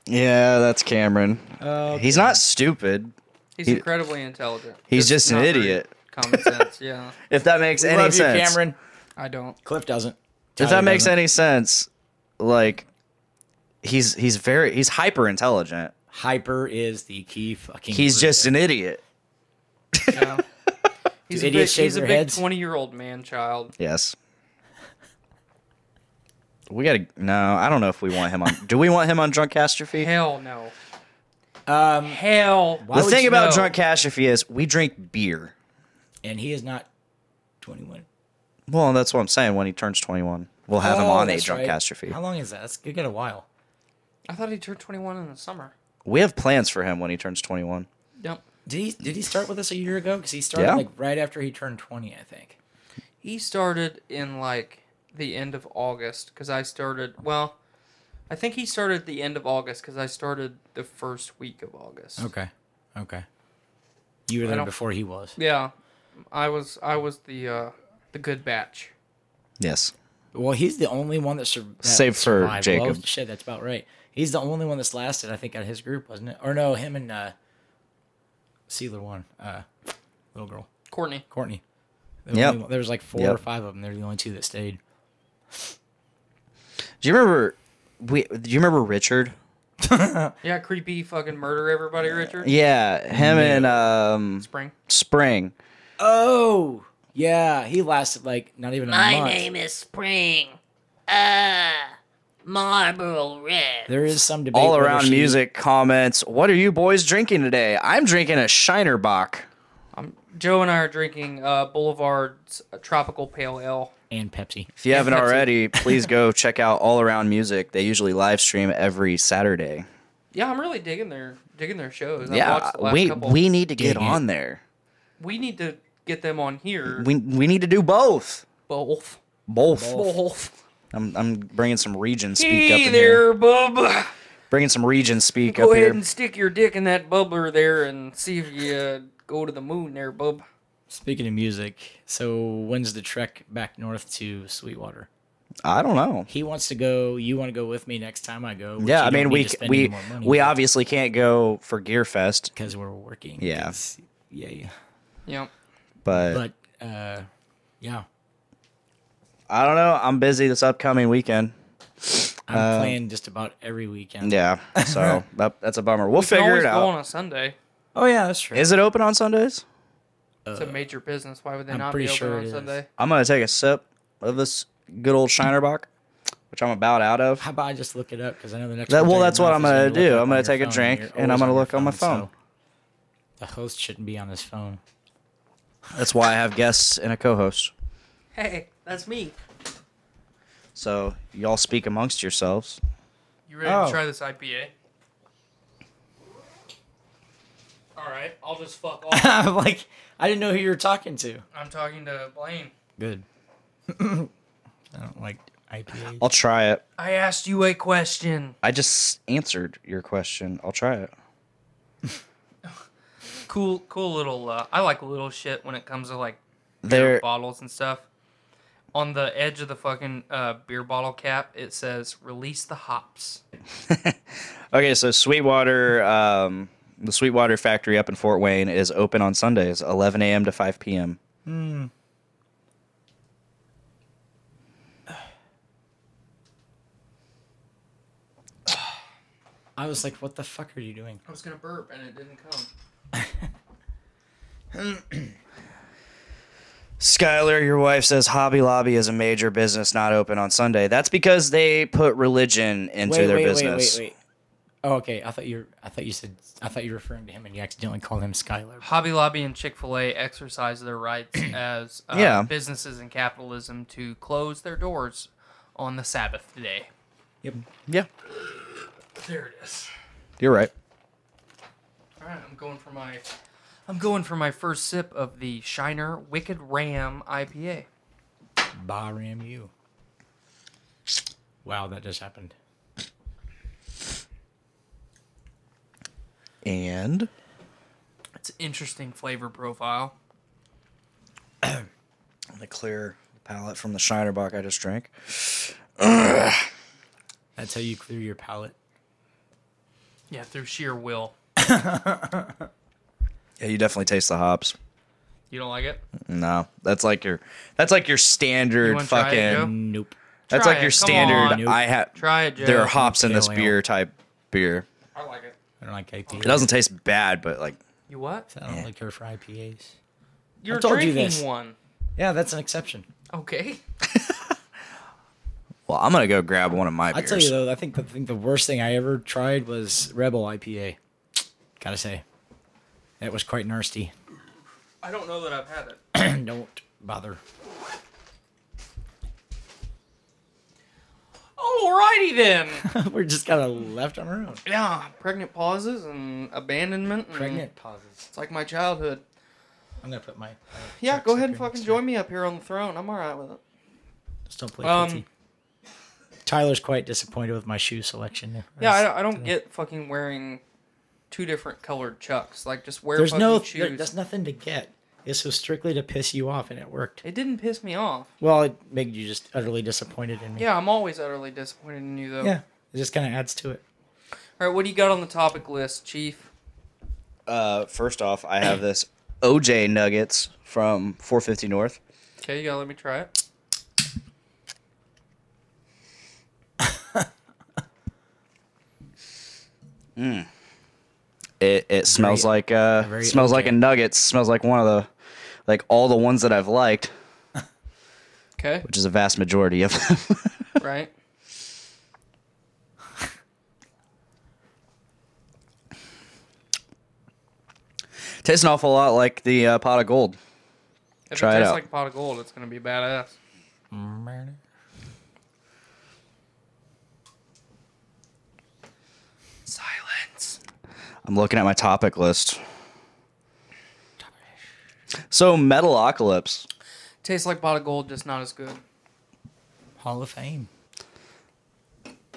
[SPEAKER 5] Yeah, that's Cameron.
[SPEAKER 7] Uh,
[SPEAKER 5] He's not stupid.
[SPEAKER 6] He's incredibly intelligent.
[SPEAKER 5] He's just an
[SPEAKER 6] not very
[SPEAKER 5] idiot.
[SPEAKER 6] Common sense. Yeah.
[SPEAKER 5] If that makes
[SPEAKER 7] We
[SPEAKER 5] any
[SPEAKER 7] love
[SPEAKER 5] sense,
[SPEAKER 7] you, Cameron.
[SPEAKER 6] I don't.
[SPEAKER 7] Cliff doesn't.
[SPEAKER 5] if that makes
[SPEAKER 7] doesn't.
[SPEAKER 5] any sense, like he's he's very he's hyper intelligent.
[SPEAKER 7] Hyper is the key fucking.
[SPEAKER 5] He's
[SPEAKER 7] word.
[SPEAKER 5] just an idiot.
[SPEAKER 6] No. He's
[SPEAKER 7] Do
[SPEAKER 6] a big,
[SPEAKER 7] idiots shave
[SPEAKER 6] he's a
[SPEAKER 7] their
[SPEAKER 6] big
[SPEAKER 7] heads?
[SPEAKER 6] twenty-year-old man child.
[SPEAKER 5] Yes. We gotta no. I don't know if we want him on. Do we want him on Drunk Catastrophe?
[SPEAKER 6] Hell no.
[SPEAKER 7] Um,
[SPEAKER 6] Hell.
[SPEAKER 7] Why
[SPEAKER 5] the
[SPEAKER 7] would
[SPEAKER 5] thing
[SPEAKER 7] you
[SPEAKER 5] about
[SPEAKER 6] know?
[SPEAKER 5] Drunk Catastrophe is we drink beer.
[SPEAKER 7] and he is not 21.
[SPEAKER 5] Well, that's what I'm saying. When he turns 21, we'll have him
[SPEAKER 7] Oh,
[SPEAKER 5] on a
[SPEAKER 7] that's
[SPEAKER 5] drunk
[SPEAKER 7] right.
[SPEAKER 5] catastrophe.
[SPEAKER 7] How long is that? That's, you got a while.
[SPEAKER 6] I thought he turned twenty-one in the summer.
[SPEAKER 5] We have plans for him when he turns 21.
[SPEAKER 6] Yep.
[SPEAKER 7] Did he did he start with us a year ago? Because he started
[SPEAKER 5] Yeah.
[SPEAKER 7] like right after he turned 20, I think.
[SPEAKER 6] He started in like the end of August because I started. Well, I think he started the end of August because I started the first week of August.
[SPEAKER 7] Okay, okay. You were
[SPEAKER 6] I
[SPEAKER 7] there
[SPEAKER 6] don't-
[SPEAKER 7] before he was.
[SPEAKER 6] Yeah, I was. I was the uh, the good batch.
[SPEAKER 5] Yes.
[SPEAKER 7] Well, he's the only one that, sur- that
[SPEAKER 5] Save for
[SPEAKER 7] survived.
[SPEAKER 5] Jacob.
[SPEAKER 7] Well, shit, that's about right. He's the only one that's lasted, I think, out of his group, wasn't it? Or no, him and uh, Sealer one, uh, little girl
[SPEAKER 6] Courtney.
[SPEAKER 7] Courtney. They were
[SPEAKER 5] Yep.
[SPEAKER 7] only- There was like four or
[SPEAKER 5] Yep.
[SPEAKER 7] five of them. They're the only two that stayed.
[SPEAKER 5] Do you remember? We do you remember Richard?
[SPEAKER 6] Yeah, creepy fucking murder everybody, Richard.
[SPEAKER 5] Yeah, him and um
[SPEAKER 6] Spring.
[SPEAKER 5] Spring.
[SPEAKER 7] Oh, yeah. He lasted like not even a month.
[SPEAKER 10] is Spring. Uh, Marlboro Red.
[SPEAKER 7] There is some debate.
[SPEAKER 5] All
[SPEAKER 7] whether
[SPEAKER 5] around
[SPEAKER 7] she-
[SPEAKER 5] music comments. What are you boys drinking today? I'm drinking a Shinerbach.
[SPEAKER 6] Joe and I are drinking uh, Boulevard's uh, Tropical Pale Ale.
[SPEAKER 7] and Pepsi.
[SPEAKER 5] If you haven't
[SPEAKER 6] Pepsi.
[SPEAKER 5] already, please go check out All Around Music. They usually live stream every Saturday.
[SPEAKER 6] Yeah, I'm really digging their digging their shows. I've
[SPEAKER 5] yeah,
[SPEAKER 6] watched the last
[SPEAKER 5] we
[SPEAKER 6] couple.
[SPEAKER 5] we need to
[SPEAKER 7] Dig
[SPEAKER 5] get
[SPEAKER 7] it.
[SPEAKER 5] on there.
[SPEAKER 6] we need to get them on here.
[SPEAKER 5] We we need to do both.
[SPEAKER 6] both.
[SPEAKER 5] Both.
[SPEAKER 6] Both.
[SPEAKER 5] I'm I'm bringing some region speak up
[SPEAKER 6] Hey
[SPEAKER 5] in here.
[SPEAKER 6] there, bub.
[SPEAKER 5] Bringing some region speak
[SPEAKER 6] Go
[SPEAKER 5] up
[SPEAKER 6] ahead
[SPEAKER 5] here.
[SPEAKER 6] and stick your dick in that bubbler there and see if you uh, go to the moon there, bub.
[SPEAKER 7] Speaking of music, so when's the trek back north to Sweetwater?
[SPEAKER 5] I don't know.
[SPEAKER 7] He wants to go. You want to go with me next time I go?
[SPEAKER 5] Yeah, I mean we c- we we obviously can't go for Gear Fest,
[SPEAKER 7] because we're working.
[SPEAKER 5] Yeah.
[SPEAKER 7] 'cause- yeah, yeah.
[SPEAKER 6] Yeah.
[SPEAKER 5] but,
[SPEAKER 7] But uh, yeah,
[SPEAKER 5] I don't know. I'm busy this upcoming weekend.
[SPEAKER 7] I'm playing just about every weekend.
[SPEAKER 5] Uh, Yeah, so that, that's a bummer. We'll
[SPEAKER 6] Can
[SPEAKER 5] figure
[SPEAKER 6] always
[SPEAKER 5] it
[SPEAKER 6] go on
[SPEAKER 5] out.
[SPEAKER 6] a Sunday.
[SPEAKER 7] Oh yeah, that's true.
[SPEAKER 5] Is it open on Sundays?
[SPEAKER 6] It's a major business. Why would they
[SPEAKER 7] I'm
[SPEAKER 6] not be
[SPEAKER 7] pretty
[SPEAKER 6] open
[SPEAKER 7] sure it
[SPEAKER 6] on
[SPEAKER 7] is.
[SPEAKER 6] Sunday?
[SPEAKER 5] I'm gonna take a sip of this good old Shinerbach, which I'm about out of.
[SPEAKER 7] How about I just look it up because I know the next.
[SPEAKER 5] That-
[SPEAKER 7] one's
[SPEAKER 5] well,
[SPEAKER 7] taking
[SPEAKER 5] that's what
[SPEAKER 7] off
[SPEAKER 5] I'm
[SPEAKER 7] is
[SPEAKER 5] gonna
[SPEAKER 7] look
[SPEAKER 5] do.
[SPEAKER 7] up
[SPEAKER 5] I'm
[SPEAKER 7] on
[SPEAKER 5] gonna
[SPEAKER 7] your
[SPEAKER 5] take a
[SPEAKER 7] phone,
[SPEAKER 5] drink,
[SPEAKER 7] you're
[SPEAKER 5] and I'm
[SPEAKER 7] always
[SPEAKER 5] gonna
[SPEAKER 7] your
[SPEAKER 5] look on my phone.
[SPEAKER 7] so the host shouldn't be on his phone.
[SPEAKER 5] That's why I have guests and a co-host.
[SPEAKER 6] Hey, that's me.
[SPEAKER 5] So y'all speak amongst yourselves.
[SPEAKER 6] You ready
[SPEAKER 5] Oh.
[SPEAKER 6] to try this IPA? All right, I'll just fuck off.
[SPEAKER 7] I'm like, I didn't know who you were talking to.
[SPEAKER 6] I'm talking to Blaine.
[SPEAKER 7] Good. I don't like IPA.
[SPEAKER 5] I'll try it.
[SPEAKER 6] I asked you a question.
[SPEAKER 5] I just answered your question. I'll try it.
[SPEAKER 6] Cool, cool little. Uh, I like little shit when it comes to like
[SPEAKER 5] There.
[SPEAKER 6] bottles and stuff. On the edge of the fucking uh, beer bottle cap, it says "Release the hops."
[SPEAKER 5] Okay, so Sweetwater, um, the Sweetwater factory up in Fort Wayne is open on Sundays, 11 a.m. to 5 p.m.
[SPEAKER 7] I was like, what the fuck are you doing?
[SPEAKER 6] I was gonna burp and it didn't come.
[SPEAKER 5] Skylar, your wife says Hobby Lobby is a major business not open on Sunday. That's because they put religion into their business.
[SPEAKER 7] wait, wait, Oh, okay. I thought you. Were, I thought you said. I thought you were referring to him, and you accidentally called him Skylar.
[SPEAKER 6] Hobby Lobby and Chick Fil A exercise their rights as uh,
[SPEAKER 5] Yeah.
[SPEAKER 6] businesses in capitalism to close their doors on the Sabbath day.
[SPEAKER 7] Yep.
[SPEAKER 5] Yeah,
[SPEAKER 6] There it is.
[SPEAKER 5] you're right.
[SPEAKER 6] All right, I'm going for my, I'm going for my first sip of the Shiner Wicked Ram IPA.
[SPEAKER 7] Bah, ram you. Wow, that just happened.
[SPEAKER 5] And
[SPEAKER 6] It's an interesting flavor profile.
[SPEAKER 5] the clear palate from the Shinerbach I just drank.
[SPEAKER 7] That's how you clear your palate.
[SPEAKER 6] Yeah, through sheer will.
[SPEAKER 5] Yeah, you definitely taste the hops.
[SPEAKER 6] You don't like it?
[SPEAKER 5] No, that's like your that's like your
[SPEAKER 6] You
[SPEAKER 5] standard
[SPEAKER 6] wanna try it, Joe?
[SPEAKER 5] fucking.
[SPEAKER 7] Nope.
[SPEAKER 5] that's
[SPEAKER 6] Try
[SPEAKER 5] like
[SPEAKER 6] it,
[SPEAKER 5] your
[SPEAKER 6] come
[SPEAKER 5] standard.
[SPEAKER 6] on.
[SPEAKER 5] I have.
[SPEAKER 6] Try it, Joe.
[SPEAKER 5] There are hops in this
[SPEAKER 7] Pale ale.
[SPEAKER 5] beer type beer.
[SPEAKER 6] I like it.
[SPEAKER 7] I don't like IPAs.
[SPEAKER 5] It doesn't taste bad, but like
[SPEAKER 6] You what?
[SPEAKER 7] I don't really care for IPAs.
[SPEAKER 6] You're
[SPEAKER 7] told you
[SPEAKER 6] drinking
[SPEAKER 7] this.
[SPEAKER 6] one.
[SPEAKER 7] Yeah, that's an exception.
[SPEAKER 6] Okay.
[SPEAKER 5] Well, I'm gonna go grab one of my
[SPEAKER 7] I
[SPEAKER 5] beers.
[SPEAKER 7] tell you though, I think the think the worst thing I ever tried was Rebel IPA. Gotta say, that was quite nasty.
[SPEAKER 6] I don't know that I've had it.
[SPEAKER 7] don't bother.
[SPEAKER 6] Alrighty then.
[SPEAKER 7] We're just kind of left on our own.
[SPEAKER 6] yeah, pregnant pauses and abandonment. and-
[SPEAKER 7] Pregnant pauses.
[SPEAKER 6] It's like my childhood.
[SPEAKER 7] I'm gonna put my. uh,
[SPEAKER 6] Yeah, go ahead and fucking join me up here on the throne. I'm all right with it.
[SPEAKER 7] Just don't play
[SPEAKER 6] Um,
[SPEAKER 7] guilty. Tyler's quite disappointed with my shoe selection.
[SPEAKER 6] Yeah, I don't, I don't get fucking wearing two different colored chucks. Like, just wear
[SPEAKER 7] there's
[SPEAKER 6] fucking
[SPEAKER 7] no there-
[SPEAKER 6] shoes.
[SPEAKER 7] there's nothing to get. This was strictly to piss you off, and it worked.
[SPEAKER 6] it didn't piss me off.
[SPEAKER 7] Well, it made you just utterly disappointed in me.
[SPEAKER 6] Yeah, I'm always utterly disappointed in you, though.
[SPEAKER 7] yeah. It just kind of adds to it.
[SPEAKER 6] All right, what do you got on the topic list, Chief?
[SPEAKER 5] uh, first off, I have this OJ Nuggets from 450 North.
[SPEAKER 6] Okay, you gotta let me try it.
[SPEAKER 5] It it smells like uh
[SPEAKER 7] very
[SPEAKER 5] smells like a
[SPEAKER 7] OJ.
[SPEAKER 5] Nuggets. Smells like one of the like all the ones that I've liked,
[SPEAKER 6] Okay,
[SPEAKER 5] which is a vast majority of them.
[SPEAKER 6] right.
[SPEAKER 5] Tastes an awful lot like the uh, pot of gold.
[SPEAKER 6] If
[SPEAKER 5] Try
[SPEAKER 6] it
[SPEAKER 5] it
[SPEAKER 6] tastes
[SPEAKER 5] out.
[SPEAKER 6] like a pot of gold, it's gonna be badass. Silence.
[SPEAKER 5] I'm looking at my topic list. So Metalocalypse.
[SPEAKER 6] Tastes like pot of gold, just not as good.
[SPEAKER 7] Hall of Fame.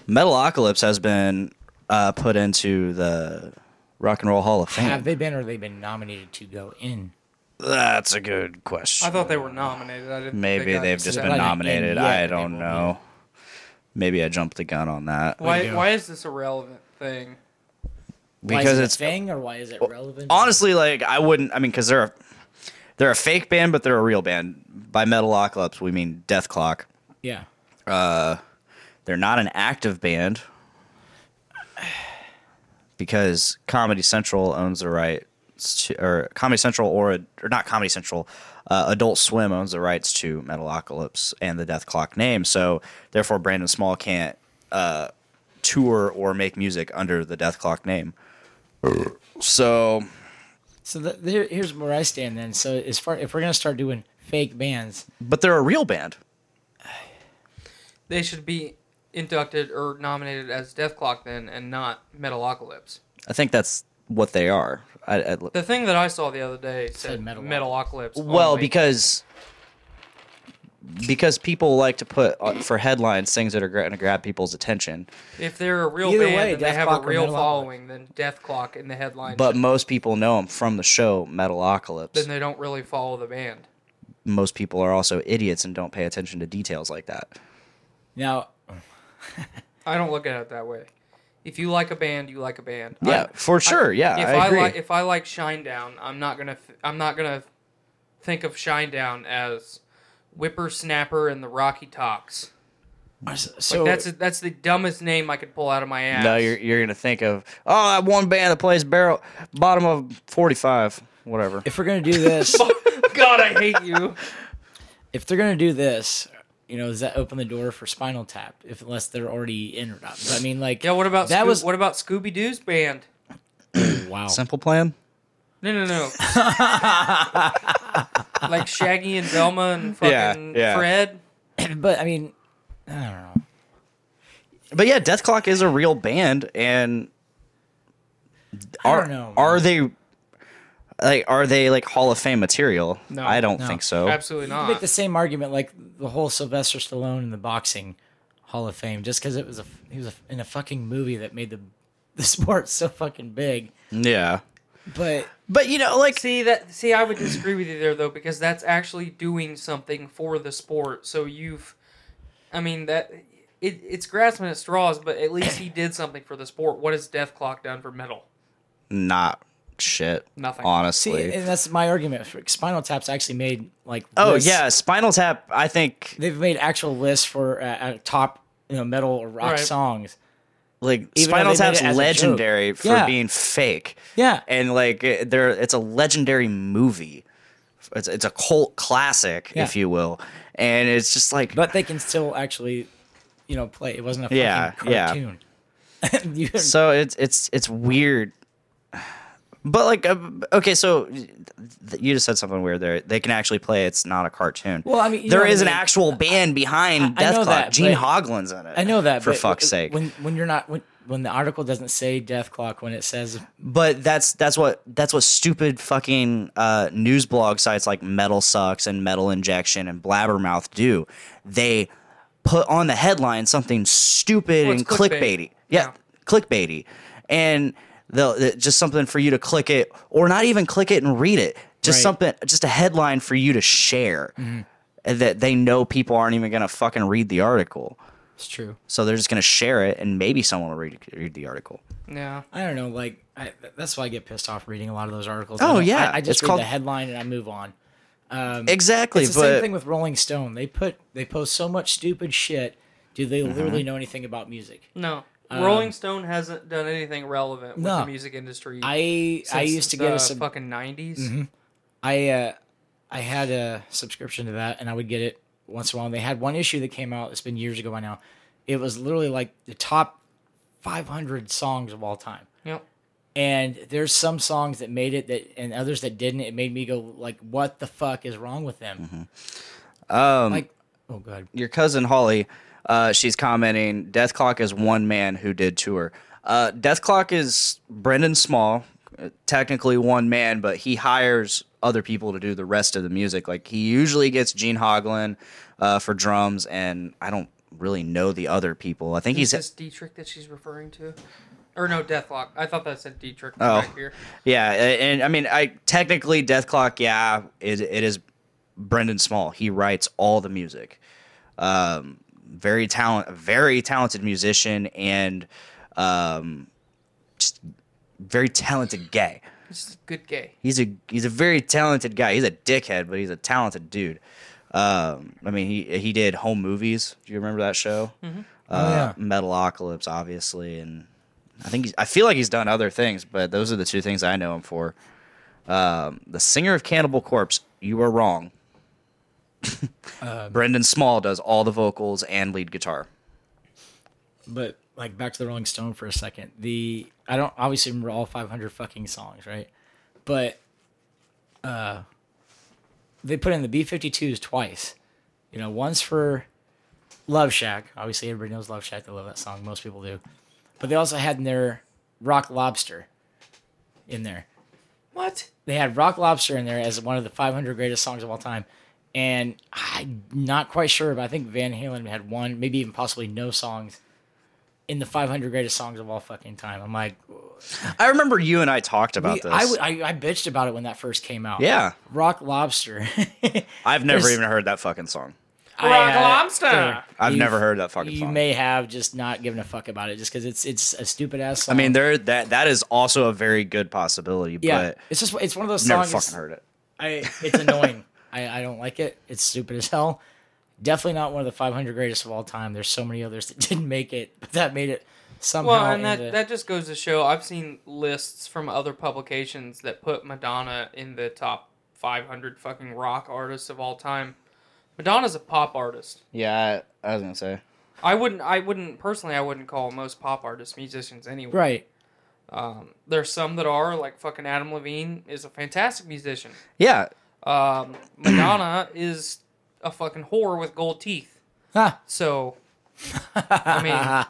[SPEAKER 5] Metalocalypse has been uh, put into the Rock and Roll Hall of Fame.
[SPEAKER 7] Have they been or they been nominated to go in?
[SPEAKER 5] That's a good question.
[SPEAKER 6] I thought they were nominated. I didn't.
[SPEAKER 5] Maybe
[SPEAKER 6] think I
[SPEAKER 5] they've just
[SPEAKER 6] said
[SPEAKER 5] been
[SPEAKER 6] that.
[SPEAKER 7] Like, E
[SPEAKER 5] nominated.
[SPEAKER 7] and yet
[SPEAKER 5] I
[SPEAKER 7] they
[SPEAKER 5] don't
[SPEAKER 7] won't
[SPEAKER 5] know. Maybe I jumped the gun on that.
[SPEAKER 7] They
[SPEAKER 6] Why?
[SPEAKER 7] do.
[SPEAKER 6] Why is this a relevant thing?
[SPEAKER 7] Why is
[SPEAKER 5] Because
[SPEAKER 7] it a
[SPEAKER 5] it's
[SPEAKER 7] thing or why is it relevant?
[SPEAKER 5] honestly like I wouldn't I mean cuz they're a, they're a fake band but they're a real band. By Metalocalypse we mean Death Clock.
[SPEAKER 7] yeah.
[SPEAKER 5] They're not an active band because Comedy Central owns the rights to, or Comedy Central or or not Comedy Central, uh, Adult Swim owns the rights to Metalocalypse and the Death Clock name. So therefore, Brandon Small can't uh, tour or make music under the Death Clock name. So
[SPEAKER 7] So the, there, here's where I stand then. So as far if we're gonna start doing fake bands,
[SPEAKER 5] but they're a real band.
[SPEAKER 6] They should be inducted or nominated as Death Clock then, and not Metalocalypse.
[SPEAKER 5] I think that's what they are. I, I,
[SPEAKER 6] The thing that I saw the other day said
[SPEAKER 7] Metalocalypse.
[SPEAKER 6] Metalocalypse.
[SPEAKER 5] Well,
[SPEAKER 6] only.
[SPEAKER 5] because because people like to put uh, for headlines things that are going to grab people's attention,
[SPEAKER 6] if they're a real
[SPEAKER 7] Either
[SPEAKER 6] band
[SPEAKER 7] way,
[SPEAKER 6] and they
[SPEAKER 7] Death
[SPEAKER 6] have
[SPEAKER 7] Clock
[SPEAKER 6] a
[SPEAKER 7] or
[SPEAKER 6] real
[SPEAKER 7] Metalocalypse.
[SPEAKER 6] following, then Death Clock in the headline.
[SPEAKER 5] but
[SPEAKER 6] should-
[SPEAKER 5] most people know them from the show
[SPEAKER 6] then
[SPEAKER 5] Metalocalypse.
[SPEAKER 6] they don't really follow the band.
[SPEAKER 5] Most people are also idiots and don't pay attention to details like that.
[SPEAKER 7] now
[SPEAKER 6] I don't look at it that way. If you like a band, you like a band.
[SPEAKER 5] Yeah,
[SPEAKER 6] I-
[SPEAKER 5] for sure. Yeah,
[SPEAKER 6] if
[SPEAKER 5] I
[SPEAKER 6] I,
[SPEAKER 5] agree.
[SPEAKER 6] like if I like Shinedown, I'm not gonna f- I'm not gonna think of Shinedown as Whippersnapper and the Rocky Talks.
[SPEAKER 7] so
[SPEAKER 6] That's that's the dumbest name I could pull out of my ass.
[SPEAKER 5] no, you're you're gonna think of oh that one band that plays barrel bottom of forty five whatever.
[SPEAKER 7] if we're gonna do this,
[SPEAKER 6] God, I hate you.
[SPEAKER 7] if they're gonna do this, you know, does that open the door for Spinal Tap? If unless they're already in or not. But I mean, like
[SPEAKER 6] Yeah, what about
[SPEAKER 7] that
[SPEAKER 6] Scoo-
[SPEAKER 7] was
[SPEAKER 6] what about Scooby Doo's band?
[SPEAKER 7] wow.
[SPEAKER 5] Simple plan.
[SPEAKER 6] No, no, no. like Shaggy and Velma and
[SPEAKER 5] Yeah,
[SPEAKER 6] fucking
[SPEAKER 5] yeah.
[SPEAKER 6] Fred.
[SPEAKER 7] But I mean, I don't know.
[SPEAKER 5] But yeah, Death Clock is a real band, and
[SPEAKER 7] I
[SPEAKER 5] are
[SPEAKER 7] don't know,
[SPEAKER 5] are they like are they like Hall of Fame material?
[SPEAKER 6] No,
[SPEAKER 5] I don't
[SPEAKER 7] no.
[SPEAKER 5] think so.
[SPEAKER 6] Absolutely
[SPEAKER 7] You make
[SPEAKER 6] not.
[SPEAKER 7] the same argument like the whole Sylvester Stallone in the boxing Hall of Fame, just because it was a he was a, in a fucking movie that made the the sport so fucking big.
[SPEAKER 5] Yeah,
[SPEAKER 7] But
[SPEAKER 5] but you know, like
[SPEAKER 6] See that? See, I would disagree with you there though, because that's actually doing something for the sport. So you've, I mean that. It, it's grasping at straws, but at least he did something for the sport. What has Death Clock done for metal?
[SPEAKER 5] not shit.
[SPEAKER 6] Nothing.
[SPEAKER 7] see,
[SPEAKER 5] honestly.
[SPEAKER 7] and that's my argument. for- Spinal Tap's actually made like
[SPEAKER 5] oh
[SPEAKER 7] lists.
[SPEAKER 5] yeah, Spinal Tap. I think
[SPEAKER 7] they've made actual lists for uh, uh, top you know metal or rock
[SPEAKER 6] Right.
[SPEAKER 7] songs.
[SPEAKER 5] like
[SPEAKER 7] Even
[SPEAKER 5] Spinal
[SPEAKER 7] though they made
[SPEAKER 5] Tap's
[SPEAKER 7] it as a
[SPEAKER 5] legendary
[SPEAKER 7] joke.
[SPEAKER 5] for
[SPEAKER 7] Yeah.
[SPEAKER 5] being fake.
[SPEAKER 7] Yeah,
[SPEAKER 5] and like it- there it's a legendary movie. It's it's a cult classic,
[SPEAKER 7] Yeah.
[SPEAKER 5] if you will, and it's just like
[SPEAKER 7] but they can still actually you know play. It wasn't a fucking
[SPEAKER 5] Yeah, yeah.
[SPEAKER 7] cartoon. you,
[SPEAKER 5] so it's it's it's weird but like uh, okay so th- you just said something weird there they can actually play it's not a cartoon
[SPEAKER 7] Well, I mean, you
[SPEAKER 5] there
[SPEAKER 7] know
[SPEAKER 5] is
[SPEAKER 7] what
[SPEAKER 5] an
[SPEAKER 7] I mean.
[SPEAKER 5] actual band behind
[SPEAKER 7] I
[SPEAKER 5] death
[SPEAKER 7] know
[SPEAKER 5] clock
[SPEAKER 7] that,
[SPEAKER 5] gene
[SPEAKER 7] but-
[SPEAKER 5] hoglan's in it
[SPEAKER 7] I know that
[SPEAKER 5] for
[SPEAKER 7] but
[SPEAKER 5] fuck's sake
[SPEAKER 7] When when you're not when when the article doesn't say Death Clock, when it says
[SPEAKER 5] but that's that's what that's what stupid fucking uh, news blog sites like Metal Sucks and Metal Injection and Blabbermouth do. They put on the headline something stupid
[SPEAKER 6] Well,
[SPEAKER 5] and
[SPEAKER 6] it's clickbait.
[SPEAKER 5] clickbaity. Yeah,
[SPEAKER 6] Yeah.
[SPEAKER 5] clickbaity, and they'll it- just something for you to click it or not even click it and read it. Just
[SPEAKER 7] Right. Mm-hmm.
[SPEAKER 5] something, just a headline for you to share. That they know people aren't even gonna fucking read the article,
[SPEAKER 7] it's true,
[SPEAKER 5] so they're just gonna share it, and maybe someone will read read the article.
[SPEAKER 6] Yeah.
[SPEAKER 7] I don't know. Like I, that's why I get pissed off reading a lot of those articles.
[SPEAKER 5] Oh,
[SPEAKER 7] I don't-
[SPEAKER 5] yeah,
[SPEAKER 7] I, I just
[SPEAKER 5] it's
[SPEAKER 7] read
[SPEAKER 5] called-
[SPEAKER 7] the headline and I move on.
[SPEAKER 5] Exactly,
[SPEAKER 7] Um, It's the
[SPEAKER 5] but
[SPEAKER 7] same thing with Rolling Stone. They put they post so much stupid shit. Do they
[SPEAKER 5] Mm-hmm.
[SPEAKER 7] literally know anything about music?
[SPEAKER 6] No. Rolling Stone hasn't done anything relevant with
[SPEAKER 7] Um, No.
[SPEAKER 6] the music industry.
[SPEAKER 7] I I
[SPEAKER 6] since
[SPEAKER 7] used to get
[SPEAKER 6] the
[SPEAKER 7] a Mm-hmm. sub-
[SPEAKER 6] fucking 90s.
[SPEAKER 7] I uh, I had a subscription to that, and I would get it once in a while. And they had one issue that came out. It's been years ago by now. It was literally like the top 500 songs of all time.
[SPEAKER 6] Yep.
[SPEAKER 7] And there's some songs that made it that, and others that didn't. It made me go like, "What the fuck is wrong with them?"
[SPEAKER 5] Um,
[SPEAKER 7] Like, oh god,
[SPEAKER 5] your cousin Holly, uh, she's commenting Death Clock is one man who did tour. Uh, Death Clock is Brendan Small, uh, technically one man, but he hires other people to do the rest of the music. Like he usually gets Gene Hoglan uh, for drums, and I don't really know the other people. I think
[SPEAKER 6] Is
[SPEAKER 5] he's
[SPEAKER 6] this Dietrich that she's referring to? Or no, Deathlock. I thought that said Dietrich
[SPEAKER 5] Oh.
[SPEAKER 6] back here.
[SPEAKER 5] Yeah, a- and I mean, I technically Death Clock, yeah, it, it is Brendan Small. He writes all the music. Um, very talent, very talented musician, and um, just very talented guy.
[SPEAKER 6] This is a good gay.
[SPEAKER 5] He's a he's a very talented guy. He's a dickhead, but he's a talented dude. Um, I mean, he he did home movies. Do you remember that show?
[SPEAKER 7] Mm-hmm.
[SPEAKER 5] Uh, Metalocalypse, obviously, and I think he's, I feel like he's done other things, but those are the two things I know him for. Um, the singer of Cannibal Corpse, you were wrong.
[SPEAKER 7] Um,
[SPEAKER 5] Brendan Small does all the vocals and lead guitar.
[SPEAKER 7] but like back to the Rolling Stone for a second. The I don't obviously remember all 500 fucking songs, right? But uh they put in the B52s twice. You know, once for Love Shack. Obviously everybody knows Love Shack. They love that song. Most people do. But they also had in their Rock Lobster in there.
[SPEAKER 6] What?
[SPEAKER 7] They had Rock Lobster in there as one of the 500 greatest songs of all time. And I'm not quite sure, but I think Van Halen had one, maybe even possibly no songs in the 500 greatest songs of all fucking time. I'm like,
[SPEAKER 5] I remember you and I talked about
[SPEAKER 7] we-
[SPEAKER 5] this.
[SPEAKER 7] I, would- I, I bitched about it when that first came out.
[SPEAKER 5] yeah,
[SPEAKER 7] Rock Lobster.
[SPEAKER 5] I've never
[SPEAKER 7] There's-
[SPEAKER 5] even heard that fucking song.
[SPEAKER 6] Rock Lobster!
[SPEAKER 5] I've never heard that fucking
[SPEAKER 7] uh, You
[SPEAKER 5] song.
[SPEAKER 7] may have just not given a fuck about it just because it's it's a stupid
[SPEAKER 5] I
[SPEAKER 7] ass song.
[SPEAKER 5] mean, there that that is also a very good possibility,
[SPEAKER 7] yeah,
[SPEAKER 5] but
[SPEAKER 7] it's just it's one of those
[SPEAKER 5] never
[SPEAKER 7] songs.
[SPEAKER 5] fucking heard it.
[SPEAKER 7] I it's annoying. I, I don't like it. It's stupid as hell. Definitely not one of the 500 greatest of all time. There's so many others that didn't make it, but that made it somehow.
[SPEAKER 6] Well, and that,
[SPEAKER 7] into-
[SPEAKER 6] that just goes to show I've seen lists from other publications that put Madonna in the top 500 fucking rock artists of all time. Madonna's a pop artist.
[SPEAKER 5] Yeah, I, I was gonna say.
[SPEAKER 6] I wouldn't, I wouldn't, personally, I wouldn't call most pop artists musicians anyway.
[SPEAKER 7] right.
[SPEAKER 6] Um, there's some that are, like fucking Adam Levine is a fantastic musician.
[SPEAKER 5] Yeah,
[SPEAKER 6] Um, Madonna is a fucking whore with gold teeth.
[SPEAKER 7] Huh.
[SPEAKER 6] So, I mean,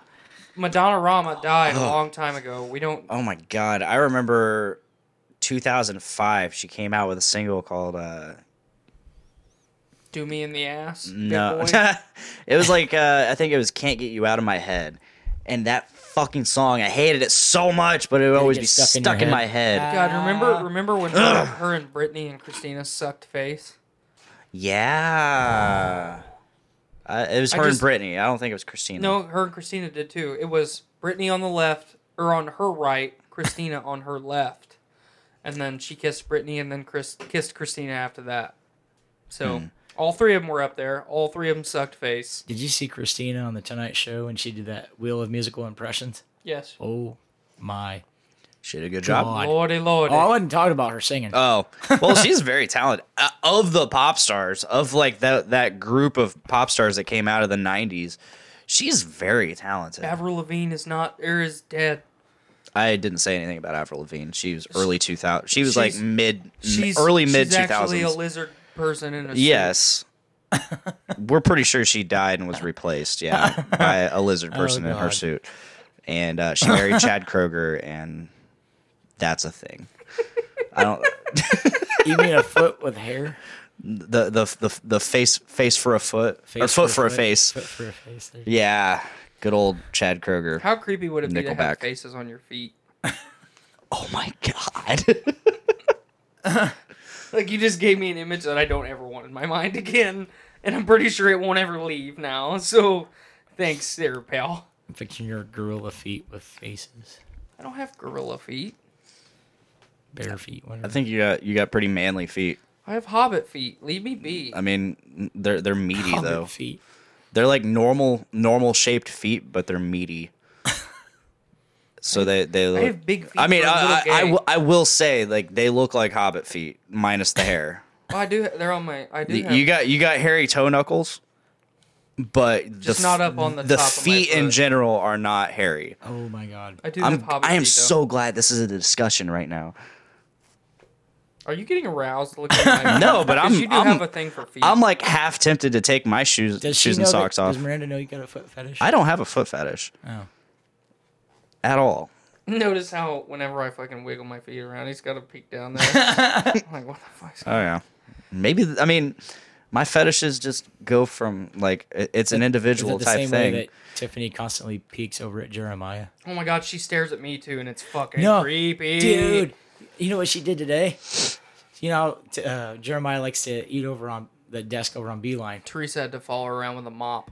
[SPEAKER 6] Madonna Rama died a long time ago. We don't.
[SPEAKER 5] Oh my god, I remember 2005. She came out with a single called uh
[SPEAKER 6] Do me in the ass. big
[SPEAKER 5] No.
[SPEAKER 6] boy.
[SPEAKER 5] it was like uh I think it was Can't Get You Out of My Head. And that fucking song, I hated it so much, but it would always
[SPEAKER 7] get
[SPEAKER 5] be
[SPEAKER 7] stuck
[SPEAKER 5] stuck,
[SPEAKER 7] in
[SPEAKER 5] in,
[SPEAKER 7] your
[SPEAKER 5] my
[SPEAKER 7] head.
[SPEAKER 5] head. Ah.
[SPEAKER 6] God, remember, remember when her, her and Brittany and Christina sucked face?
[SPEAKER 5] Yeah. Uh, it was
[SPEAKER 6] I
[SPEAKER 5] her and
[SPEAKER 6] just-
[SPEAKER 5] Brittany. I don't think it was Christina.
[SPEAKER 6] No, her and Christina did too. It was Brittany on the left, or on her right, Christina on her left, and then she kissed Brittany, and then Chris kissed Christina after that. So
[SPEAKER 5] Hmm.
[SPEAKER 6] all three of them were up there. All three of them sucked face.
[SPEAKER 7] Did you see Christina on the Tonight Show and she did that Wheel of Musical Impressions?
[SPEAKER 6] Yes.
[SPEAKER 7] Oh my
[SPEAKER 5] She did a good job.
[SPEAKER 7] God.
[SPEAKER 6] Lordy, lordy.
[SPEAKER 7] Oh, I wasn't talking about her singing.
[SPEAKER 5] Oh well, she's very talented. Uh, of the pop stars, of like that that group of pop stars that came out of the '90s, she's very talented.
[SPEAKER 6] Avril Lavigne is not or is dead.
[SPEAKER 5] I didn't say anything about Avril Lavigne. She was early 2000. She was like
[SPEAKER 6] She's-
[SPEAKER 5] mid,
[SPEAKER 6] She's
[SPEAKER 5] Mm, early mid
[SPEAKER 6] she's actually a
[SPEAKER 5] 2000s.
[SPEAKER 6] lizard person in a suit.
[SPEAKER 5] Yes. We're pretty sure she died and was replaced, yeah, by a
[SPEAKER 6] Oh,
[SPEAKER 5] lizard person in her
[SPEAKER 7] God.
[SPEAKER 5] suit. And uh, she married Chad Kroger, and that's a thing. I don't
[SPEAKER 7] you mean a foot with hair?
[SPEAKER 5] the the the, the face face for a foot
[SPEAKER 7] Face
[SPEAKER 5] or foot for, a face.
[SPEAKER 7] Foot for a face. There you
[SPEAKER 5] Yeah, good old Chad Kroger.
[SPEAKER 6] How creepy would it be to have
[SPEAKER 5] Nickelback.
[SPEAKER 6] faces on your feet?
[SPEAKER 5] oh my god.
[SPEAKER 6] Like you just gave me an image that I don't ever want in my mind again, and I'm pretty sure it won't ever leave now. So, thanks there, pal.
[SPEAKER 7] go. Picture your gorilla feet with faces.
[SPEAKER 6] I don't have gorilla feet.
[SPEAKER 7] Bare feet. Whatever.
[SPEAKER 5] I think you got you got pretty manly feet.
[SPEAKER 6] I have hobbit feet. Leave me be.
[SPEAKER 5] I mean, they're they're meaty
[SPEAKER 7] Hobbit
[SPEAKER 5] though.
[SPEAKER 7] feet.
[SPEAKER 5] They're like normal normal shaped feet, but they're meaty. so they they look.
[SPEAKER 6] I have big feet.
[SPEAKER 5] I mean,
[SPEAKER 6] for a little
[SPEAKER 5] I, I, I,
[SPEAKER 6] gay.
[SPEAKER 5] will, I will say like they look like hobbit feet minus the hair.
[SPEAKER 6] Well, I do. They're on my. I do.
[SPEAKER 5] Y-
[SPEAKER 6] Have,
[SPEAKER 5] you got you got hairy toe knuckles, but
[SPEAKER 6] Just
[SPEAKER 5] the,
[SPEAKER 6] not up on the top of my
[SPEAKER 5] feet in
[SPEAKER 6] foot.
[SPEAKER 5] general are not hairy.
[SPEAKER 7] Oh my god.
[SPEAKER 6] I do
[SPEAKER 5] I'm,
[SPEAKER 6] have hobbit
[SPEAKER 5] I am
[SPEAKER 6] feet, though.
[SPEAKER 5] so glad this is a discussion right now.
[SPEAKER 6] Are you getting aroused looking at my
[SPEAKER 5] No, but
[SPEAKER 6] 'Cause
[SPEAKER 5] I'm-
[SPEAKER 6] you do
[SPEAKER 5] I'm-
[SPEAKER 6] have a thing for feet.
[SPEAKER 5] I'm like half tempted to take my shoes
[SPEAKER 7] Does she
[SPEAKER 5] shoes
[SPEAKER 7] know
[SPEAKER 5] and
[SPEAKER 7] that-
[SPEAKER 5] socks off.
[SPEAKER 7] Does Miranda know you got a foot fetish?
[SPEAKER 5] I don't have a foot fetish
[SPEAKER 7] Oh.
[SPEAKER 5] at all.
[SPEAKER 6] Notice how whenever I fucking wiggle my feet around, he's got to peek down there. I'm like, what the fuck's
[SPEAKER 5] Oh yeah, maybe th- I mean my fetishes just go from like it- it's an
[SPEAKER 7] Is
[SPEAKER 5] individual
[SPEAKER 7] it the
[SPEAKER 5] type
[SPEAKER 7] same
[SPEAKER 5] thing.
[SPEAKER 7] way that Tiffany constantly peeks over at Jeremiah?
[SPEAKER 6] Oh my god, she stares at me too, and it's fucking
[SPEAKER 7] No,
[SPEAKER 6] creepy.
[SPEAKER 7] Dude, you know what she did today? You know, t- uh, Jeremiah likes to eat over on the desk over on Beeline.
[SPEAKER 6] Teresa had to follow her around with a mop.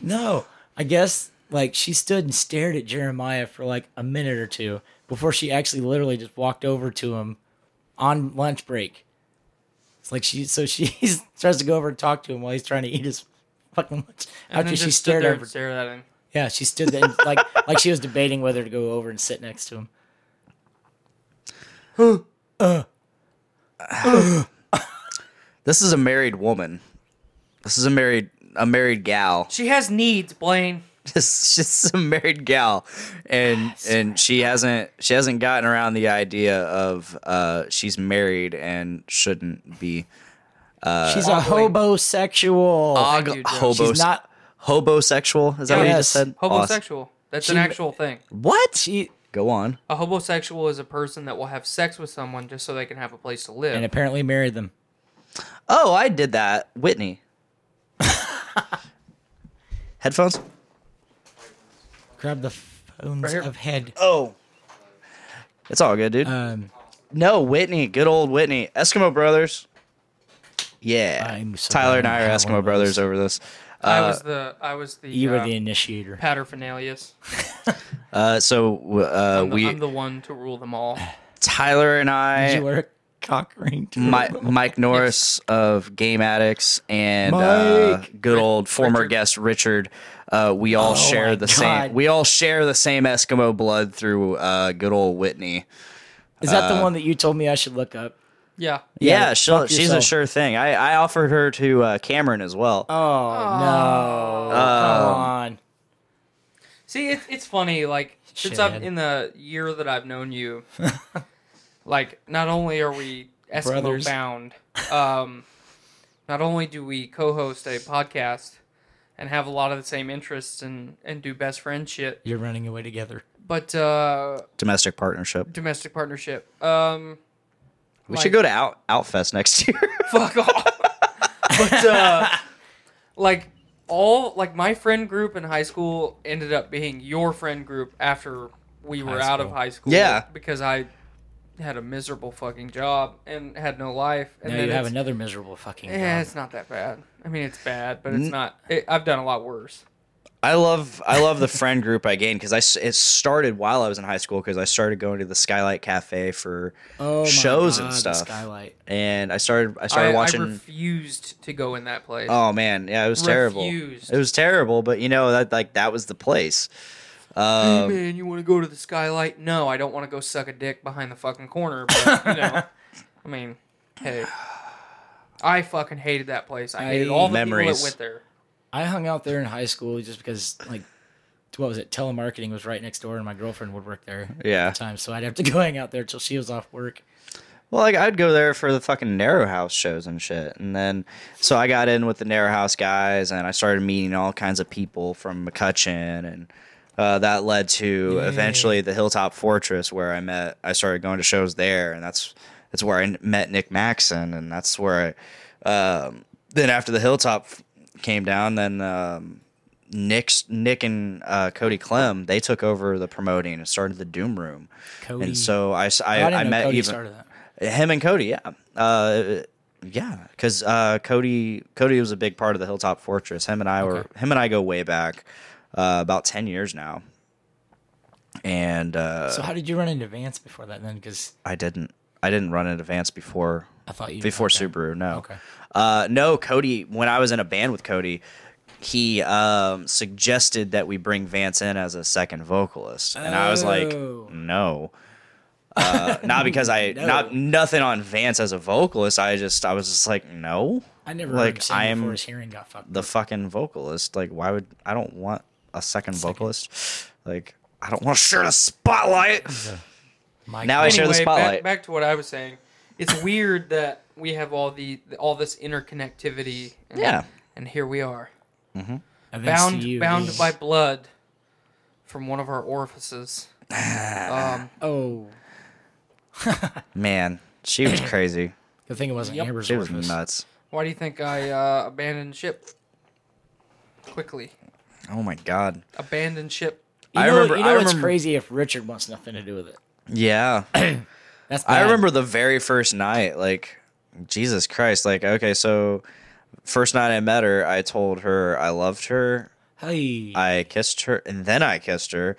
[SPEAKER 7] No, I guess like she stood and stared at Jeremiah for like a minute or two before she actually literally just walked over to him on lunch break. It's like she so she tries to go over and talk to him while he's trying to eat his fucking lunch.
[SPEAKER 6] And
[SPEAKER 7] after
[SPEAKER 6] then
[SPEAKER 7] she
[SPEAKER 6] just stood
[SPEAKER 7] stared
[SPEAKER 6] there
[SPEAKER 7] over,
[SPEAKER 6] and stared at him.
[SPEAKER 7] yeah, she stood there and, like like she was debating whether to go over and sit next to him.
[SPEAKER 5] This is a married woman. This is a married a married gal.
[SPEAKER 6] She has needs, Blaine.
[SPEAKER 5] This is a married gal, and and she hasn't she hasn't gotten around the idea of uh she's married and shouldn't be
[SPEAKER 7] She's a hobosexual.
[SPEAKER 5] og
[SPEAKER 6] you, Joe.
[SPEAKER 5] hobo
[SPEAKER 7] She's not.
[SPEAKER 5] hobosexual. Is that what you
[SPEAKER 7] Yes.
[SPEAKER 5] just said? Awesome.
[SPEAKER 6] Hobosexual. That's an actual thing.
[SPEAKER 5] What?
[SPEAKER 7] She
[SPEAKER 5] Go on.
[SPEAKER 6] A hobosexual is a person that will have sex with someone just so they can have a place to live.
[SPEAKER 7] and apparently married them.
[SPEAKER 5] Oh, I did that. Whitney. Headphones?
[SPEAKER 7] Grab the phones
[SPEAKER 6] Right here.
[SPEAKER 7] of head.
[SPEAKER 5] Oh. It's all good, dude.
[SPEAKER 7] Um,
[SPEAKER 5] no, Whitney. Good old Whitney. Eskimo Brothers. Yeah.
[SPEAKER 7] I'm so
[SPEAKER 5] Tyler and
[SPEAKER 7] glad I
[SPEAKER 5] I are
[SPEAKER 7] have one
[SPEAKER 5] Eskimo
[SPEAKER 7] of those.
[SPEAKER 5] Brothers over this.
[SPEAKER 6] I was the I was the
[SPEAKER 7] uh, you
[SPEAKER 6] uh,
[SPEAKER 7] were the initiator.
[SPEAKER 6] paterfamilias.
[SPEAKER 5] Uh, so uh,
[SPEAKER 6] I'm the,
[SPEAKER 5] we,
[SPEAKER 6] I'm the one to rule them all.
[SPEAKER 5] Tyler and
[SPEAKER 7] Did
[SPEAKER 5] I,
[SPEAKER 7] you wear a cock ring? to
[SPEAKER 5] Mi-
[SPEAKER 7] remember?
[SPEAKER 5] Mike Norris of Game Addicts, and uh,
[SPEAKER 7] Mike!
[SPEAKER 5] good old former
[SPEAKER 6] Richard.
[SPEAKER 5] guest Richard. Uh, we all
[SPEAKER 7] Oh my
[SPEAKER 5] share the
[SPEAKER 7] God.
[SPEAKER 5] same. We all share the same Eskimo blood through uh, good old Whitney.
[SPEAKER 7] Is that the one that you told me I should look up?
[SPEAKER 6] Yeah.
[SPEAKER 5] Uh, Yeah,
[SPEAKER 7] Yeah,
[SPEAKER 5] she'll,
[SPEAKER 7] fuck
[SPEAKER 5] she's a
[SPEAKER 7] yourself.
[SPEAKER 5] sure thing. I, I offered her to uh, Cameron as well. Uh,
[SPEAKER 7] Oh, no!
[SPEAKER 5] Um,
[SPEAKER 7] Come on.
[SPEAKER 6] See, it's it's funny. Like since I've
[SPEAKER 7] Shithead.
[SPEAKER 6] in the year that I've known you, like not only are we Eskimo
[SPEAKER 7] Brothers.
[SPEAKER 6] bound, um, not only do we co-host a podcast and have a lot of the same interests and and do best friend shit,
[SPEAKER 7] You're running away together.
[SPEAKER 6] but uh,
[SPEAKER 5] Domestic partnership.
[SPEAKER 6] domestic partnership. Um,
[SPEAKER 5] We should go to Out Outfest next year.
[SPEAKER 6] fuck off. but uh, like all like my friend group in high school ended up being your friend group after we were out of
[SPEAKER 7] school.
[SPEAKER 6] high school.
[SPEAKER 5] Yeah.
[SPEAKER 6] because I had a miserable fucking job and had no life. And
[SPEAKER 7] Now
[SPEAKER 6] then
[SPEAKER 7] you have
[SPEAKER 6] it's-
[SPEAKER 7] another miserable fucking.
[SPEAKER 6] Yeah,
[SPEAKER 7] job.
[SPEAKER 6] it's not that bad. I mean, it's bad, but it's not. It, I've done a lot worse.
[SPEAKER 5] I love I love the friend group I gained because I s- it started while I was in high school because I started going to the Skylight Cafe for
[SPEAKER 7] Oh my
[SPEAKER 5] shows
[SPEAKER 7] God,
[SPEAKER 5] and
[SPEAKER 7] the
[SPEAKER 5] stuff,
[SPEAKER 7] Skylight.
[SPEAKER 5] and I started I
[SPEAKER 6] I,
[SPEAKER 5] started
[SPEAKER 6] I
[SPEAKER 5] watching.
[SPEAKER 6] refused to go in that place.
[SPEAKER 5] oh man, yeah, it was
[SPEAKER 6] Refused.
[SPEAKER 5] terrible. It was terrible, but you know that like that was the place. Um,
[SPEAKER 6] hey man, you want to go to the skylight? No, I don't want to go suck a dick behind the fucking corner. But you know, I mean, hey, I fucking hated that place. I hated
[SPEAKER 7] I-
[SPEAKER 6] all the people
[SPEAKER 5] Memories.
[SPEAKER 6] that went there.
[SPEAKER 7] I hung out there in high school just because, like, what was it? Telemarketing was right next door, and my girlfriend would work there.
[SPEAKER 5] Yeah.
[SPEAKER 7] At the time, so I'd have to go hang out there till she was off work.
[SPEAKER 5] Well, like I'd go there for the fucking Narrow House shows and shit, and then so I got in with the Narrow House guys, and I started meeting all kinds of people from McCutcheon, and uh, that led to eventually the Hilltop Fortress, where I met. I started going to shows there, and that's that's where I n- met Nick Maxon, and that's where I. Um, then after the Hilltop f- came down, then um, Nick's Nick and uh, Cody Clem they took over the promoting and started the Doom Room,
[SPEAKER 7] Cody. Oh,
[SPEAKER 5] and so I s-
[SPEAKER 7] I,
[SPEAKER 5] I,
[SPEAKER 7] didn't
[SPEAKER 5] I
[SPEAKER 7] know
[SPEAKER 5] met
[SPEAKER 7] Cody
[SPEAKER 5] even
[SPEAKER 7] started that.
[SPEAKER 5] him and Cody, yeah, uh, yeah, because uh, Cody Cody was a big part of the Hilltop Fortress. Him and I were him and I go way back, uh, about ten years now. And uh,
[SPEAKER 7] So how did you run into Vance before that then? Because
[SPEAKER 5] I didn't I didn't run in advance before
[SPEAKER 7] I thought you
[SPEAKER 5] before
[SPEAKER 7] okay.
[SPEAKER 5] Subaru. No,
[SPEAKER 7] Okay.
[SPEAKER 5] uh, no, Cody. When I was in a band with Cody. He um, suggested that we bring Vance in as a second vocalist, and I was like,
[SPEAKER 7] Oh.
[SPEAKER 5] "No, uh, not because I
[SPEAKER 7] No.
[SPEAKER 5] not nothing on Vance as a vocalist. I just I was just like, no,
[SPEAKER 7] I never
[SPEAKER 5] Like,
[SPEAKER 7] heard him sing
[SPEAKER 5] I am
[SPEAKER 7] before his hearing got fucked.
[SPEAKER 5] the fucking vocalist. Like, why would I don't want a second, vocalist? Like, I don't want to share the spotlight.
[SPEAKER 7] Mike,
[SPEAKER 5] Now I share the
[SPEAKER 6] Anyway,
[SPEAKER 5] spotlight.
[SPEAKER 6] Back, back to what I was saying. It's weird that we have all the all this interconnectivity. And,
[SPEAKER 5] Yeah.
[SPEAKER 6] And here we are,
[SPEAKER 7] Events to
[SPEAKER 6] bound
[SPEAKER 7] you
[SPEAKER 6] bound
[SPEAKER 7] is-
[SPEAKER 6] by blood from one of our orifices. um,
[SPEAKER 7] Oh,
[SPEAKER 5] Man, she was crazy.
[SPEAKER 7] good thing it wasn't Amber's
[SPEAKER 5] She was
[SPEAKER 7] orifice.
[SPEAKER 5] nuts.
[SPEAKER 6] why do you think I uh, abandoned ship quickly?
[SPEAKER 5] Oh my god.
[SPEAKER 6] Abandoned ship.
[SPEAKER 7] You
[SPEAKER 5] I
[SPEAKER 7] know,
[SPEAKER 5] remember-
[SPEAKER 7] You
[SPEAKER 5] I
[SPEAKER 7] know, it's
[SPEAKER 5] remember-
[SPEAKER 7] crazy if Richard wants nothing to do with it.
[SPEAKER 5] Yeah.
[SPEAKER 7] That's
[SPEAKER 5] I
[SPEAKER 7] bad.
[SPEAKER 5] remember the very first night, like Jesus Christ, like okay, so first night I met her, I told her I loved her,
[SPEAKER 7] Hey,
[SPEAKER 5] I kissed her, and then I kissed her.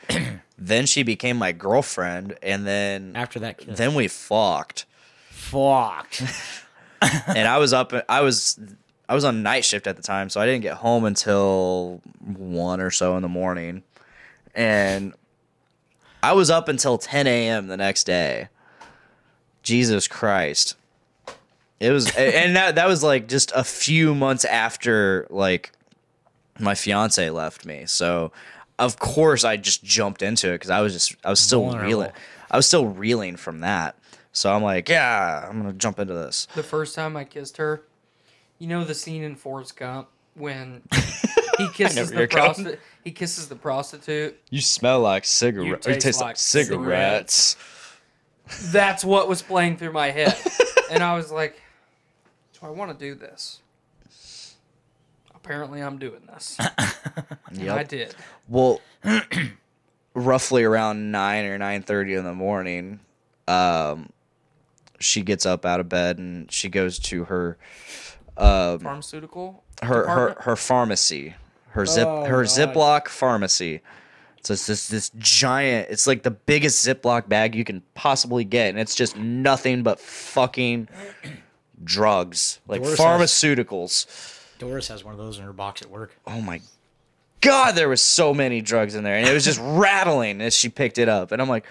[SPEAKER 5] then she became my girlfriend, and then
[SPEAKER 7] after that kiss,
[SPEAKER 5] then we fucked.
[SPEAKER 7] fucked.
[SPEAKER 5] and I was up, I was I was on night shift at the time, so I didn't get home until one or so in the morning, and I was up until ten a.m. the next day. Jesus Christ. It was, and that that was like just a few months after like my fiance left me. So, of course, I just jumped into it because I was just I was still
[SPEAKER 7] Vulnerable.
[SPEAKER 5] reeling. I was still reeling from that. So I'm like, yeah, I'm gonna jump into this.
[SPEAKER 6] The first time I kissed her, you know the scene in Forrest Gump when he kisses
[SPEAKER 5] you're
[SPEAKER 6] the
[SPEAKER 5] going.
[SPEAKER 6] prosti- he kisses the prostitute.
[SPEAKER 5] You smell like cigarette. You taste, like, cigarettes.
[SPEAKER 6] That's what was playing through my head, and I was like, "Do I want to do this?" Apparently, I'm doing this. And I
[SPEAKER 5] Yep.
[SPEAKER 6] did.
[SPEAKER 5] Well, roughly around nine or nine thirty in the morning, um, she gets up out of bed and she goes to her um,
[SPEAKER 6] Pharmaceutical.
[SPEAKER 5] her, her
[SPEAKER 6] department?
[SPEAKER 5] her pharmacy, her zip her Ziploc pharmacy. So it's this this giant. It's like the biggest Ziploc bag you can possibly get, and it's just nothing but fucking drugs, like
[SPEAKER 7] Doris has-
[SPEAKER 5] pharmaceuticals.
[SPEAKER 7] Doris has one of those in her box at work.
[SPEAKER 5] oh my god there was so many drugs in there and it was just rattling as she picked it up and i'm like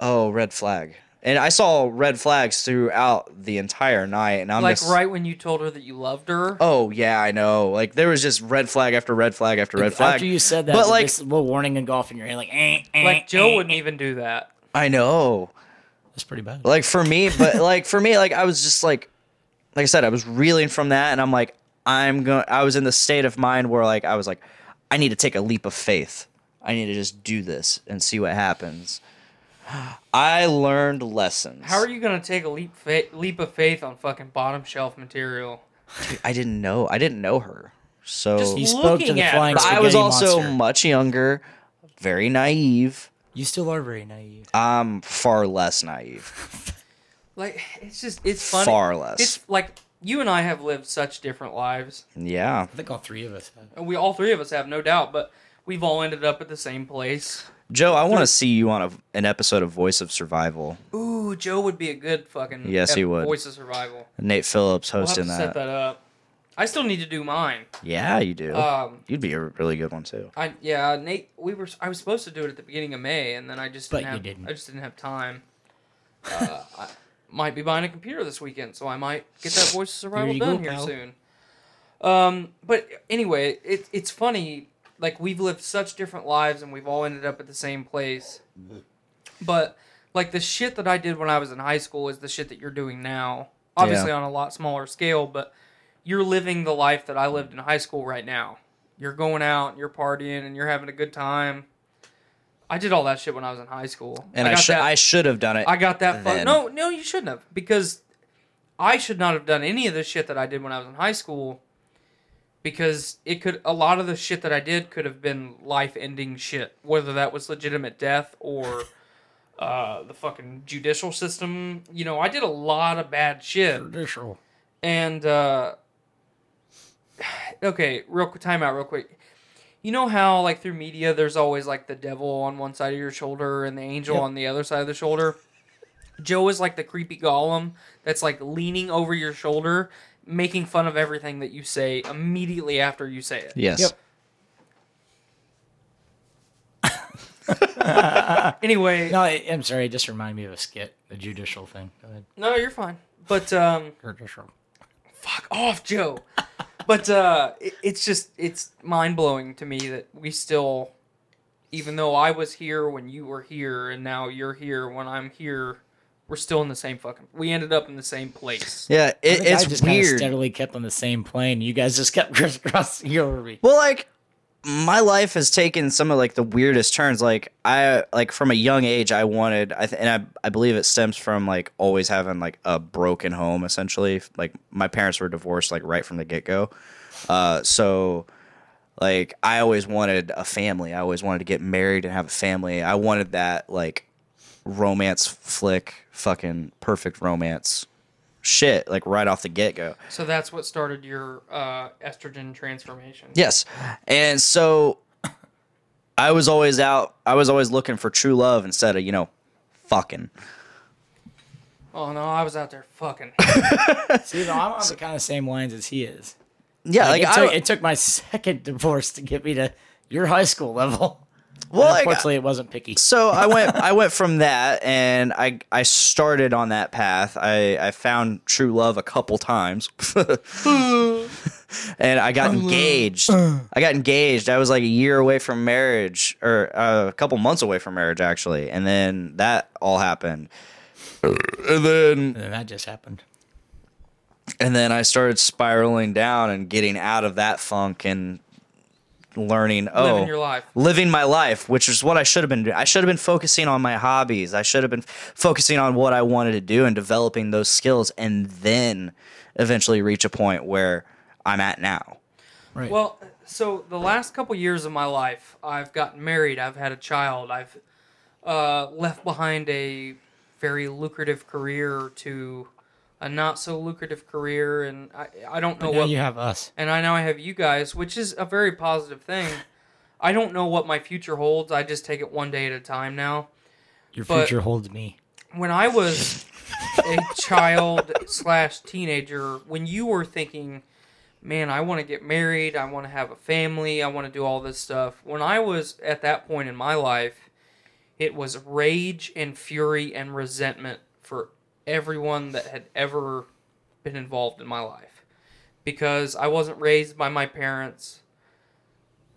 [SPEAKER 5] oh red flag and i saw red flags throughout the entire night and i'm
[SPEAKER 6] like
[SPEAKER 5] just
[SPEAKER 6] right when you told her that you loved her.
[SPEAKER 5] oh yeah i know like there was just red flag after red flag after red flag
[SPEAKER 7] After you said that,
[SPEAKER 5] but like
[SPEAKER 7] this little warning and golf in your head, like, eh, eh,
[SPEAKER 6] like Joe
[SPEAKER 7] eh.
[SPEAKER 6] wouldn't even do that.
[SPEAKER 5] i know
[SPEAKER 7] That's pretty bad.
[SPEAKER 5] like for me but like for me like i was just like like i said i was reeling from that and i'm like i'm going i was in the state of mind where like i was like i need to take a leap of faith i need to just do this and see what happens i learned lessons
[SPEAKER 6] How are you gonna take a leap fa- leap of faith on fucking bottom shelf material?
[SPEAKER 5] i didn't know i didn't know her so
[SPEAKER 6] Just
[SPEAKER 7] you spoke to
[SPEAKER 6] looking
[SPEAKER 7] the
[SPEAKER 6] at
[SPEAKER 7] flying.
[SPEAKER 6] her.
[SPEAKER 5] but i was
[SPEAKER 7] spaghetti
[SPEAKER 5] also
[SPEAKER 7] monster.
[SPEAKER 5] much younger very naive
[SPEAKER 7] You still are very naive.
[SPEAKER 5] i'm far less naive
[SPEAKER 6] Like it's just it's funny.
[SPEAKER 5] Far less.
[SPEAKER 6] It's like you and I have lived such different lives.
[SPEAKER 5] yeah
[SPEAKER 7] I think all three of us. Have.
[SPEAKER 6] And We all three of us have no doubt, but we've all ended up at the same place.
[SPEAKER 5] joe i want to see you on a, an episode of voice of survival
[SPEAKER 6] Ooh, Joe would be a good fucking
[SPEAKER 5] Yes, he would.
[SPEAKER 6] Voice of survival.
[SPEAKER 5] nate phillips
[SPEAKER 6] We'll have to
[SPEAKER 5] hosting
[SPEAKER 6] set that up. I still need to do mine.
[SPEAKER 5] Yeah, you do.
[SPEAKER 6] Um,
[SPEAKER 5] You'd be a really good one too.
[SPEAKER 6] I yeah, Nate. We were I was supposed to do it at the beginning of May, and then I just
[SPEAKER 7] But
[SPEAKER 6] didn't
[SPEAKER 7] you
[SPEAKER 6] have,
[SPEAKER 7] didn't.
[SPEAKER 6] I just didn't have time. Uh, I might be buying a computer this weekend, so I might get that voice of survival
[SPEAKER 7] you
[SPEAKER 6] done
[SPEAKER 7] go,
[SPEAKER 6] here
[SPEAKER 7] pal.
[SPEAKER 6] soon. Um, but anyway, it, it's funny. Like we've lived such different lives, and we've all ended up at the same place. But like the shit that I did when I was in high school is the shit that you're doing now. Obviously on a lot smaller scale, but you're living the life that I lived in high school right now. You're going out, you're partying, and you're having a good time. I did all that shit when I was in high school.
[SPEAKER 5] And I,
[SPEAKER 6] got
[SPEAKER 5] should
[SPEAKER 6] that-
[SPEAKER 5] I should have done it.
[SPEAKER 6] I got that fun.
[SPEAKER 5] then.
[SPEAKER 6] No, no, you shouldn't have because I should not have done any of the shit that I did when I was in high school because it could a lot of the shit that I did could have been life-ending shit, whether that was legitimate death or uh, the fucking judicial system. You know, I did a lot of bad shit.
[SPEAKER 7] Judicial.
[SPEAKER 6] And uh okay, real quick time out real quick. You know how like through media there's always like the devil on one side of your shoulder and the angel on the other side of the shoulder? Joe is like the creepy golem that's like leaning over your shoulder, making fun of everything that you say immediately after you say it.
[SPEAKER 5] yes.
[SPEAKER 7] Yep.
[SPEAKER 6] Anyway,
[SPEAKER 7] No, I, I'm sorry. It just reminded me of a skit, the judicial thing. Go ahead.
[SPEAKER 6] no, you're fine. But um
[SPEAKER 7] Judicial.
[SPEAKER 6] fuck off, Joe. But uh, it, it's just it's mind blowing to me that we still, even though I was here when you were here, and now you're here when I'm here, we're still in the same fucking. We ended up in the same place.
[SPEAKER 5] Yeah, it,
[SPEAKER 7] The guy
[SPEAKER 5] it's
[SPEAKER 7] just kinda
[SPEAKER 5] weird.
[SPEAKER 7] steadily kept on the same plane. You guys just kept crisscrossing over me.
[SPEAKER 5] Well, like my life has taken some of like the weirdest turns. Like I like from a young age, I wanted, I th- and I I believe it stems from like always having like a broken home. Essentially, like my parents were divorced like right from the get go. Uh, so like I always wanted a family. I always wanted to get married and have a family. I wanted that like romance flick, fucking perfect romance shit, like right off the get go.
[SPEAKER 6] So that's what started your uh, estrogen transformation.
[SPEAKER 5] Yes. And so I was always out I was always looking for true love instead of, you know, fucking.
[SPEAKER 6] Oh no, I was out there fucking.
[SPEAKER 7] See, though, I'm on the kind of same lines as he is.
[SPEAKER 5] Yeah, like,
[SPEAKER 7] Like, it,
[SPEAKER 5] I
[SPEAKER 7] took, it took my second divorce to get me to your high school level.
[SPEAKER 5] well, like,
[SPEAKER 7] Unfortunately, it wasn't picky.
[SPEAKER 5] so I went I went from that and I I started on that path. I I found true love a couple times. and I got engaged. I got engaged. I was like a year away from marriage or uh, a couple months away from marriage actually. And then that all happened. And then
[SPEAKER 7] And that just happened.
[SPEAKER 5] and then I started spiraling down and getting out of that funk and learning oh
[SPEAKER 6] Living your life.
[SPEAKER 5] living my life which is what I should have been doing I should have been focusing on my hobbies I should have been focusing on what I wanted to do and developing those skills and then eventually reach a point where I'm at now
[SPEAKER 6] Well, so the last couple years of my life, I've gotten married, I've had a child, I've uh, left behind a very lucrative career to a not so lucrative career, and I, I don't know
[SPEAKER 7] But now
[SPEAKER 6] what.
[SPEAKER 7] you have us.
[SPEAKER 6] And I now I have you guys, which is a very positive thing. I don't know what my future holds. I just take it one day at a time now.
[SPEAKER 7] Your
[SPEAKER 6] But-
[SPEAKER 7] future holds me.
[SPEAKER 6] When I was a child slash teenager, when you were thinking man, I want to get married, I want to have a family, I want to do all this stuff. When I was at that point in my life, it was rage and fury and resentment for everyone that had ever been involved in my life because I wasn't raised by my parents.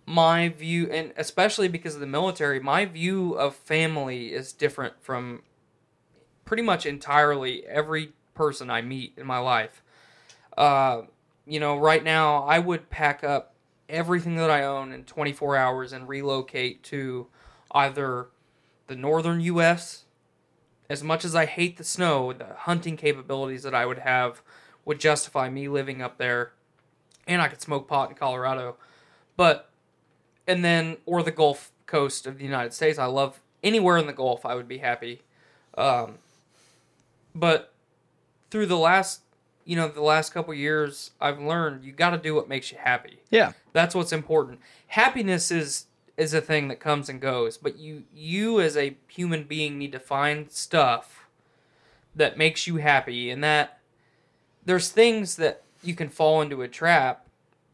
[SPEAKER 6] My view, and especially because of the military, my view of family is different from pretty much entirely every person I meet in my life. Uh, you know, right now I would pack up everything that I own in 24 hours and relocate to either the northern U.S. As much as I hate the snow, the hunting capabilities that I would have would justify me living up there, and I could smoke pot in Colorado, but and then or the Gulf Coast of the United States. I love anywhere in the Gulf. I would be happy, um, but through the last you know the last couple years i've learned you got to do what makes you happy
[SPEAKER 5] yeah
[SPEAKER 6] that's what's important happiness is is a thing that comes and goes but you you as a human being need to find stuff that makes you happy and that there's things that you can fall into a trap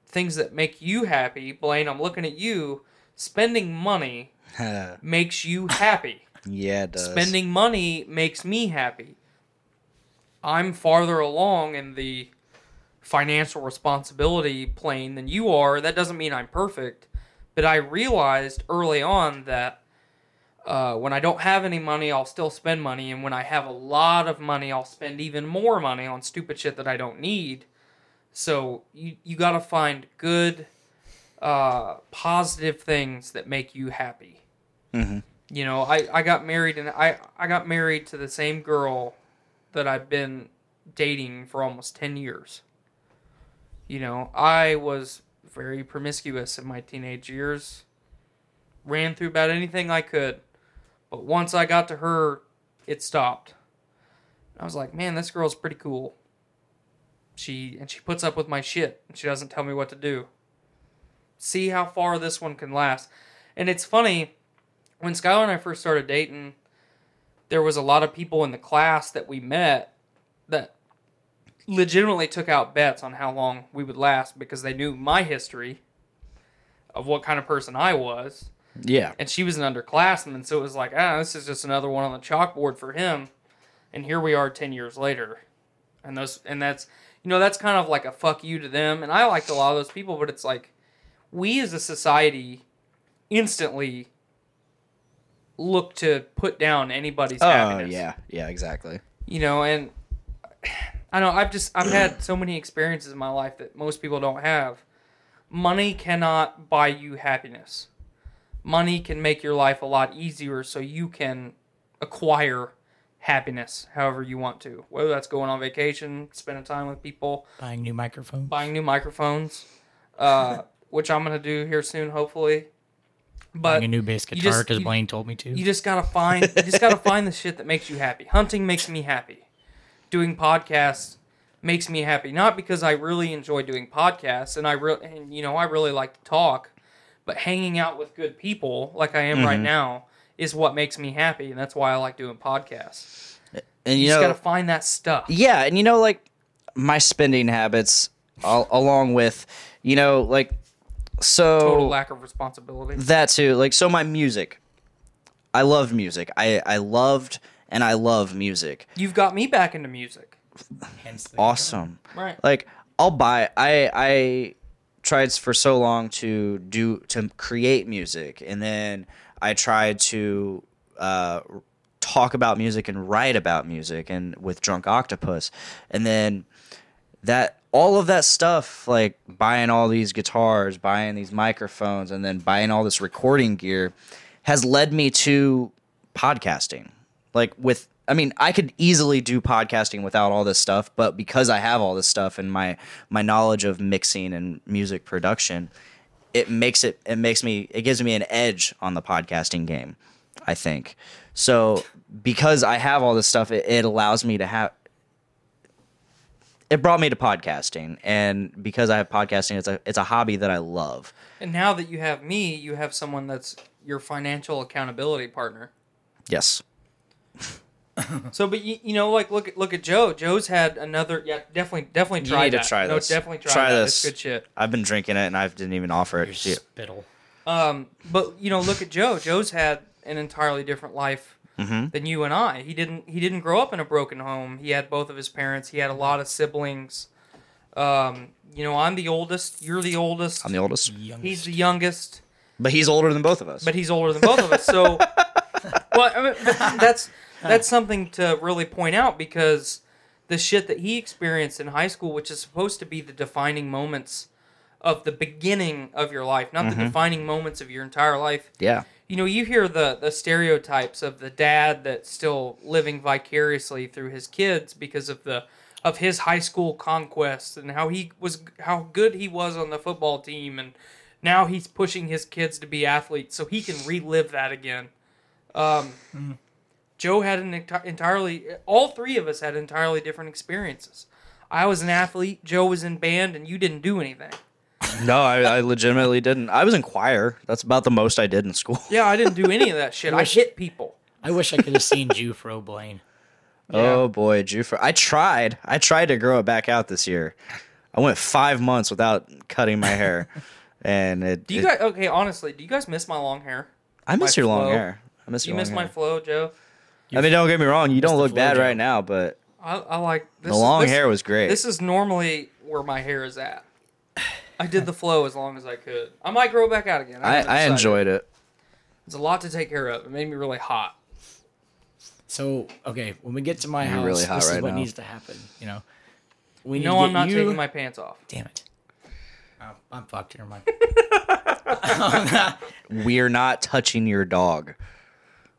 [SPEAKER 6] things that make you happy blaine i'm looking at you spending money makes you happy
[SPEAKER 5] yeah it does
[SPEAKER 6] spending money makes me happy. I'm farther along in the financial responsibility plane than you are. That doesn't mean I'm perfect, but I realized early on that uh, when I don't have any money, I'll still spend money, and when I have a lot of money, I'll spend even more money on stupid shit that I don't need. So you you gotta find good, uh, positive things that make you happy you know i i got married and i i got married to the same girl that i've been dating for almost 10 years you know i was very promiscuous in my teenage years ran through about anything i could but once i got to her it stopped i was like man this girl's pretty cool she and she puts up with my shit and she doesn't tell me what to do see how far this one can last and it's funny when Skylar and I first started dating, there was a lot of people in the class that we met that legitimately took out bets on how long we would last because they knew my history of what kind of person I was.
[SPEAKER 5] yeah
[SPEAKER 6] And she was an underclassman, so it was like, ah, this is just another one on the chalkboard for him. And here we are 10 years later. and those and that's you know that's kind of like a fuck you to them. And I liked a lot of those people, but it's like we as a society instantly look to put down anybody's
[SPEAKER 5] Oh
[SPEAKER 6] happiness.
[SPEAKER 5] yeah, yeah, exactly.
[SPEAKER 6] you know, and I know I've just I've had so many experiences in my life that most people don't have. Money cannot buy you happiness. Money can make your life a lot easier so you can acquire happiness however you want to. Whether that's going on vacation, spending time with people,
[SPEAKER 7] Buying new microphones.
[SPEAKER 6] buying new microphones, uh, which I'm gonna do here soon, hopefully. But
[SPEAKER 7] Buying a new bass
[SPEAKER 6] you
[SPEAKER 7] guitar
[SPEAKER 6] just-
[SPEAKER 7] because
[SPEAKER 6] you-
[SPEAKER 7] Blaine told me to.
[SPEAKER 6] you just gotta find you just gotta find the shit that makes you happy. Hunting makes me happy. Doing podcasts makes me happy. Not because I really enjoy doing podcasts and I really and you know I really like to talk, but hanging out with good people like I am right now is what makes me happy, and that's why I like doing podcasts.
[SPEAKER 5] And
[SPEAKER 6] You,
[SPEAKER 5] you,
[SPEAKER 6] just
[SPEAKER 5] know,
[SPEAKER 6] gotta find that stuff.
[SPEAKER 5] yeah, and you know, like my spending habits, al- along with, you know, like so
[SPEAKER 6] Total lack of responsibility.
[SPEAKER 5] that too like so my music i love music i i loved and i love music
[SPEAKER 6] You've got me back into music.
[SPEAKER 7] Hence the-
[SPEAKER 5] awesome
[SPEAKER 6] Right.
[SPEAKER 5] like i'll buy i i tried for so long to do to create music and then i tried to uh talk about music and write about music and with drunk octopus and then that all of that stuff like buying all these guitars buying these microphones and then buying all this recording gear has led me to podcasting like with i mean i could easily do podcasting without all this stuff but because i have all this stuff and my my knowledge of mixing and music production it makes it it makes me it gives me an edge on the podcasting game i think so because i have all this stuff it, it allows me to have it brought me to podcasting and because i have podcasting it's a it's a hobby that i love
[SPEAKER 6] And now that you have me, you have someone that's your financial accountability partner.
[SPEAKER 5] yes
[SPEAKER 6] So, but you, you know, like look at look at Joe. Joe's had another. Yeah, definitely, definitely
[SPEAKER 5] You
[SPEAKER 6] try
[SPEAKER 5] need to
[SPEAKER 6] that.
[SPEAKER 5] try
[SPEAKER 6] no,
[SPEAKER 5] this.
[SPEAKER 6] definitely try,
[SPEAKER 5] Try
[SPEAKER 6] that.
[SPEAKER 5] this.
[SPEAKER 6] It's good shit.
[SPEAKER 5] i've been drinking it and i didn't even offer
[SPEAKER 7] Your
[SPEAKER 5] it to you
[SPEAKER 7] spittle.
[SPEAKER 6] Um, but you know, look at Joe. Joe's had an entirely different life
[SPEAKER 5] Mm-hmm.
[SPEAKER 6] than you and I. He didn't. He didn't grow up in a broken home. He had both of his parents. He had a lot of siblings. Um, you know, I'm the oldest. You're the oldest.
[SPEAKER 5] i'm the oldest
[SPEAKER 6] He's the youngest.
[SPEAKER 5] but he's older than both of us
[SPEAKER 6] but he's older than both of us. So, well, I mean, but that's that's something to really point out because the shit that he experienced in high school, which is supposed to be the defining moments of the beginning of your life, not the defining moments of your entire life.
[SPEAKER 5] yeah
[SPEAKER 6] You know, you hear the the stereotypes of the dad that's still living vicariously through his kids because of the of his high school conquests and how he was how good he was on the football team and now he's pushing his kids to be athletes so he can relive that again. Um, Joe had an enti- entirely all three of us had entirely different experiences. I was an athlete, Joe was in band, and you didn't do anything.
[SPEAKER 5] no I, I legitimately didn't i was in choir that's about the most i did in school
[SPEAKER 6] Yeah, I didn't do any of that shit. I hit people.
[SPEAKER 7] I wish I could have seen you, Fro Blaine.
[SPEAKER 5] Oh boy, Jufer. I tried. I tried to grow it back out this year. I went five months without cutting my hair, and it.
[SPEAKER 6] Do you
[SPEAKER 5] it-
[SPEAKER 6] guys okay? Honestly, do you guys miss my long hair?
[SPEAKER 5] I miss
[SPEAKER 6] my
[SPEAKER 5] your long
[SPEAKER 6] flow?
[SPEAKER 5] hair. I miss
[SPEAKER 6] Do
[SPEAKER 5] your
[SPEAKER 6] you
[SPEAKER 5] long
[SPEAKER 6] miss my
[SPEAKER 5] hair.
[SPEAKER 6] flow, Joe?
[SPEAKER 5] I mean, don't get me wrong. You don't
[SPEAKER 7] the
[SPEAKER 5] look bad
[SPEAKER 7] flojo.
[SPEAKER 5] right now, but
[SPEAKER 6] I, I like this
[SPEAKER 5] the long
[SPEAKER 6] this-
[SPEAKER 5] hair was great.
[SPEAKER 6] This is normally where my hair is at. I did the flow as long as I could. I might grow back out again.
[SPEAKER 5] I,
[SPEAKER 6] haven't
[SPEAKER 5] I
[SPEAKER 6] decided.
[SPEAKER 5] enjoyed it.
[SPEAKER 6] It's a lot to take care of. It made me really hot.
[SPEAKER 7] So okay, when we get to my house,
[SPEAKER 5] really hot
[SPEAKER 7] this is
[SPEAKER 5] right
[SPEAKER 7] what
[SPEAKER 5] now.
[SPEAKER 7] needs to happen. You know, we
[SPEAKER 6] You
[SPEAKER 7] need
[SPEAKER 6] know
[SPEAKER 7] to
[SPEAKER 6] I'm
[SPEAKER 7] get
[SPEAKER 6] not
[SPEAKER 7] you-
[SPEAKER 6] taking my pants off.
[SPEAKER 7] Damn it! Oh, I'm fucked. Never mind.
[SPEAKER 5] We're not touching your dog.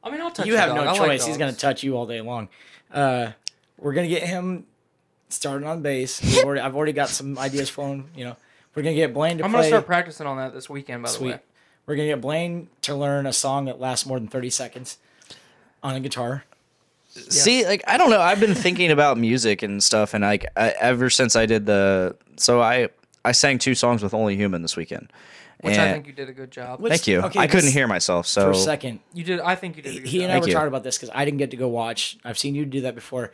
[SPEAKER 6] I mean, I'll touch.
[SPEAKER 7] you
[SPEAKER 6] your
[SPEAKER 7] have
[SPEAKER 6] dog.
[SPEAKER 7] no
[SPEAKER 6] I like
[SPEAKER 7] choice. He's
[SPEAKER 6] dogs.
[SPEAKER 7] gonna touch you all day long. Uh, we're gonna get him started on bass. We've already, I've already got some ideas flowing. You know, we're gonna get Blaine to
[SPEAKER 6] I'm gonna
[SPEAKER 7] play.
[SPEAKER 6] start practicing on that this weekend. By the way,
[SPEAKER 7] Sweet. We're gonna get Blaine to learn a song that lasts more than thirty seconds on a guitar.
[SPEAKER 5] See, like I don't know. I've been thinking about music and stuff, and like I, ever since I did the so I I sang two songs with Only Human this weekend.
[SPEAKER 6] which I
[SPEAKER 5] And-
[SPEAKER 6] think you did a good job.
[SPEAKER 7] Which-
[SPEAKER 5] Thank you.
[SPEAKER 7] Okay,
[SPEAKER 5] I couldn't
[SPEAKER 7] this-
[SPEAKER 5] hear myself, so
[SPEAKER 7] For a second,
[SPEAKER 6] you did. I think you did a good
[SPEAKER 7] he
[SPEAKER 6] job.
[SPEAKER 7] and I
[SPEAKER 5] Thank
[SPEAKER 7] were
[SPEAKER 5] you.
[SPEAKER 7] talking about this because I didn't get to go watch. I've seen you do that before.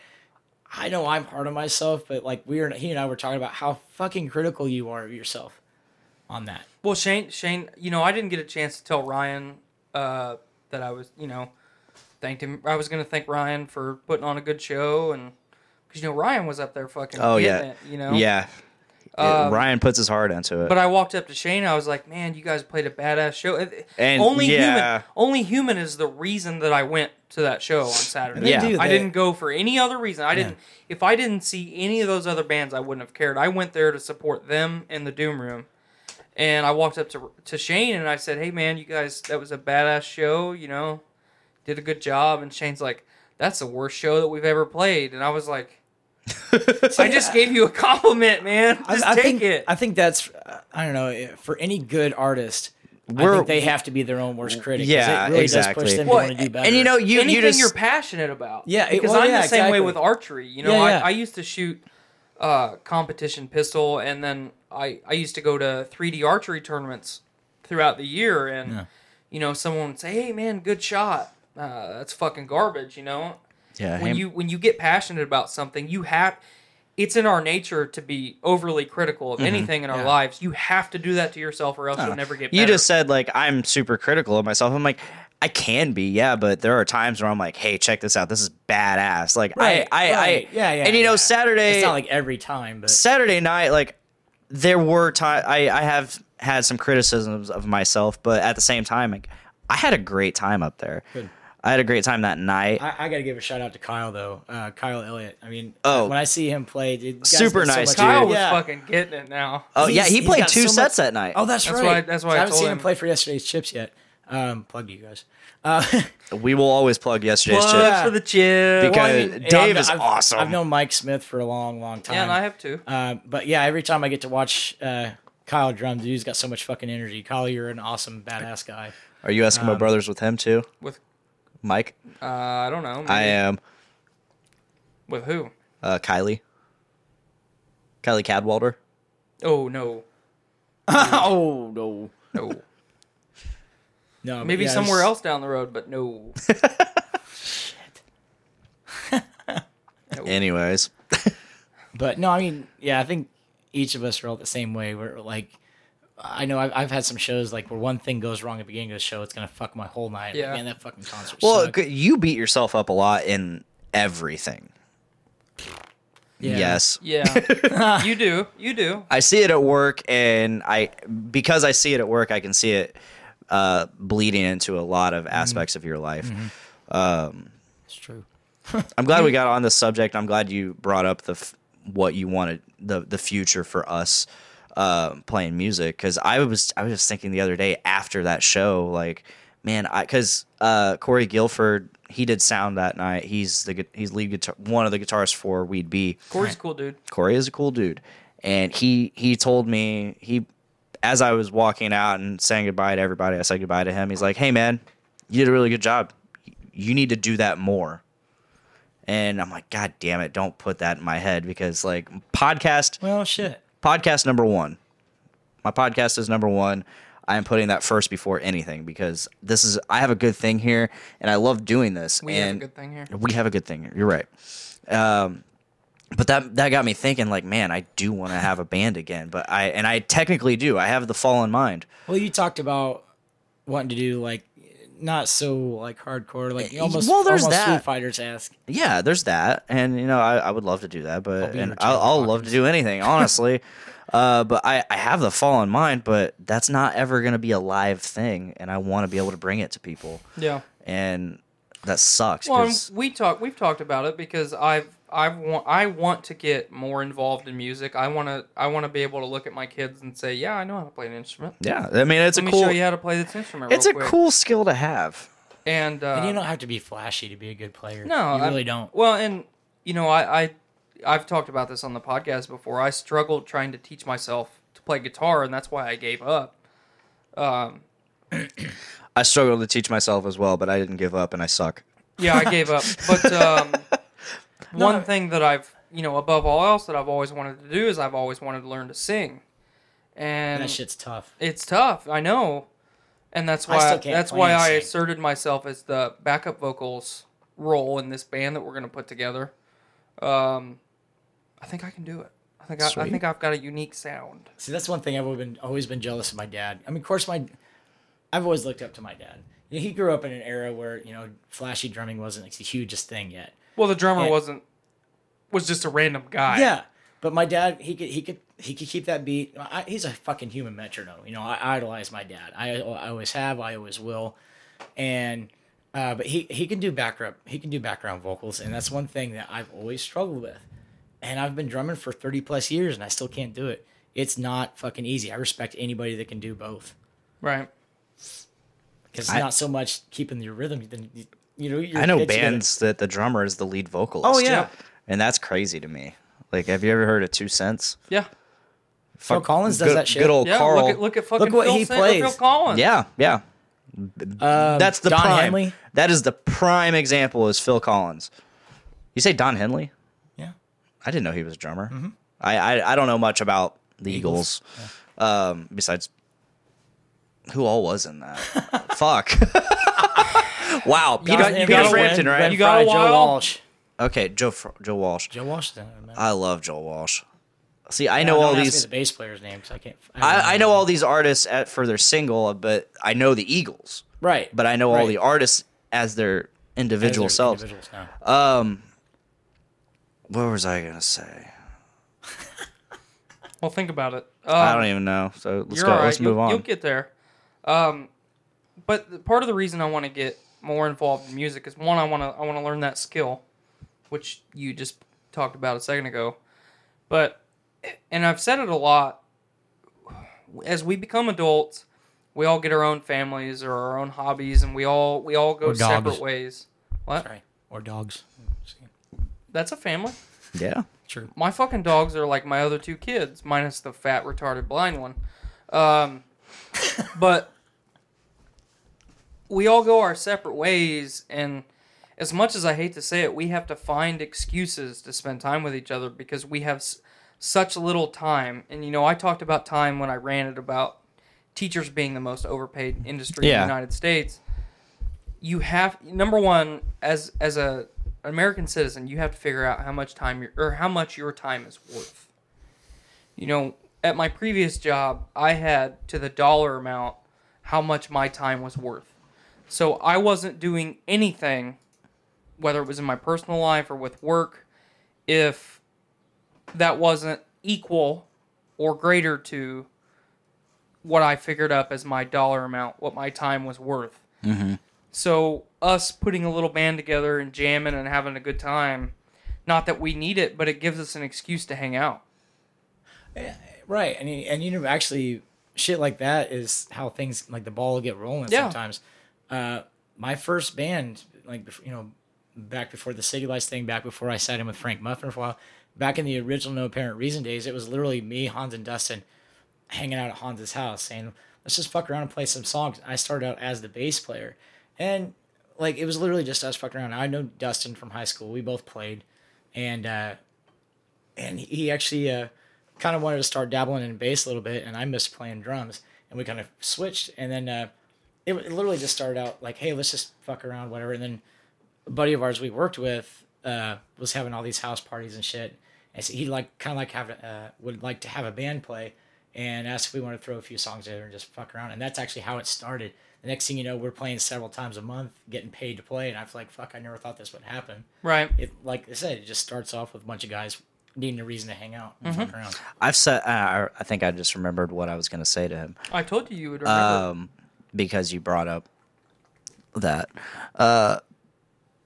[SPEAKER 7] I know I'm hard on myself, but like we were, he and I were talking about how fucking critical you are of yourself on that.
[SPEAKER 6] Well, Shane, Shane, you know, I didn't get a chance to tell Ryan uh, that I was, you know, thanked him. I was going to thank Ryan for putting on a good show and because you know Ryan was up there fucking.
[SPEAKER 5] Oh
[SPEAKER 6] getting
[SPEAKER 5] yeah,
[SPEAKER 6] it, you know.
[SPEAKER 5] yeah. It-
[SPEAKER 6] Um,
[SPEAKER 5] Ryan puts his heart into it.
[SPEAKER 6] But I walked up to Shane. I was like, "Man, you guys played a badass show." It-
[SPEAKER 5] And,
[SPEAKER 6] only
[SPEAKER 5] yeah.
[SPEAKER 6] human, only human is the reason that I went to that show on Saturday.
[SPEAKER 5] They Yeah. do
[SPEAKER 6] I
[SPEAKER 7] that.
[SPEAKER 6] didn't go for any other reason. I didn't. If I didn't see any of those other bands, I wouldn't have cared. I went there to support them in the Doom Room, and I walked up to to Shane and I said, "Hey, man, you guys, that was a badass show. You know, did a good job." And Shane's like, "That's the worst show that we've ever played," and I was like. I just gave you a compliment, man. Just
[SPEAKER 7] I, I
[SPEAKER 6] take
[SPEAKER 7] think
[SPEAKER 6] it.
[SPEAKER 7] I think that's uh, I don't know eh, for any good artist. I
[SPEAKER 5] We're-
[SPEAKER 7] think they have to be their own worst critic. 'cause
[SPEAKER 5] Yeah,
[SPEAKER 7] it really
[SPEAKER 5] exactly.
[SPEAKER 7] Does push them
[SPEAKER 6] Well,
[SPEAKER 7] to want to do better.
[SPEAKER 5] and you know, you
[SPEAKER 6] anything
[SPEAKER 5] you just
[SPEAKER 6] you're passionate about.
[SPEAKER 7] Yeah, it-
[SPEAKER 6] because
[SPEAKER 7] well,
[SPEAKER 6] I'm
[SPEAKER 7] yeah,
[SPEAKER 6] the same way
[SPEAKER 7] exactly.
[SPEAKER 6] with archery. You know,
[SPEAKER 7] Yeah, yeah.
[SPEAKER 6] I, I used to shoot uh, competition pistol, and then I I used to go to 3D archery tournaments throughout the year, and you know, someone would say, "Hey, man, good shot." Uh, that's fucking garbage, you know.
[SPEAKER 5] yeah,
[SPEAKER 6] When
[SPEAKER 5] him-
[SPEAKER 6] you when you get passionate about something, you have. It's in our nature to be overly critical of anything in our lives. You have to do that to yourself, or else you'll never get.
[SPEAKER 5] you
[SPEAKER 6] better.
[SPEAKER 5] just said like I'm super critical of myself. I'm like I can be, yeah, but there are times where I'm like, hey, check this out. This is badass. Like
[SPEAKER 7] Right,
[SPEAKER 5] I I,
[SPEAKER 7] right.
[SPEAKER 5] I
[SPEAKER 7] yeah, yeah.
[SPEAKER 5] And you know,
[SPEAKER 7] yeah.
[SPEAKER 5] Saturday
[SPEAKER 7] It's not like every time, but
[SPEAKER 5] Saturday night, like there were time I, I have had some criticisms of myself, but at the same time, like I had a great time up there. I had a great time that night.
[SPEAKER 7] I, I got to give a shout out to Kyle though. Uh, Kyle Elliott. I mean,
[SPEAKER 5] Oh.
[SPEAKER 7] when I see him play, dude, the guy's
[SPEAKER 5] Super
[SPEAKER 7] got so
[SPEAKER 5] nice,
[SPEAKER 7] much-
[SPEAKER 5] dude.
[SPEAKER 6] Kyle was
[SPEAKER 7] Yeah.
[SPEAKER 6] fucking getting it now.
[SPEAKER 5] oh yeah,
[SPEAKER 7] He's-
[SPEAKER 5] he
[SPEAKER 7] he's
[SPEAKER 5] played
[SPEAKER 7] got
[SPEAKER 5] two
[SPEAKER 7] so
[SPEAKER 5] sets
[SPEAKER 7] much-
[SPEAKER 5] that night.
[SPEAKER 7] Oh, that's,
[SPEAKER 6] That's
[SPEAKER 7] right.
[SPEAKER 6] why- that's why I
[SPEAKER 7] I haven't
[SPEAKER 6] told
[SPEAKER 7] seen
[SPEAKER 6] him.
[SPEAKER 7] him play for yesterday's chips yet. Um, plug to you guys. Uh,
[SPEAKER 5] we will always plug yesterday's
[SPEAKER 6] Plugs
[SPEAKER 5] chip.
[SPEAKER 6] for the chip.
[SPEAKER 5] Because-
[SPEAKER 7] I
[SPEAKER 5] Dave
[SPEAKER 7] and I've-
[SPEAKER 5] is
[SPEAKER 7] I've-
[SPEAKER 5] awesome.
[SPEAKER 7] I've known Mike Smith for a long, long time.
[SPEAKER 6] yeah, and I have too.
[SPEAKER 7] Uh, but yeah, every time I get to watch uh, Kyle drum, dude, he's got so much fucking energy. Kyle, you're an awesome, badass guy.
[SPEAKER 5] Are you
[SPEAKER 7] Um,
[SPEAKER 5] Eskimo brothers with him too,
[SPEAKER 6] With
[SPEAKER 5] Mike?
[SPEAKER 6] uh, I don't know.
[SPEAKER 5] I uh,
[SPEAKER 6] maybe.
[SPEAKER 5] am
[SPEAKER 6] With who?
[SPEAKER 5] uh, Kylie. Kylie Cadwalder.
[SPEAKER 6] Oh no,
[SPEAKER 7] oh no,
[SPEAKER 6] no.
[SPEAKER 7] no. but
[SPEAKER 6] Maybe
[SPEAKER 7] yeah,
[SPEAKER 6] somewhere
[SPEAKER 7] it's-
[SPEAKER 6] else down the road, but no.
[SPEAKER 5] Anyways,
[SPEAKER 7] But no, I mean, yeah, I think each of us are all the same way. We're like, I know I've, I've had some shows like where one thing goes wrong at the beginning of the show, it's gonna fuck my whole night. Yeah,
[SPEAKER 6] Yeah.
[SPEAKER 7] man, that fucking concert.
[SPEAKER 5] well,
[SPEAKER 7] sucked.
[SPEAKER 5] g- you beat yourself up a lot in everything.
[SPEAKER 7] Yeah.
[SPEAKER 5] Yes,
[SPEAKER 6] Yeah, you do. You do.
[SPEAKER 5] I see it at work, and I because I see it at work, I can see it uh, bleeding into a lot of aspects of your life.
[SPEAKER 7] it's true.
[SPEAKER 5] I'm glad we got on this subject. I'm glad you brought up the f- what you wanted the the future for us uh, playing music because I was I was just thinking the other day after that show like man I because uh, Corey Guilford he did sound that night he's the gu- he's lead guitar one of the guitarists for We'd Be
[SPEAKER 6] Corey's a cool, dude.
[SPEAKER 5] Corey is a cool dude, and he he told me he as I was walking out and saying goodbye to everybody, I said goodbye to him. He's like, "Hey man, you did a really good job. You need to do that more." And I'm like, "God damn it, don't put that in my head because like podcast
[SPEAKER 7] Well, shit.
[SPEAKER 5] podcast number 1. My podcast is number 1. I am putting that first before anything because this is I have a good thing here and I love doing this
[SPEAKER 6] We have a
[SPEAKER 5] and
[SPEAKER 6] good thing here.
[SPEAKER 5] we have a good thing here. You're right. Um, but that that got me thinking. Like, man, I do want to have a band again. But I and I technically do. I have the Fallen Mind.
[SPEAKER 7] Well, you talked about wanting to do like not so like hardcore, like you
[SPEAKER 5] Y-
[SPEAKER 7] almost
[SPEAKER 5] well, there's
[SPEAKER 7] almost
[SPEAKER 5] that.
[SPEAKER 7] Foo Fighters esque.
[SPEAKER 5] Yeah, there's that. And you know, I, I would love to do that. But
[SPEAKER 7] be
[SPEAKER 5] and
[SPEAKER 7] your
[SPEAKER 5] I'll,
[SPEAKER 7] Taylor
[SPEAKER 5] I'll love to do anything, honestly. uh, but I I have the Fallen Mind. But that's not ever gonna be a live thing. And I want to be able to bring it to people.
[SPEAKER 6] Yeah.
[SPEAKER 5] And that sucks.
[SPEAKER 6] Well,
[SPEAKER 5] 'cause-
[SPEAKER 6] and we talk. We've talked about it because I've. I want. I want to get more involved in music. I want to. I want to be able to look at my kids and say, "Yeah, I know how to play an instrument.
[SPEAKER 5] yeah, I mean, it's
[SPEAKER 6] Let
[SPEAKER 5] a
[SPEAKER 6] me
[SPEAKER 5] cool.
[SPEAKER 6] show you how to play this instrument."
[SPEAKER 5] it's
[SPEAKER 6] real
[SPEAKER 5] a
[SPEAKER 6] quick.
[SPEAKER 5] cool skill to have.
[SPEAKER 6] And, uh,
[SPEAKER 7] And you don't have to be flashy to be a good player.
[SPEAKER 6] No,
[SPEAKER 7] you
[SPEAKER 6] I-
[SPEAKER 7] really don't.
[SPEAKER 6] Well, and you know, I, I I've talked about this on the podcast before. I struggled trying to teach myself to play guitar, and that's why I gave up. Um,
[SPEAKER 5] I struggled to teach myself as well, but I didn't give up, and I suck.
[SPEAKER 6] yeah, I gave up. But um,
[SPEAKER 7] No.
[SPEAKER 6] one thing that I've you know above all else that I've always wanted to do is I've always wanted to learn to sing, and
[SPEAKER 7] that shit's tough.
[SPEAKER 6] it's tough. I know, and that's
[SPEAKER 7] I
[SPEAKER 6] why
[SPEAKER 7] still can't
[SPEAKER 6] that's
[SPEAKER 7] play
[SPEAKER 6] why
[SPEAKER 7] and
[SPEAKER 6] I
[SPEAKER 7] sing.
[SPEAKER 6] asserted myself as the backup vocals role in this band that we're gonna put together. Um, I think I can do it. I think I, I
[SPEAKER 5] Sweet.
[SPEAKER 6] think I've got a unique sound.
[SPEAKER 7] See, that's one thing I've always been always been jealous of my dad. I mean, of course, my I've always looked up to my dad. You know, He grew up in an era where you know flashy drumming wasn't like, the hugest thing yet.
[SPEAKER 6] Well, the drummer
[SPEAKER 7] Yeah.
[SPEAKER 6] wasn't was just a random guy.
[SPEAKER 7] Yeah, but my dad, he could, he could, he could keep that beat. I, he's a fucking human metronome. You know, I idolize my dad. I, I always have. I always will. And, uh, but he, he can do background, he can do background vocals, and that's one thing that I've always struggled with. And I've been drumming for thirty plus years, and I still can't do it. It's not fucking easy. I respect anybody that can do both
[SPEAKER 6] Right.
[SPEAKER 7] because it's
[SPEAKER 5] I-
[SPEAKER 7] not so much keeping your rhythm. Then you, you know, your
[SPEAKER 5] I know
[SPEAKER 7] pitch, you gotta-
[SPEAKER 5] bands that the drummer is the lead vocalist.
[SPEAKER 7] Oh yeah,
[SPEAKER 5] and that's crazy to me. Like, have you ever hered of Two Cents?
[SPEAKER 6] Yeah.
[SPEAKER 5] Phil
[SPEAKER 7] Collins does
[SPEAKER 5] good,
[SPEAKER 7] that shit.
[SPEAKER 5] Good old
[SPEAKER 6] Yeah.
[SPEAKER 5] Carl.
[SPEAKER 6] Look at look at fucking
[SPEAKER 7] Look what
[SPEAKER 6] Phil
[SPEAKER 7] he
[SPEAKER 6] Sa- or Phil
[SPEAKER 7] plays.
[SPEAKER 6] Collins.
[SPEAKER 5] yeah, yeah.
[SPEAKER 7] Um,
[SPEAKER 5] That's the
[SPEAKER 7] Don
[SPEAKER 5] prime.
[SPEAKER 7] Henley.
[SPEAKER 5] That is the prime example is Phil Collins. You say Don Henley?
[SPEAKER 7] Yeah.
[SPEAKER 5] I didn't know he was a drummer. I, I I don't know much about the Eagles.
[SPEAKER 7] Mm-hmm. Eagles.
[SPEAKER 5] Um, besides, who all was in that? Fuck. wow, Peter,
[SPEAKER 6] got- you
[SPEAKER 5] Peter
[SPEAKER 6] gotta
[SPEAKER 5] Frampton,
[SPEAKER 6] win.
[SPEAKER 5] right?
[SPEAKER 6] You got a
[SPEAKER 7] Joe
[SPEAKER 6] while?
[SPEAKER 7] Walsh.
[SPEAKER 5] okay, Joe Fr- Joe Walsh.
[SPEAKER 7] Joe Walsh. I
[SPEAKER 5] I love Joe Walsh. See, I know all these.
[SPEAKER 7] the bass players' names. I can't.
[SPEAKER 5] I, I know all these artists at, for their single, but I know the Eagles.
[SPEAKER 7] Right,
[SPEAKER 5] But I know all
[SPEAKER 7] right.
[SPEAKER 5] the artists as their
[SPEAKER 7] As
[SPEAKER 5] individual
[SPEAKER 7] they're
[SPEAKER 5] selves.
[SPEAKER 7] individuals now.
[SPEAKER 5] Um, what was I gonna say?
[SPEAKER 6] Well, think about it.
[SPEAKER 5] I
[SPEAKER 6] Um,
[SPEAKER 5] don't even know. So let's
[SPEAKER 6] You're
[SPEAKER 5] go.
[SPEAKER 6] all right.
[SPEAKER 5] Let's move
[SPEAKER 6] you'll,
[SPEAKER 5] on.
[SPEAKER 6] You'll get there. Um, but the- part of the reason I want to get more involved in music is one, I want to I want to learn that skill, which you just talked about a second ago. But and I've said it a lot. As we become adults, we all get our own families or our own hobbies, and we all we all go
[SPEAKER 7] Or dogs.
[SPEAKER 6] separate ways. What?
[SPEAKER 7] Sorry, or dogs.
[SPEAKER 6] That's a family.
[SPEAKER 5] yeah.
[SPEAKER 7] True.
[SPEAKER 6] my fucking dogs are like my other two kids, minus the fat retarded blind one. Um, but we all go our separate ways, and as much as I hate to say it, we have to find excuses to spend time with each other because we have s- such little time. And you know, I talked about time when I ranted about teachers being the most overpaid industry
[SPEAKER 5] Yeah.
[SPEAKER 6] in the United States. You have number one as as a American citizen, you have to figure out how much time your or how much your time is worth. You know, at my previous job, I had to the dollar amount how much my time was worth. So I wasn't doing anything, whether it was in my personal life or with work, if that wasn't equal or greater to what I figured up as my dollar amount, what my time was worth. So us putting a little band together and jamming and having a good time, not that we need it, but it gives us an excuse to hang out.
[SPEAKER 7] Right, and you- and you know actually shit like that is how things like the ball will get rolling
[SPEAKER 6] Yeah.
[SPEAKER 7] sometimes. Uh, my first band, like bef- you know, back before the City Lights thing, back before I sat in with Frank Muffin for a while, back in the original No Apparent Reason days, it was literally me, Hans, and Dustin hanging out at Hans's house saying, "Let's just fuck around and play some songs." I started out as the bass player, and like it was literally just us fucking around. I know Dustin from high school. We both played, and uh, and he actually uh, kind of wanted to start dabbling in bass a little bit, and I missed playing drums, and we kind of switched, and then uh, it, it literally just started out like, hey, let's just fuck around, whatever, and then a buddy of ours we worked with uh, was having all these house parties and shit, and so he like kind of like have uh, would like to have a band play, and asked if we want to throw a few songs together and just fuck around, and that's actually how it started. The next thing you know, we're playing several times a month, getting paid to play, and I was like, fuck, I never thought this would happen
[SPEAKER 6] Right.
[SPEAKER 7] it like I said, it just starts off with a bunch of guys needing a reason to hang out and
[SPEAKER 5] Mm-hmm.
[SPEAKER 7] fuck around.
[SPEAKER 5] I've said. Uh, I think I just remembered what I was gonna say to him
[SPEAKER 6] I told you you would remember.
[SPEAKER 5] um, because you brought up that. Uh,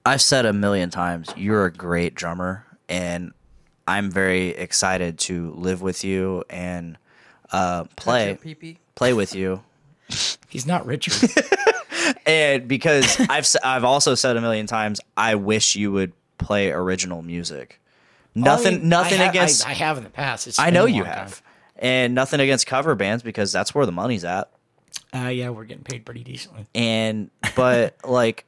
[SPEAKER 5] I've said a million times, you're a great drummer, and I'm very excited to live with you and uh, play
[SPEAKER 6] Pee pee.
[SPEAKER 5] play with you.
[SPEAKER 7] He's not Richard.
[SPEAKER 5] and because I've s- I've also said a million times, I wish you would play original music. Nothing, nothing
[SPEAKER 7] Oh, I ha-
[SPEAKER 5] against.
[SPEAKER 7] I,
[SPEAKER 5] I,
[SPEAKER 7] I have in the past. It's been
[SPEAKER 5] know
[SPEAKER 7] a
[SPEAKER 5] you
[SPEAKER 7] long
[SPEAKER 5] have, and nothing against cover bands because that's where the money's at.
[SPEAKER 7] time. Uh, yeah, we're getting paid pretty decently.
[SPEAKER 5] And but like,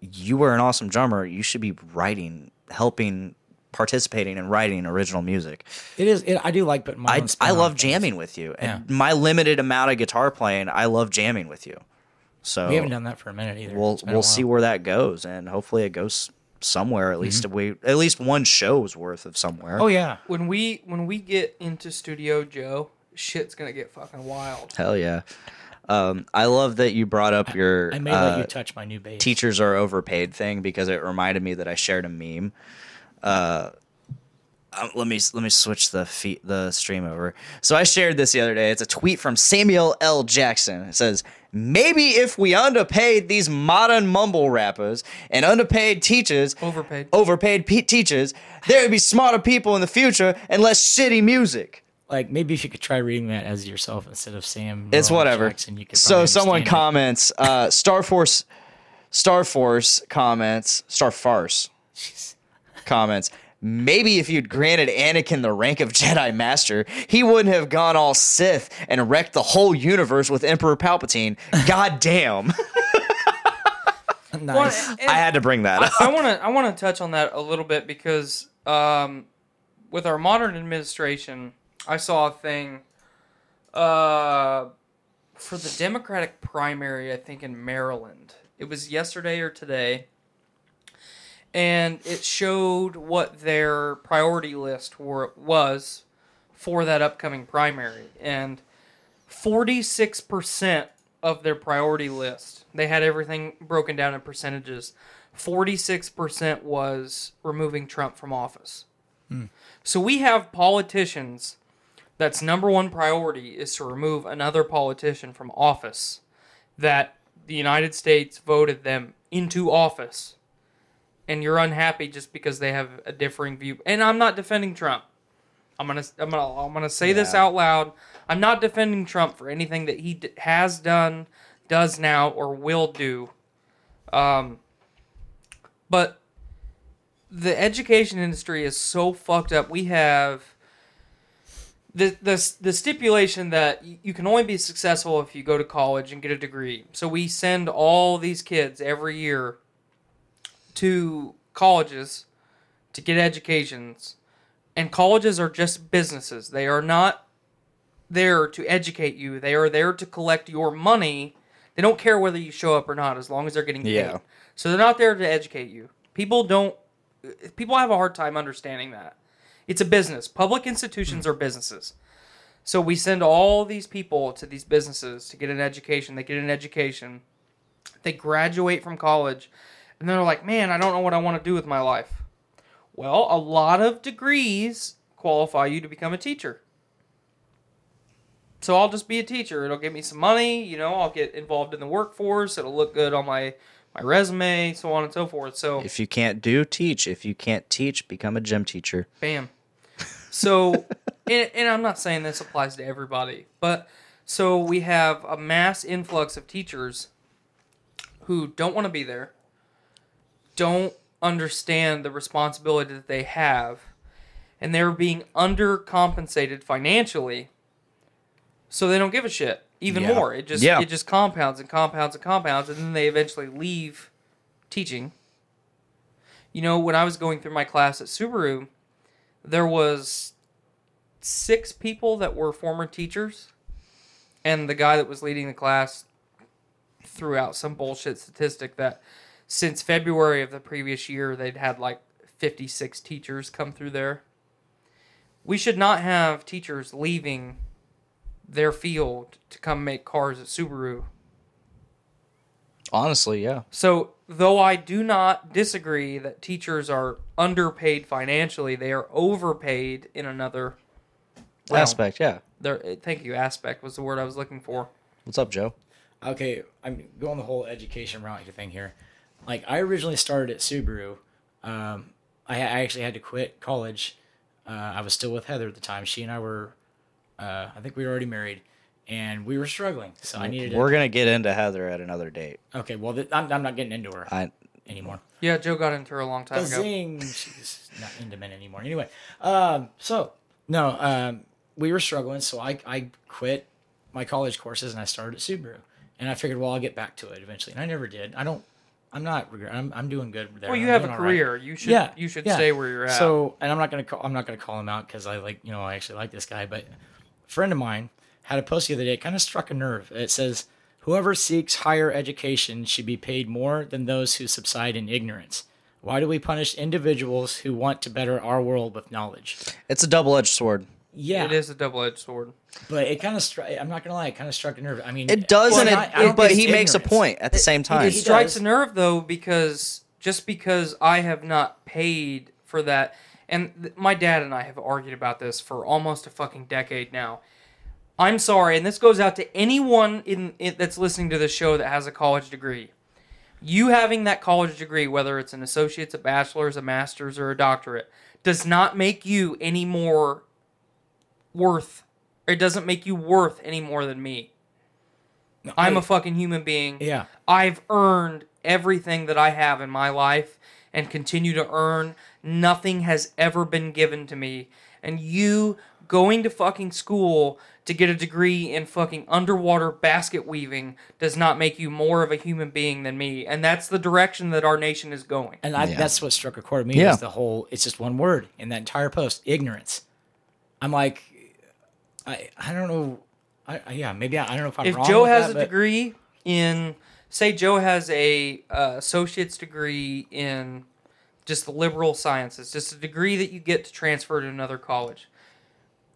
[SPEAKER 5] you were an awesome drummer. You should be writing, helping, participating, and writing original music.
[SPEAKER 7] It is. It, I do like putting my.
[SPEAKER 5] I
[SPEAKER 7] own spin
[SPEAKER 5] I
[SPEAKER 7] on
[SPEAKER 5] love
[SPEAKER 7] things.
[SPEAKER 5] jamming with you, and my limited amount of guitar playing, I love jamming with you. So
[SPEAKER 7] We haven't done that for a minute either.
[SPEAKER 5] we'll
[SPEAKER 7] It's been a
[SPEAKER 5] we'll see
[SPEAKER 7] while.
[SPEAKER 5] where that goes, and hopefully it goes somewhere. At least we at least one show's worth of somewhere.
[SPEAKER 7] Mm-hmm. Oh yeah.
[SPEAKER 6] When we when we get into Studio Joe, shit's gonna get fucking wild.
[SPEAKER 5] hell yeah! Um, I love that you brought up your
[SPEAKER 7] I may
[SPEAKER 5] uh,
[SPEAKER 7] let you touch my new bass.
[SPEAKER 5] teachers are overpaid thing because it reminded me that I shared a meme uh, um, let me let me switch the feet the stream over. So I shared this the other day. It's a tweet from Samuel L. Jackson. It says, "Maybe if we underpaid these modern mumble rappers and underpaid teachers,
[SPEAKER 6] Overpaid.
[SPEAKER 5] overpaid pe- teachers, there would be smarter people in the future and less shitty music."
[SPEAKER 7] Like maybe if you could try reading that as yourself instead of Sam.
[SPEAKER 5] It's
[SPEAKER 7] Noel
[SPEAKER 5] whatever.
[SPEAKER 7] Jackson, you could
[SPEAKER 5] so
[SPEAKER 7] probably
[SPEAKER 5] someone
[SPEAKER 7] understand it.
[SPEAKER 5] comments, uh, Star Force, Star Force comments, Star Farce comments. Maybe if you'd granted Anakin the rank of Jedi Master, he wouldn't have gone all Sith and wrecked the whole universe with Emperor Palpatine. God damn!
[SPEAKER 7] Nice.
[SPEAKER 6] Well, and-
[SPEAKER 5] I had to bring that up.
[SPEAKER 6] I want to I want to touch on that a little bit because um, with our modern administration, I saw a thing uh, for the Democratic primary. I think in Maryland, it was yesterday or today, and it showed what their priority list were, was for that upcoming primary, and forty six percent of their priority list. They had everything broken down in percentages. 46% was removing Trump from office. So we have politicians that's number one priority is to remove another politician from office that the United States voted them into office. And you're unhappy just because they have a differing view. And I'm not defending Trump. I'm gonna I'm gonna I'm gonna say this out loud. I'm not defending Trump for anything that he d- has done, does now, or will do. Um, but the education industry is so fucked up. We have the the the stipulation that y- you can only be successful if you go to college and get a degree. So we send all these kids every year to colleges to get educations and colleges are just businesses. They are not there to educate you. They are there to collect your money. They don't care whether you show up or not as long as they're getting paid.
[SPEAKER 5] Yeah.
[SPEAKER 6] So they're not there to educate you. People don't people have a hard time understanding that. It's a business. Public institutions are businesses. So we send all these people to these businesses to get an education. They get an education. They graduate from college and they're like, "Man, I don't know what I want to do with my life." Well, a lot of degrees qualify you to become a teacher. So I'll just be a teacher. It'll give me some money, you know, I'll get involved in the workforce, it'll look good on my my resume, so on and so forth. So
[SPEAKER 5] If you can't do, teach. If you can't teach, become a gym teacher.
[SPEAKER 6] bam. So and, and I'm not saying this applies to everybody, but so we have a mass influx of teachers who don't want to be there, don't understand the responsibility that they have, and they're being undercompensated financially, so they don't give a shit even
[SPEAKER 5] Yeah.
[SPEAKER 6] more. It just
[SPEAKER 5] Yeah.
[SPEAKER 6] it just compounds and compounds and compounds, and then they eventually leave teaching. You know, when I was going through my class at Subaru, there was six people that were former teachers, and the guy that was leading the class threw out some bullshit statistic that since February of the previous year, they'd had like 56 teachers come through there. We should not have teachers leaving their field to come make cars at Subaru.
[SPEAKER 5] Honestly, yeah.
[SPEAKER 6] So, though I do not disagree that teachers are underpaid financially, they are overpaid in another realm.
[SPEAKER 5] Aspect, yeah.
[SPEAKER 6] There, thank you. Aspect was the word I was looking for.
[SPEAKER 5] What's up, Joe?
[SPEAKER 7] okay, I'm going the whole education route thing here. Like I originally started at Subaru. Um, I, I actually had to quit college. Uh, I was still with Heather at the time. She and I were, uh, I think we were already married, and we were struggling. So I needed.
[SPEAKER 5] We're gonna get into Heather at another date.
[SPEAKER 7] okay, well, th- I'm, I'm not getting into her
[SPEAKER 5] I
[SPEAKER 7] anymore.
[SPEAKER 6] Yeah, Joe got into her a long time ago.
[SPEAKER 7] Bazing! She's not into men anymore. Anyway, um, so no, um, we were struggling, so I I quit my college courses and I started at Subaru, and I figured, well, I'll get back to it eventually, and I never did. I don't. I'm not regret. I'm, I'm doing good there.
[SPEAKER 6] Well, you
[SPEAKER 7] I'm
[SPEAKER 6] have a
[SPEAKER 7] doing all right.
[SPEAKER 6] career. You should.
[SPEAKER 7] Yeah,
[SPEAKER 6] You should
[SPEAKER 7] yeah.
[SPEAKER 6] stay where you're at.
[SPEAKER 7] So, and I'm not gonna call. I'm not gonna call him out because I like you know I actually like this guy. But a friend of mine had a post the other day. It kind of struck a nerve. It says, "Whoever seeks higher education should be paid more than those who subside in ignorance." Why do we punish individuals who want to better our world with knowledge?
[SPEAKER 5] it's a double edged sword.
[SPEAKER 7] Yeah,
[SPEAKER 6] it is a double-edged sword.
[SPEAKER 7] but it kind of struck. I'm not gonna lie, it kind of struck a nerve. I mean,
[SPEAKER 5] It does,
[SPEAKER 7] well,
[SPEAKER 5] and
[SPEAKER 7] not- I
[SPEAKER 5] it,
[SPEAKER 7] don't
[SPEAKER 5] but
[SPEAKER 7] think
[SPEAKER 5] he
[SPEAKER 7] it's
[SPEAKER 5] makes a
[SPEAKER 7] ignorance.
[SPEAKER 5] point at the same time.
[SPEAKER 6] It
[SPEAKER 7] does.
[SPEAKER 6] strikes a nerve though because just because I have not paid for that, and th- my dad and I have argued about this for almost a fucking decade now. I'm sorry, and this goes out to anyone in, in that's listening to this show that has a college degree. You having that college degree, whether it's an associate's, a bachelor's, a master's, or a doctorate, does not make you any more worth. It doesn't make you worth any more than me. I'm a fucking human being.
[SPEAKER 7] Yeah.
[SPEAKER 6] I've earned everything that I have in my life and continue to earn. Nothing has ever been given to me. And you going to fucking school to get a degree in fucking underwater basket weaving does not make you more of a human being than me. And that's the direction that our nation is going.
[SPEAKER 7] And I, that's what struck a chord with me
[SPEAKER 5] Yeah.
[SPEAKER 7] is the whole. It's just one word in that entire post: ignorance. I'm like, I I don't know. I, I- yeah, maybe I, I don't know if I'm
[SPEAKER 6] if
[SPEAKER 7] wrong.
[SPEAKER 6] Joe
[SPEAKER 7] with
[SPEAKER 6] has
[SPEAKER 7] that,
[SPEAKER 6] a
[SPEAKER 7] but-
[SPEAKER 6] degree in, say, Joe has a uh, associate's degree in just the liberal sciences, just a degree that you get to transfer to another college.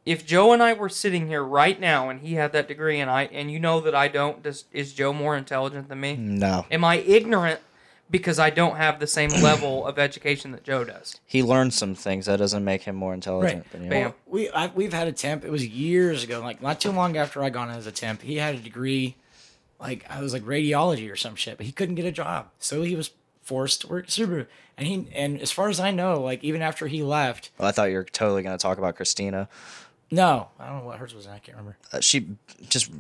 [SPEAKER 6] If Joe and I were sitting here right now and he had that degree and I and you know that I don't, does, is Joe more intelligent than me?
[SPEAKER 7] Mm.
[SPEAKER 5] No.
[SPEAKER 6] Am I ignorant because I don't have the same level of education that Joe does?
[SPEAKER 5] He learned some things. That doesn't make him more intelligent
[SPEAKER 7] Right.
[SPEAKER 5] than you.
[SPEAKER 6] Bam.
[SPEAKER 7] we I, we've had a temp. It was years ago, like not too long after I gone as a temp. He had a degree, like I was like radiology or some shit, but he couldn't get a job, so he was forced to work at Subaru. And he and as far as I know, like even after he left,
[SPEAKER 5] Well, Oh, I thought you were totally going to talk about Christina.
[SPEAKER 7] no, I don't know what hers was. I can't remember.
[SPEAKER 5] Uh, she just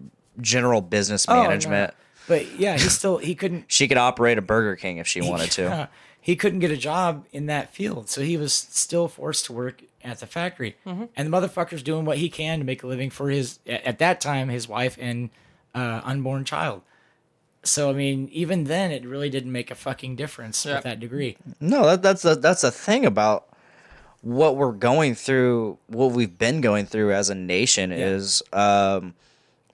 [SPEAKER 5] general business
[SPEAKER 7] Oh, no.
[SPEAKER 5] management.
[SPEAKER 7] But yeah, he still he couldn't
[SPEAKER 5] She could operate a Burger King if she wanted to.
[SPEAKER 7] he couldn't get a job in that field, so he was still forced to work at the factory.
[SPEAKER 5] Mm-hmm.
[SPEAKER 7] And the motherfucker's doing what he can to make a living for his a- at that time his wife and uh, unborn child. So I mean, even then, it really didn't make a fucking difference
[SPEAKER 6] Yep.
[SPEAKER 7] with that degree.
[SPEAKER 5] No, that, that's a, that's a thing about what we're going through, what we've been going through as a nation is um,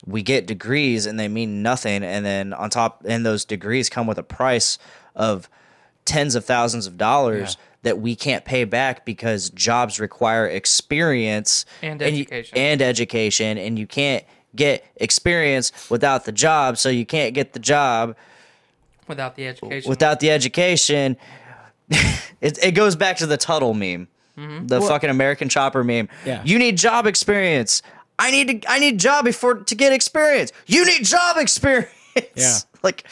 [SPEAKER 5] we get degrees and they mean nothing, and then on top, and those degrees come with a price of tens of thousands of dollars. That we can't pay back because jobs require experience
[SPEAKER 6] And
[SPEAKER 5] you-
[SPEAKER 6] education.
[SPEAKER 5] and education, and you can't get experience without the job. So you can't get the job
[SPEAKER 6] Without the education.
[SPEAKER 5] without the education, it, it goes back to the Tuttle meme, the fucking American Chopper meme.
[SPEAKER 7] Yeah.
[SPEAKER 5] You need job experience. I need to. I need job before to get experience. You need job experience.
[SPEAKER 7] Yeah.
[SPEAKER 5] like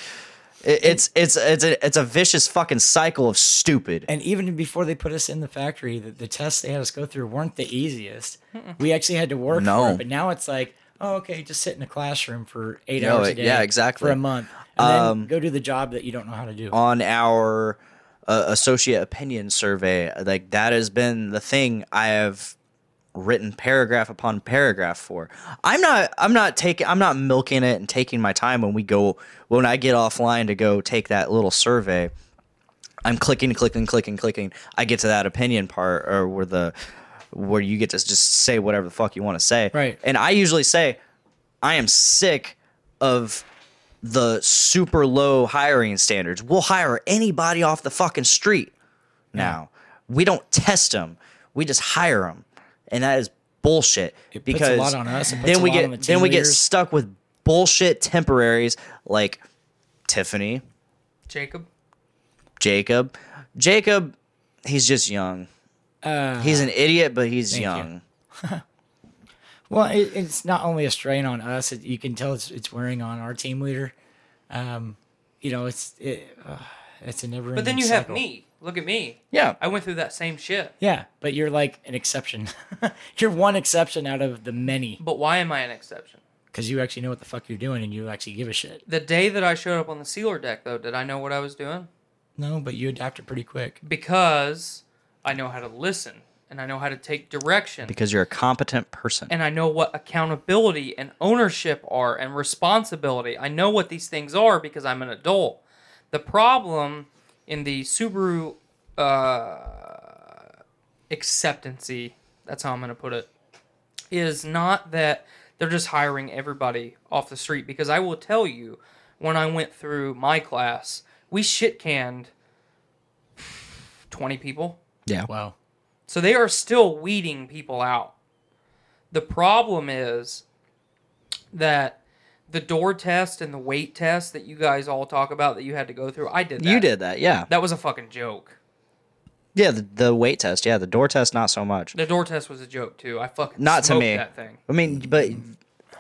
[SPEAKER 5] it, it's it's it's a it's a vicious fucking cycle of stupid.
[SPEAKER 7] And even before they put us in the factory, the, the tests they had us go through weren't the easiest. We actually had to work
[SPEAKER 5] No.
[SPEAKER 7] for it. But now it's like, oh, okay, just sit in a classroom for eight
[SPEAKER 5] No,
[SPEAKER 7] hours
[SPEAKER 5] it-
[SPEAKER 7] a day.
[SPEAKER 5] yeah, exactly. Um,
[SPEAKER 7] For a month. And then go do the job that you don't know how to do.
[SPEAKER 5] on our uh, associate opinion survey. Like that has been the thing I have written paragraph upon paragraph for. I'm not I'm not taking I'm not milking it and taking my time when we go when I get offline to go take that little survey. I'm clicking clicking clicking clicking. I get to that opinion part or where the where you get to just say whatever the fuck you want to say.
[SPEAKER 7] Right.
[SPEAKER 5] And I usually say I am sick of the super low hiring standards. We'll hire anybody off the fucking street now. We don't test them. We just hire them. And that is bullshit
[SPEAKER 7] It puts a
[SPEAKER 5] because
[SPEAKER 7] lot on us. It puts
[SPEAKER 5] then
[SPEAKER 7] a
[SPEAKER 5] we
[SPEAKER 7] lot
[SPEAKER 5] get
[SPEAKER 7] on the
[SPEAKER 5] then
[SPEAKER 7] team
[SPEAKER 5] we get
[SPEAKER 7] leaders.
[SPEAKER 5] stuck with bullshit temporaries like Tiffany,
[SPEAKER 6] Jacob.
[SPEAKER 5] Jacob. Jacob, he's just young. he's an idiot, but he's
[SPEAKER 7] Uh, thank you.
[SPEAKER 5] young.
[SPEAKER 7] Well, it, it's not only a strain on us; it, you can tell it's, it's wearing on our team leader. Um, you know, it's it, uh, it's a never.
[SPEAKER 6] But then you have me. Look at me.
[SPEAKER 5] Yeah.
[SPEAKER 6] I went through that same shit.
[SPEAKER 7] Yeah, but you're like an exception. you're one exception out of the many
[SPEAKER 6] But why am I an exception?
[SPEAKER 7] because you actually know what the fuck you're doing and you actually give a shit.
[SPEAKER 6] The day that I showed up on the sealer deck, though, did I know what I was doing?
[SPEAKER 7] No, but you adapted pretty quick.
[SPEAKER 6] Because I know how to listen and I know how to take direction
[SPEAKER 5] Because you're a competent person.
[SPEAKER 6] and I know what accountability and ownership are and responsibility. I know what these things are because I'm an adult. The problem in the Subaru uh, acceptancy, that's how I'm going to put it, is not that they're just hiring everybody off the street. Because I will tell you, when I went through my class, we shit canned 20 people.
[SPEAKER 5] yeah.
[SPEAKER 7] Wow.
[SPEAKER 6] So they are still weeding people out. The problem is that the door test and the weight test that you guys all talk about that you had to go through, I did that.
[SPEAKER 5] You did that, yeah.
[SPEAKER 6] That was a fucking joke.
[SPEAKER 5] Yeah, the, the weight test. Yeah, the door test, not so much.
[SPEAKER 6] The door test was a joke too. I fucking
[SPEAKER 5] Not to
[SPEAKER 6] smoked
[SPEAKER 5] me.
[SPEAKER 6] that thing.
[SPEAKER 5] I mean, but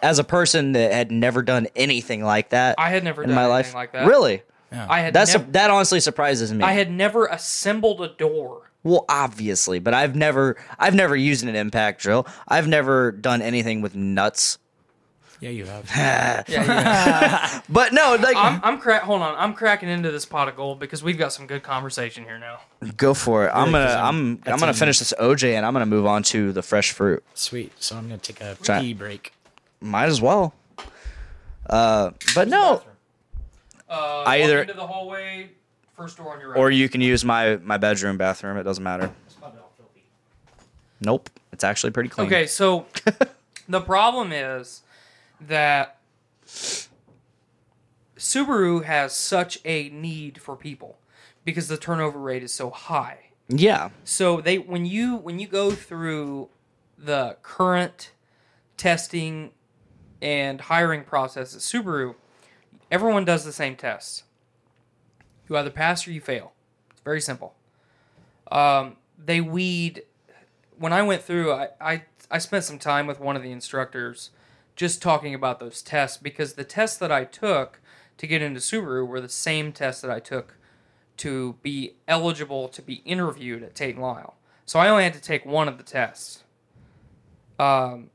[SPEAKER 5] as a person that had never done anything like that,
[SPEAKER 6] I had never
[SPEAKER 5] in
[SPEAKER 6] done
[SPEAKER 5] my life,
[SPEAKER 6] anything like that.
[SPEAKER 5] really,
[SPEAKER 6] I had
[SPEAKER 5] that's
[SPEAKER 6] nev-
[SPEAKER 5] that honestly surprises me.
[SPEAKER 6] I had never assembled a door.
[SPEAKER 5] Well, obviously, but I've never I've never used an impact drill. I've never done anything with nuts.
[SPEAKER 7] Yeah, you have.
[SPEAKER 5] But no, like
[SPEAKER 6] I'm, I'm crack. Hold on, I'm cracking into this pot of gold because we've got some good conversation here now.
[SPEAKER 5] go for it. I'm
[SPEAKER 7] Really,
[SPEAKER 5] gonna
[SPEAKER 7] 'cause I'm-
[SPEAKER 5] I'm I'm
[SPEAKER 7] that's
[SPEAKER 5] gonna
[SPEAKER 7] in-
[SPEAKER 5] finish this OJ and I'm gonna move on to the fresh fruit.
[SPEAKER 7] Sweet. So I'm gonna take a
[SPEAKER 5] Try-
[SPEAKER 7] pee break.
[SPEAKER 5] Might as well. Uh, but no,
[SPEAKER 6] Uh,
[SPEAKER 5] I
[SPEAKER 6] walk
[SPEAKER 5] either-
[SPEAKER 6] into the hallway, first door on your right.
[SPEAKER 5] or you can use my my bedroom bathroom. It doesn't matter. Nope, it's actually pretty clean.
[SPEAKER 6] Okay, so the problem is that Subaru has such a need for people because the turnover rate is so high.
[SPEAKER 5] Yeah.
[SPEAKER 6] So they when you when you go through the current testing and hiring process at Subaru, everyone does the same test. You either pass or you fail. It's very simple. Um, they weed. When I went through, I, I I spent some time with one of the instructors, just talking about those tests because the tests that I took to get into Subaru were the same tests that I took to be eligible to be interviewed at Tate and Lyle. So I only had to take one of the tests. Um,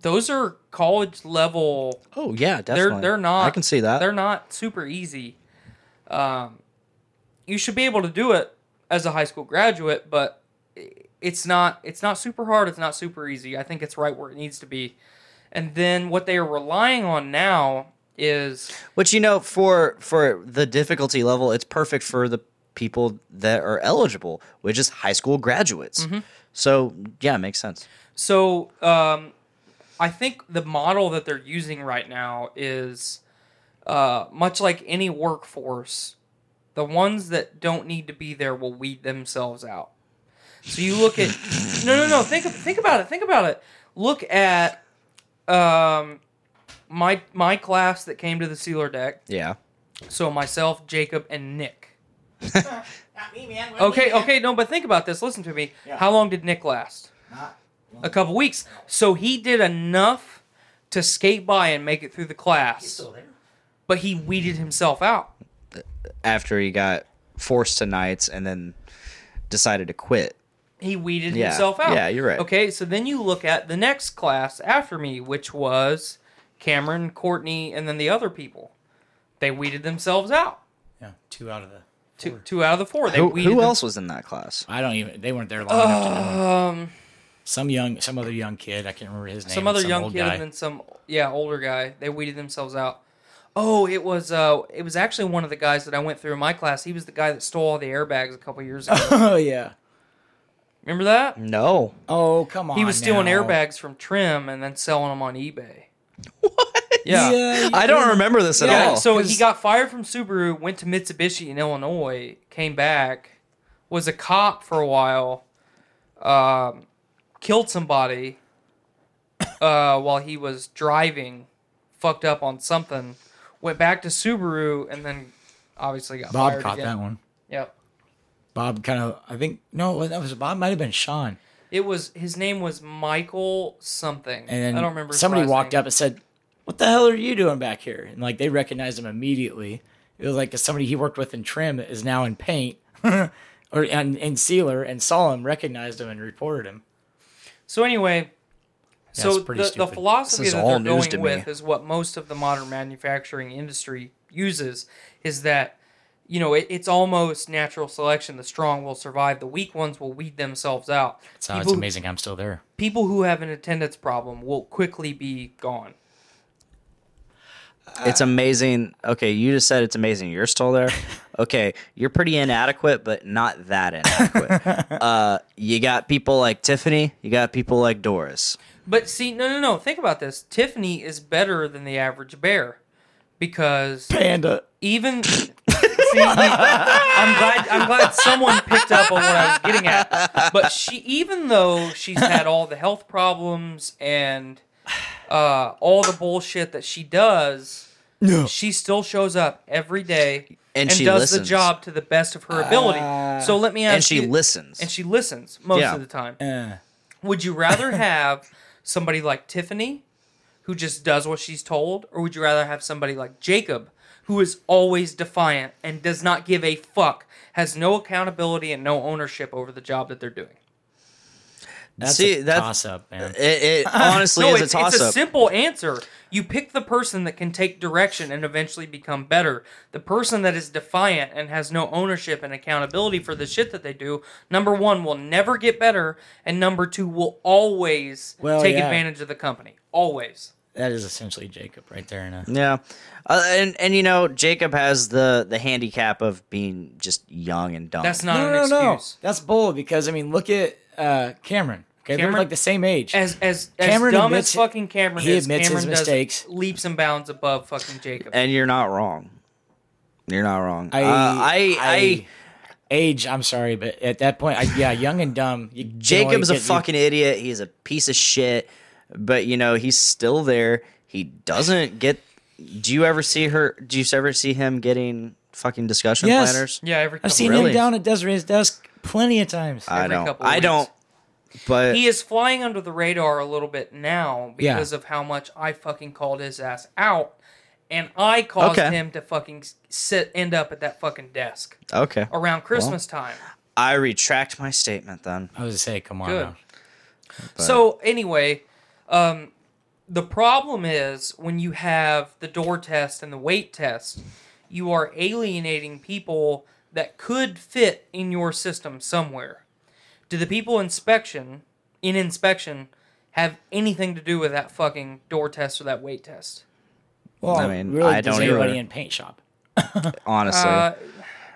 [SPEAKER 6] those are college level.
[SPEAKER 5] Oh yeah,
[SPEAKER 6] They're
[SPEAKER 5] definitely.
[SPEAKER 6] they're not.
[SPEAKER 5] I can see that.
[SPEAKER 6] They're not super easy. Um, you should be able to do it as a high school graduate, but i- it's not it's not super hard. It's not super easy. I think it's right where it needs to be. And then what they are relying on now is
[SPEAKER 5] Which you know, for for the difficulty level, it's perfect for the people that are eligible, which is high school graduates.
[SPEAKER 6] Mm-hmm.
[SPEAKER 5] So yeah, it makes sense.
[SPEAKER 6] So um, I think the model that they're using right now is uh, much like any workforce, the ones that don't need to be there will weed themselves out. So you look at no no no think think about it think about it look at um, my my class that came to the sealer deck
[SPEAKER 5] Yeah.
[SPEAKER 6] so myself, Jacob, and Nick. Okay, okay, no, but think about this. Listen to me. How long did Nick last? a couple weeks. So he did enough to skate by and make it through the class. But he weeded himself out.
[SPEAKER 5] After he got forced to nights and then decided to quit.
[SPEAKER 6] He weeded
[SPEAKER 5] Yeah,
[SPEAKER 6] himself out.
[SPEAKER 5] yeah, you're right.
[SPEAKER 6] Okay, so then you look at the next class after me, which was Cameron, Courtney, and then the other people. They weeded themselves out.
[SPEAKER 7] Yeah, two out of the.
[SPEAKER 6] Two, two out of the four. They
[SPEAKER 5] Who,
[SPEAKER 6] weeded
[SPEAKER 5] who
[SPEAKER 6] them-
[SPEAKER 5] else was in that class?
[SPEAKER 7] I don't even. They weren't there long enough to know. Some young, some other young kid. I can't remember his name.
[SPEAKER 6] Um. some other young
[SPEAKER 7] old
[SPEAKER 6] kid
[SPEAKER 7] guy.
[SPEAKER 6] and then some yeah older guy they weeded themselves out oh it was uh it was actually one of the guys that i went through in my class he was the guy that stole all the airbags a couple years ago
[SPEAKER 7] oh yeah.
[SPEAKER 6] remember that
[SPEAKER 5] No.
[SPEAKER 7] Oh come on.
[SPEAKER 6] he was stealing
[SPEAKER 7] now.
[SPEAKER 6] airbags from trim and then selling them on ebay what yeah,
[SPEAKER 7] Yeah.
[SPEAKER 5] I don't remember this at
[SPEAKER 6] Yeah,
[SPEAKER 5] all.
[SPEAKER 6] so he got fired from Subaru, went to Mitsubishi in Illinois, came back, was a cop for a while, um, killed somebody uh, while he was driving, fucked up on something, went back to Subaru, and then obviously got
[SPEAKER 7] Bob
[SPEAKER 6] fired
[SPEAKER 7] caught
[SPEAKER 6] again.
[SPEAKER 7] that one.
[SPEAKER 6] Yep.
[SPEAKER 7] Bob kind of. I think no. That was Bob. Might have been Sean.
[SPEAKER 6] It was his name was Michael something.
[SPEAKER 7] And then
[SPEAKER 6] I don't remember. his
[SPEAKER 7] somebody
[SPEAKER 6] last
[SPEAKER 7] walked
[SPEAKER 6] name.
[SPEAKER 7] up and said, "What the hell are you doing back here?" And like they recognized him immediately. It was like somebody he worked with in trim that is now in paint or and, and sealer and saw him, recognized him, and reported him.
[SPEAKER 6] So anyway, so
[SPEAKER 7] it's pretty
[SPEAKER 6] the, the
[SPEAKER 7] stupid.
[SPEAKER 6] philosophy
[SPEAKER 5] This is
[SPEAKER 6] that
[SPEAKER 5] all
[SPEAKER 6] they're
[SPEAKER 5] news
[SPEAKER 6] going
[SPEAKER 5] to me.
[SPEAKER 6] with is what most of the modern manufacturing industry uses is that you know it, it's almost natural selection. The strong will survive. The weak ones will weed themselves out.
[SPEAKER 7] So it's
[SPEAKER 6] People-
[SPEAKER 7] amazing I'm still there.
[SPEAKER 6] People who have an attendance problem will quickly be gone.
[SPEAKER 5] it's amazing. Okay, you just said it's amazing. You're still there. Okay, you're pretty inadequate, but not that inadequate. uh, you got people like Tiffany. You got people like Doris.
[SPEAKER 6] But see, no, no, no. Think about this. Tiffany is better than the average bear because
[SPEAKER 7] Panda.
[SPEAKER 6] even see, I'm glad I'm glad someone picked up on what I was getting at. But she, even though she's had all the health problems and uh, all the bullshit that she does,
[SPEAKER 7] No.
[SPEAKER 6] She still shows up every day
[SPEAKER 5] And she
[SPEAKER 6] does the
[SPEAKER 5] listens.
[SPEAKER 6] job to the best of her ability. so let me ask
[SPEAKER 5] and she
[SPEAKER 6] you,
[SPEAKER 5] listens.
[SPEAKER 6] and she listens most
[SPEAKER 5] Yeah.
[SPEAKER 6] of the time.
[SPEAKER 7] Uh,
[SPEAKER 6] Would you rather have somebody like Tiffany who just does what she's told, or would you rather have somebody like Jacob who is always defiant and does not give a fuck, has no accountability and no ownership over the job that they're doing?
[SPEAKER 7] that's
[SPEAKER 5] See,
[SPEAKER 7] a
[SPEAKER 5] that's-
[SPEAKER 7] toss up, man.
[SPEAKER 5] it, it honestly
[SPEAKER 6] no,
[SPEAKER 5] is a
[SPEAKER 6] it's,
[SPEAKER 5] toss
[SPEAKER 6] it's a
[SPEAKER 5] up.
[SPEAKER 6] simple answer. You pick the person that can take direction and eventually become better. The person that is defiant and has no ownership and accountability for the shit that they do, number one, will never get better, and number two, will always
[SPEAKER 7] Well,
[SPEAKER 6] take
[SPEAKER 7] yeah.
[SPEAKER 6] advantage of the company. Always.
[SPEAKER 7] That is essentially Jacob right there. In a,
[SPEAKER 5] yeah, uh, and and you know Jacob has the the handicap of being just young and dumb.
[SPEAKER 6] That's not
[SPEAKER 7] no,
[SPEAKER 6] an
[SPEAKER 7] no, no,
[SPEAKER 6] excuse.
[SPEAKER 7] that's bold because I mean, look at uh, Cameron. Okay,
[SPEAKER 6] Cameron-
[SPEAKER 7] they're like the same age.
[SPEAKER 6] As as as
[SPEAKER 7] Cameron
[SPEAKER 6] dumb
[SPEAKER 7] admits-
[SPEAKER 6] as fucking Cameron
[SPEAKER 7] he
[SPEAKER 6] is,
[SPEAKER 7] admits his
[SPEAKER 6] Cameron does
[SPEAKER 7] mistakes.
[SPEAKER 6] leaps and bounds above fucking Jacob.
[SPEAKER 5] and you're not wrong. You're not wrong.
[SPEAKER 7] I,
[SPEAKER 5] Uh, I, I,
[SPEAKER 7] age. I'm sorry, but at that point, I, yeah, young and dumb. You can
[SPEAKER 5] Jacob's
[SPEAKER 7] only
[SPEAKER 5] a
[SPEAKER 7] get- you-
[SPEAKER 5] fucking idiot. He's a piece of shit. But you know he's still there. He doesn't get. Do you ever see her? Do you ever see him getting fucking discussion
[SPEAKER 7] Yes.
[SPEAKER 5] planners?
[SPEAKER 6] yeah, every
[SPEAKER 7] I've
[SPEAKER 6] couple
[SPEAKER 7] seen
[SPEAKER 5] Really?
[SPEAKER 7] him down at Desiree's desk plenty of times.
[SPEAKER 5] I
[SPEAKER 6] every
[SPEAKER 5] don't.
[SPEAKER 6] couple
[SPEAKER 5] I
[SPEAKER 6] weeks.
[SPEAKER 5] don't. But
[SPEAKER 6] he is flying under the radar a little bit now
[SPEAKER 7] Yeah.
[SPEAKER 6] because of how much I fucking called his ass out, and I caused
[SPEAKER 5] Okay.
[SPEAKER 6] him to fucking s- sit end up at that fucking desk
[SPEAKER 5] okay,
[SPEAKER 6] around Christmas time.
[SPEAKER 5] I retract my statement then.
[SPEAKER 7] I was gonna say, come on.
[SPEAKER 6] Good.
[SPEAKER 7] now.
[SPEAKER 6] So anyway, um, the problem is when you have the door test and the weight test, you are alienating people that could fit in your system somewhere. Do the people inspection in inspection have anything to do with that fucking door test or that weight test?
[SPEAKER 7] Well,
[SPEAKER 5] I mean,
[SPEAKER 7] really,
[SPEAKER 5] I
[SPEAKER 7] does
[SPEAKER 5] don't
[SPEAKER 7] anybody
[SPEAKER 5] either.
[SPEAKER 7] in paint shop?
[SPEAKER 5] Honestly,
[SPEAKER 6] Uh,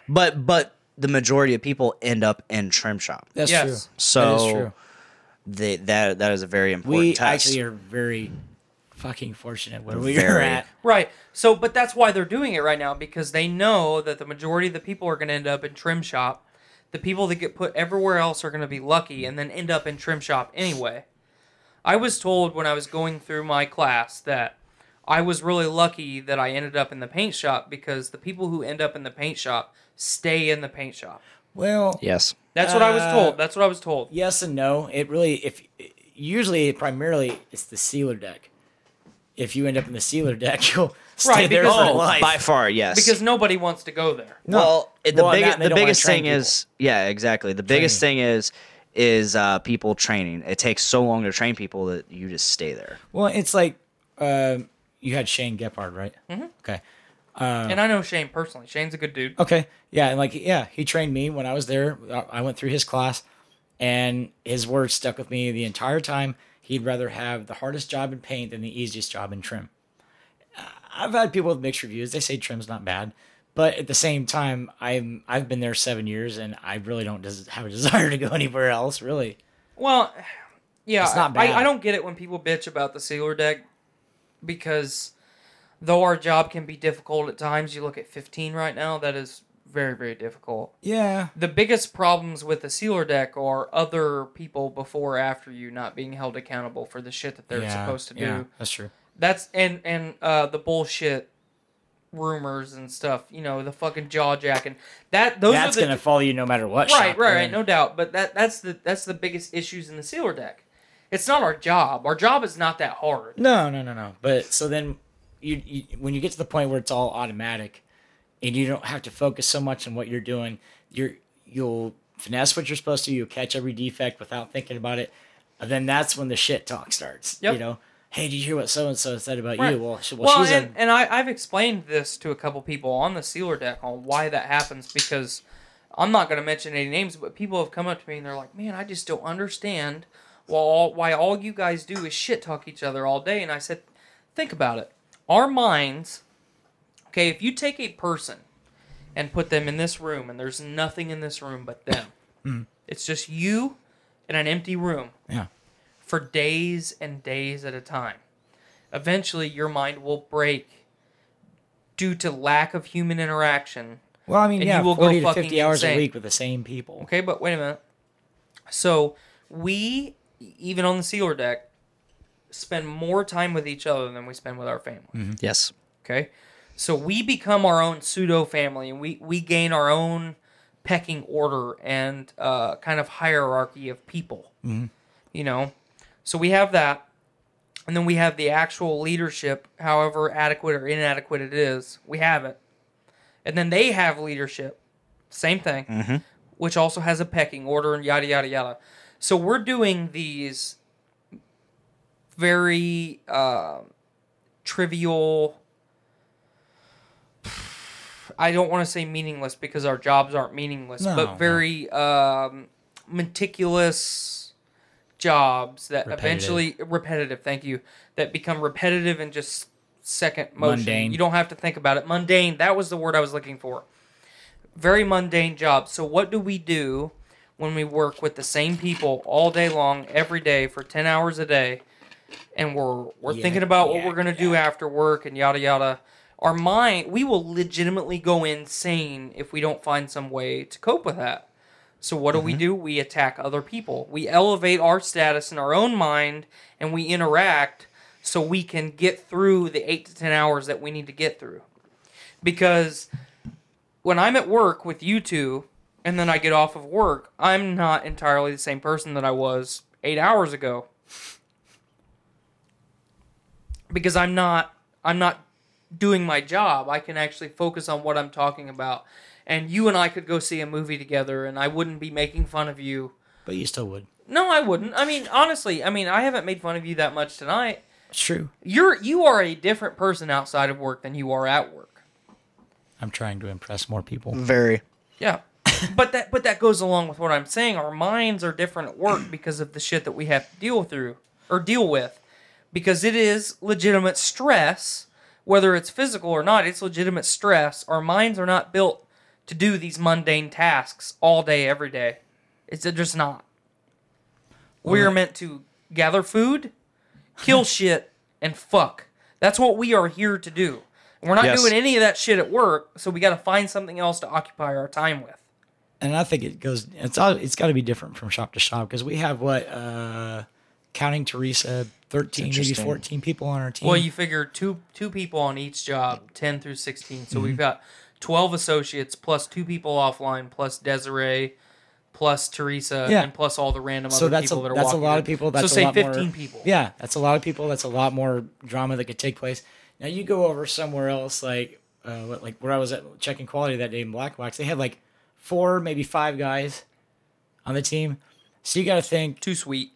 [SPEAKER 5] but but the majority of people end up in trim shop.
[SPEAKER 7] That's
[SPEAKER 6] Yes.
[SPEAKER 7] true.
[SPEAKER 5] So
[SPEAKER 7] that is true.
[SPEAKER 5] They, that that is a very important
[SPEAKER 7] we
[SPEAKER 5] test.
[SPEAKER 7] actually are very fucking fortunate where we are
[SPEAKER 5] Very.
[SPEAKER 7] at.
[SPEAKER 6] Right. So, but that's why they're doing it right now because they know that the majority of the people are going to end up in trim shop. The people that get put everywhere else are going to be lucky and then end up in trim shop anyway. I was told when I was going through my class that I was really lucky that I ended up in the paint shop because the people who end up in the paint shop stay in the paint shop.
[SPEAKER 7] Well,
[SPEAKER 5] yes.
[SPEAKER 6] That's what I was
[SPEAKER 7] Uh,
[SPEAKER 6] told. That's what I was told.
[SPEAKER 7] yes and no. It really, if usually primarily it's the sealer deck. If you end up in the sealer deck, you'll stay
[SPEAKER 6] Right,
[SPEAKER 7] there
[SPEAKER 6] because-
[SPEAKER 7] for
[SPEAKER 6] Oh,
[SPEAKER 7] life.
[SPEAKER 5] By far, yes.
[SPEAKER 6] Because nobody wants to go there.
[SPEAKER 5] Well, it, the
[SPEAKER 7] Well, that
[SPEAKER 5] biggest
[SPEAKER 7] and they
[SPEAKER 5] the
[SPEAKER 7] don't wanna
[SPEAKER 5] biggest
[SPEAKER 7] train
[SPEAKER 5] thing is yeah, exactly. The biggest thing is is uh, people training. It takes so long to train people that you just stay there.
[SPEAKER 7] well, it's like um, you had Shane Gephardt, right? Mm-hmm. Okay.
[SPEAKER 6] and I know Shane personally. Shane's a good dude.
[SPEAKER 7] Okay. Yeah, and like yeah, he trained me when I was there. Uh, I- I went through his class, and his words stuck with me the entire time. He'd rather have the hardest job in paint than the easiest job in trim. Uh, I've had people with mixed reviews. They say trim's not bad, but at the same time, I'm I've been there seven years, and I really don't des- have a desire to go anywhere else. Really,
[SPEAKER 6] Well, yeah,
[SPEAKER 7] It's not bad.
[SPEAKER 6] I, I don't get it when people bitch about the sealer deck because though our job can be difficult at times, you look at 15 right now, that is very, very difficult.
[SPEAKER 7] yeah.
[SPEAKER 6] The biggest problems with the sealer deck are other people before or after you not being held accountable for the shit that they're
[SPEAKER 7] yeah,
[SPEAKER 6] supposed to do.
[SPEAKER 7] yeah, that's true.
[SPEAKER 6] That's and and uh, the bullshit rumors and stuff, you know, the fucking jaw jacking. That those
[SPEAKER 7] That's
[SPEAKER 6] are the
[SPEAKER 7] gonna follow you no matter
[SPEAKER 6] right,
[SPEAKER 7] what. shop
[SPEAKER 6] right,
[SPEAKER 7] you're
[SPEAKER 6] right,
[SPEAKER 7] in.
[SPEAKER 6] no doubt. But that that's the that's the biggest issues in the sealer deck. It's not our job. Our job is not that hard.
[SPEAKER 7] No, no, no, no. But so then you, you when you get to the point where it's all automatic and you don't have to focus so much on what you're doing, you're you'll finesse what you're supposed to, you'll catch every defect without thinking about it. And then that's when the shit talk starts.
[SPEAKER 6] Yep.
[SPEAKER 7] You know, hey, did you hear what so and so said about
[SPEAKER 6] Right.
[SPEAKER 7] you? Well, she, well,
[SPEAKER 6] Well,
[SPEAKER 7] she's
[SPEAKER 6] and,
[SPEAKER 7] a
[SPEAKER 6] and I, I've explained this to a couple people on the sealer deck on why that happens because I'm not going to mention any names, but people have come up to me and they're like, "Man, I just don't understand why all, why all you guys do is shit talk each other all day." And I said, "Think about it. Our minds, okay, if you take a person and put them in this room and there's nothing in this room but them. It's just you in an empty room
[SPEAKER 7] yeah.
[SPEAKER 6] for days and days at a time. Eventually, your mind will break due to lack of human interaction.
[SPEAKER 7] Well, I mean,
[SPEAKER 6] And
[SPEAKER 7] yeah,
[SPEAKER 6] you will go
[SPEAKER 7] 40 to
[SPEAKER 6] fucking
[SPEAKER 7] 50 hours
[SPEAKER 6] insane.
[SPEAKER 7] a week with the same people.
[SPEAKER 6] Okay, but wait a minute. So, we, even on the sealer deck, spend more time with each other than we spend with our family.
[SPEAKER 5] Yes.
[SPEAKER 6] Okay. So we become our own pseudo family, and we we gain our own pecking order and uh, kind of hierarchy of people. You know, so we have that, and then we have the actual leadership, however adequate or inadequate it is. We have it, and then they have leadership. Same thing,
[SPEAKER 7] Mm-hmm.
[SPEAKER 6] which also has a pecking order and yada yada yada. So we're doing these very uh, trivial. I don't want to say meaningless because our jobs aren't meaningless,
[SPEAKER 7] No, no.
[SPEAKER 6] but very um, meticulous jobs that eventually repetitive. Thank you. That become repetitive and just second motion.
[SPEAKER 7] Mundane.
[SPEAKER 6] You don't have to think about it. Mundane. That was the word I was looking for. Very mundane jobs. So what do we do when we work with the same people all day long, every day for ten hours a day, and we're we're
[SPEAKER 7] Yeah,
[SPEAKER 6] thinking about what
[SPEAKER 7] yeah,
[SPEAKER 6] we're gonna do after work and yada yada. Our mind, we will legitimately go insane if we don't find some way to cope with that. So what do we do? We attack other people. We elevate our status in our own mind and we interact so we can get through the 8 to 10 hours that we need to get through. Because when I'm at work with you two and then I get off of work, I'm not entirely the same person that I was 8 hours ago. Because I'm not I'm not doing my job. I can actually focus on what I'm talking about. And you and I could go see a movie together and I wouldn't be making fun of you.
[SPEAKER 7] But you still would.
[SPEAKER 6] No, I wouldn't. I mean, honestly, I mean, I haven't made fun of you that much tonight.
[SPEAKER 7] It's true.
[SPEAKER 6] You're you are a different person outside of work than you are at work.
[SPEAKER 7] I'm trying to impress more people.
[SPEAKER 5] Very.
[SPEAKER 6] Yeah. but that but that goes along with what I'm saying. Our minds are different at work because of the shit that we have to deal through or deal with. Because it is legitimate stress, whether it's physical or not, it's legitimate stress. Our minds are not built to do these mundane tasks all day, every day. It's they're just not. We are meant to gather food, kill shit, and fuck. That's what we are here to do. We're not
[SPEAKER 5] Yes.
[SPEAKER 6] doing any of that shit at work, so we got to find something else to occupy our time with.
[SPEAKER 7] And I think it goes. It's all. It's got to be different from shop to shop because we have what, uh counting Teresa, thirteen maybe
[SPEAKER 5] interesting.
[SPEAKER 7] fourteen people on our team.
[SPEAKER 6] Well, you figure two two people on each job, ten through sixteen. So
[SPEAKER 7] Mm-hmm.
[SPEAKER 6] we've got twelve associates plus two people offline plus Desiree, plus Teresa,
[SPEAKER 7] Yeah.
[SPEAKER 6] and plus all the random
[SPEAKER 7] so
[SPEAKER 6] other
[SPEAKER 7] that's a,
[SPEAKER 6] people that are
[SPEAKER 7] that's a
[SPEAKER 6] walking
[SPEAKER 7] lot
[SPEAKER 6] in.
[SPEAKER 7] of people. That's
[SPEAKER 6] so say
[SPEAKER 7] a lot
[SPEAKER 6] fifteen
[SPEAKER 7] more,
[SPEAKER 6] people.
[SPEAKER 7] Yeah, that's a lot of people. That's a lot more drama that could take place. Now you go over somewhere else, like uh, what, like where I was at checking quality that day in Black Wax. They had like four, maybe five guys on the team. So you got to think.
[SPEAKER 6] too sweet.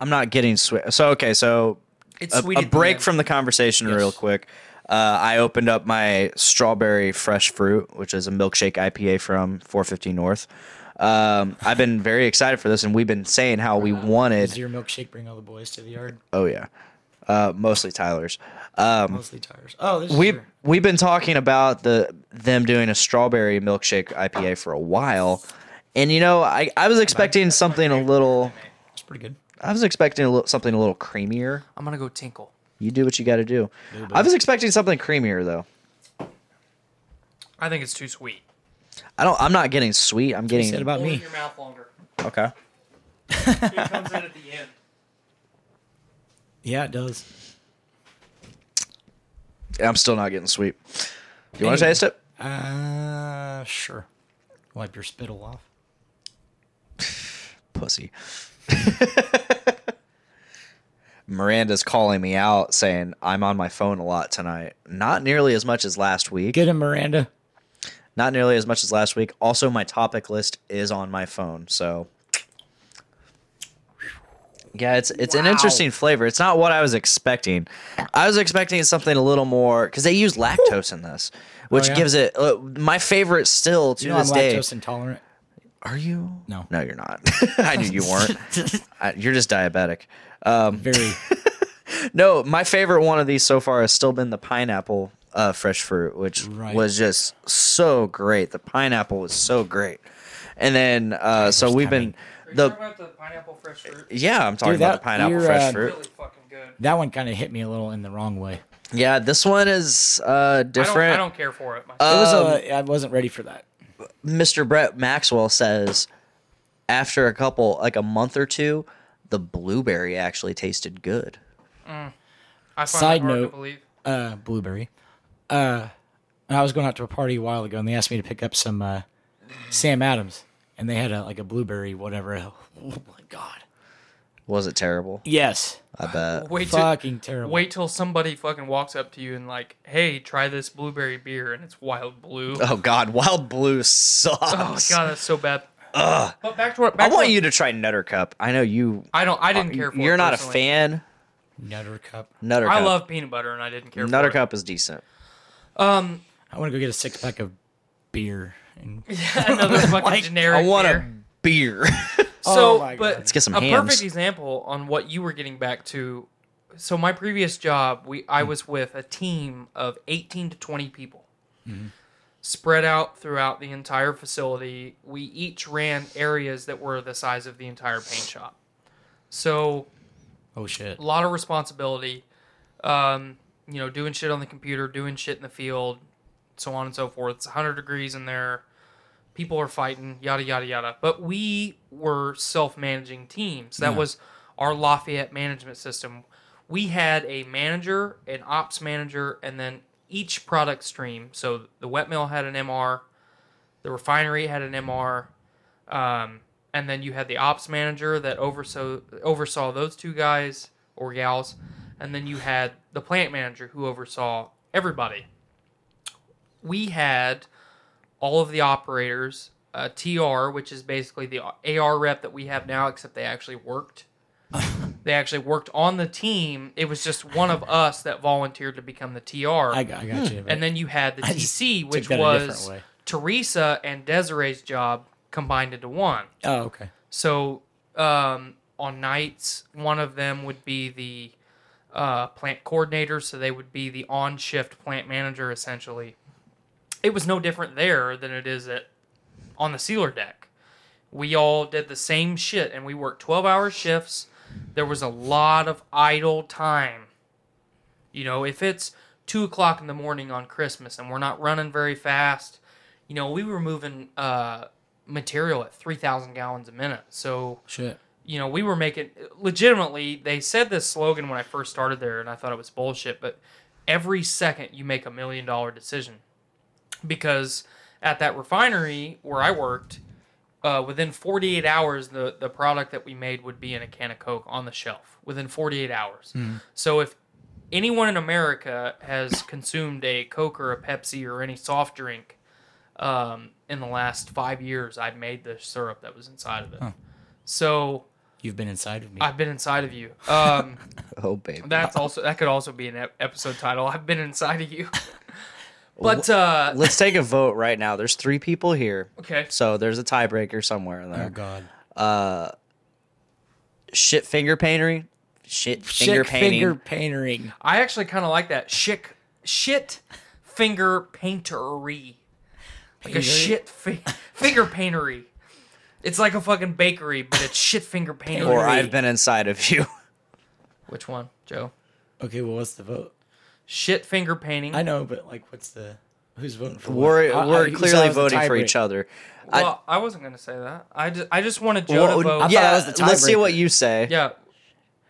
[SPEAKER 5] I'm not getting sweet. So okay, so
[SPEAKER 6] It's
[SPEAKER 5] a,
[SPEAKER 6] sweet.
[SPEAKER 5] a
[SPEAKER 6] at the
[SPEAKER 5] break
[SPEAKER 6] end.
[SPEAKER 5] from the conversation real quick. Uh, I opened up my strawberry fresh fruit, which is a milkshake IPA from 450 North. Um, I've been very excited for this, and we've been saying how we
[SPEAKER 7] Does
[SPEAKER 5] wanted.
[SPEAKER 7] your milkshake bring all the boys to the yard?
[SPEAKER 5] Oh yeah, uh, mostly Tyler's. Um,
[SPEAKER 7] Mostly tires. Oh, this is
[SPEAKER 5] we
[SPEAKER 7] your-
[SPEAKER 5] we've been talking about the them doing a strawberry milkshake IPA for a while, and you know I, I was expecting something a little
[SPEAKER 7] It's pretty good.
[SPEAKER 5] I was expecting a little, something a little creamier.
[SPEAKER 6] I'm gonna go tinkle.
[SPEAKER 5] You do what you got to do. I was expecting something creamier though.
[SPEAKER 6] I think it's too sweet.
[SPEAKER 5] I don't. I'm not getting sweet. I'm
[SPEAKER 7] You said
[SPEAKER 5] getting
[SPEAKER 7] about me.
[SPEAKER 6] your mouth longer.
[SPEAKER 5] okay.
[SPEAKER 6] It comes in at the end.
[SPEAKER 7] Yeah, it does.
[SPEAKER 5] I'm still not getting sweet. You want to
[SPEAKER 7] Anyway.
[SPEAKER 5] taste it?
[SPEAKER 7] Uh, sure. Wipe your spittle off.
[SPEAKER 5] Pussy. Miranda's calling me out saying I'm on my phone a lot tonight. Not nearly as much as last week.
[SPEAKER 7] Get him, Miranda.
[SPEAKER 5] Not nearly as much as last week. Also, my topic list is on my phone, so yeah, it's it's an interesting flavor. It's not what I was expecting. I was expecting something a little more because they use lactose in this, which
[SPEAKER 7] Oh, yeah?
[SPEAKER 5] gives it uh, my favorite still to
[SPEAKER 7] You know I'm
[SPEAKER 5] this day.
[SPEAKER 7] lactose intolerant.
[SPEAKER 5] Are you?
[SPEAKER 7] No.
[SPEAKER 5] no, you're not. I knew you weren't. I, you're just diabetic.
[SPEAKER 7] Very.
[SPEAKER 5] No, my favorite one of these so far has still been the pineapple uh, fresh fruit, which
[SPEAKER 7] Right.
[SPEAKER 5] was just so great. The pineapple was so great, and then uh, so we've been the
[SPEAKER 6] about the pineapple fresh fruit?
[SPEAKER 5] yeah. I'm talking
[SPEAKER 7] Dude,
[SPEAKER 5] about the
[SPEAKER 7] that-
[SPEAKER 5] pineapple
[SPEAKER 7] you're,
[SPEAKER 5] fresh
[SPEAKER 7] uh,
[SPEAKER 5] fruit.
[SPEAKER 6] fucking good.
[SPEAKER 7] that one kind of hit me a little in the wrong way.
[SPEAKER 5] Yeah, this one is uh, different.
[SPEAKER 6] care for it.
[SPEAKER 5] Uh,
[SPEAKER 7] It was a,
[SPEAKER 5] Um,
[SPEAKER 7] I wasn't ready for that.
[SPEAKER 5] Mr. Brett Maxwell says after a couple like a month or two, the blueberry actually tasted good.
[SPEAKER 6] I
[SPEAKER 7] side note.
[SPEAKER 6] believe.
[SPEAKER 7] Uh, blueberry. uh, I was going out to a party a while ago, and they asked me to pick up some uh, Sam Adams, and they had a, like a blueberry whatever. Oh my god!
[SPEAKER 5] Was it terrible?
[SPEAKER 7] Yes,
[SPEAKER 5] I bet.
[SPEAKER 6] Wait till,
[SPEAKER 7] fucking terrible.
[SPEAKER 6] wait till somebody fucking walks up to you and like, hey, try this blueberry beer, and it's wild blue.
[SPEAKER 5] Oh god, Wild Blue
[SPEAKER 6] Oh my
[SPEAKER 5] sucks.
[SPEAKER 6] god, that's so bad. But back to what
[SPEAKER 5] I
[SPEAKER 6] back to
[SPEAKER 5] want
[SPEAKER 6] what-
[SPEAKER 5] you to try Nutter Cup. I know you.
[SPEAKER 6] I don't. I didn't care for.
[SPEAKER 5] You're
[SPEAKER 6] it
[SPEAKER 5] not
[SPEAKER 6] personally.
[SPEAKER 5] a fan.
[SPEAKER 7] Nutter cup.
[SPEAKER 5] Nutter Cup.
[SPEAKER 6] I love peanut butter, and I didn't care.
[SPEAKER 5] Nutter
[SPEAKER 6] for
[SPEAKER 5] Cup is decent.
[SPEAKER 6] It. Um,
[SPEAKER 7] I want to go get a six pack of beer. And
[SPEAKER 6] another fucking generic.
[SPEAKER 5] I want
[SPEAKER 6] beer.
[SPEAKER 5] a beer.
[SPEAKER 6] So,
[SPEAKER 7] Oh my
[SPEAKER 6] but
[SPEAKER 7] God. Let's
[SPEAKER 5] get some
[SPEAKER 6] a
[SPEAKER 5] hams.
[SPEAKER 6] perfect example on what you were getting back to. So, my previous job, we I
[SPEAKER 7] Hmm.
[SPEAKER 6] was with a team of eighteen to twenty people,
[SPEAKER 7] Mm-hmm.
[SPEAKER 6] spread out throughout the entire facility. We each ran areas that were the size of the entire paint shop. So,
[SPEAKER 7] oh shit!
[SPEAKER 6] a lot of responsibility. Um, you know, doing shit on the computer, doing shit in the field, so on and so forth. It's 100 degrees in there. People are fighting, yada yada yada. But we were self-managing teams. That was our Lafayette management system. We had a manager, an ops manager, and then each product stream. So the wet mill had an MR, the refinery had an MR, um, and then you had the ops manager that oversaw oversaw those two guys or gals, and then you had the plant manager who oversaw everybody. We had all of the operators, uh, TR, which is basically the AR rep that we have now, except they actually worked. they actually worked on the team. It was just one of us that volunteered to become the TR.
[SPEAKER 7] I got, I got you. but-
[SPEAKER 6] And then you had the
[SPEAKER 7] I just
[SPEAKER 6] TC,
[SPEAKER 7] took
[SPEAKER 6] which
[SPEAKER 7] that a different
[SPEAKER 6] was
[SPEAKER 7] way.
[SPEAKER 6] Teresa and Desiree's job combined into one.
[SPEAKER 7] oh okay.
[SPEAKER 6] So um, on nights, one of them would be the uh, plant coordinator, so they would be the on shift plant manager essentially. It was no different there than it is at on the sealer deck. We all did the same shit, and we worked twelve hour shifts. There was a lot of idle time. You know, if it's two o'clock in the morning on Christmas and we're not running very fast, you know, we were moving uh, material at three thousand gallons a minute. So
[SPEAKER 7] Shit.
[SPEAKER 6] you know, we were making legitimately. They said this slogan when I first started there, and I thought it was bullshit. But every second you make a million dollar decision, because at that refinery where I worked, uh, within 48 hours, the the product that we made would be in a can of Coke on the shelf within 48 hours. So if anyone in America has consumed a Coke or a Pepsi or any soft drink um, in the last five years, I made the syrup that was inside of it. So
[SPEAKER 7] You've been inside of me. Oh
[SPEAKER 6] I've been inside of you. Um,
[SPEAKER 5] Oh baby.
[SPEAKER 6] that's also that could also be an ep- episode title. I've been inside of you. But uh,
[SPEAKER 5] Let's take a vote right now. There's three people here,
[SPEAKER 6] okay,
[SPEAKER 5] so there's a tiebreaker somewhere in
[SPEAKER 7] oh
[SPEAKER 5] there.
[SPEAKER 7] god.
[SPEAKER 5] Shit finger paintery. Shit finger
[SPEAKER 7] Chick
[SPEAKER 5] painting.
[SPEAKER 7] finger painting.
[SPEAKER 6] I actually kind of like that shit shit finger paintery, like a
[SPEAKER 7] Paintery?
[SPEAKER 6] shit fi- finger paintery. It's like a fucking bakery, but it's shit finger paintery.
[SPEAKER 5] Or I've been inside of you.
[SPEAKER 6] Which one, Joe?
[SPEAKER 7] Okay, well, what's the vote?
[SPEAKER 6] Shit finger painting.
[SPEAKER 7] I know, but like, what's the who's voting for? what?
[SPEAKER 5] We're
[SPEAKER 7] I- I-
[SPEAKER 5] we're
[SPEAKER 7] you said I
[SPEAKER 5] clearly
[SPEAKER 7] was the
[SPEAKER 5] voting for
[SPEAKER 7] tiebreaker.
[SPEAKER 5] each other. I-
[SPEAKER 6] well, I, wasn't gonna say that. I just I just wanted Joe
[SPEAKER 5] Well,
[SPEAKER 6] to vote.
[SPEAKER 7] I
[SPEAKER 5] yeah,
[SPEAKER 7] was the
[SPEAKER 5] let's see
[SPEAKER 7] tiebreaker.
[SPEAKER 5] what you say.
[SPEAKER 6] yeah,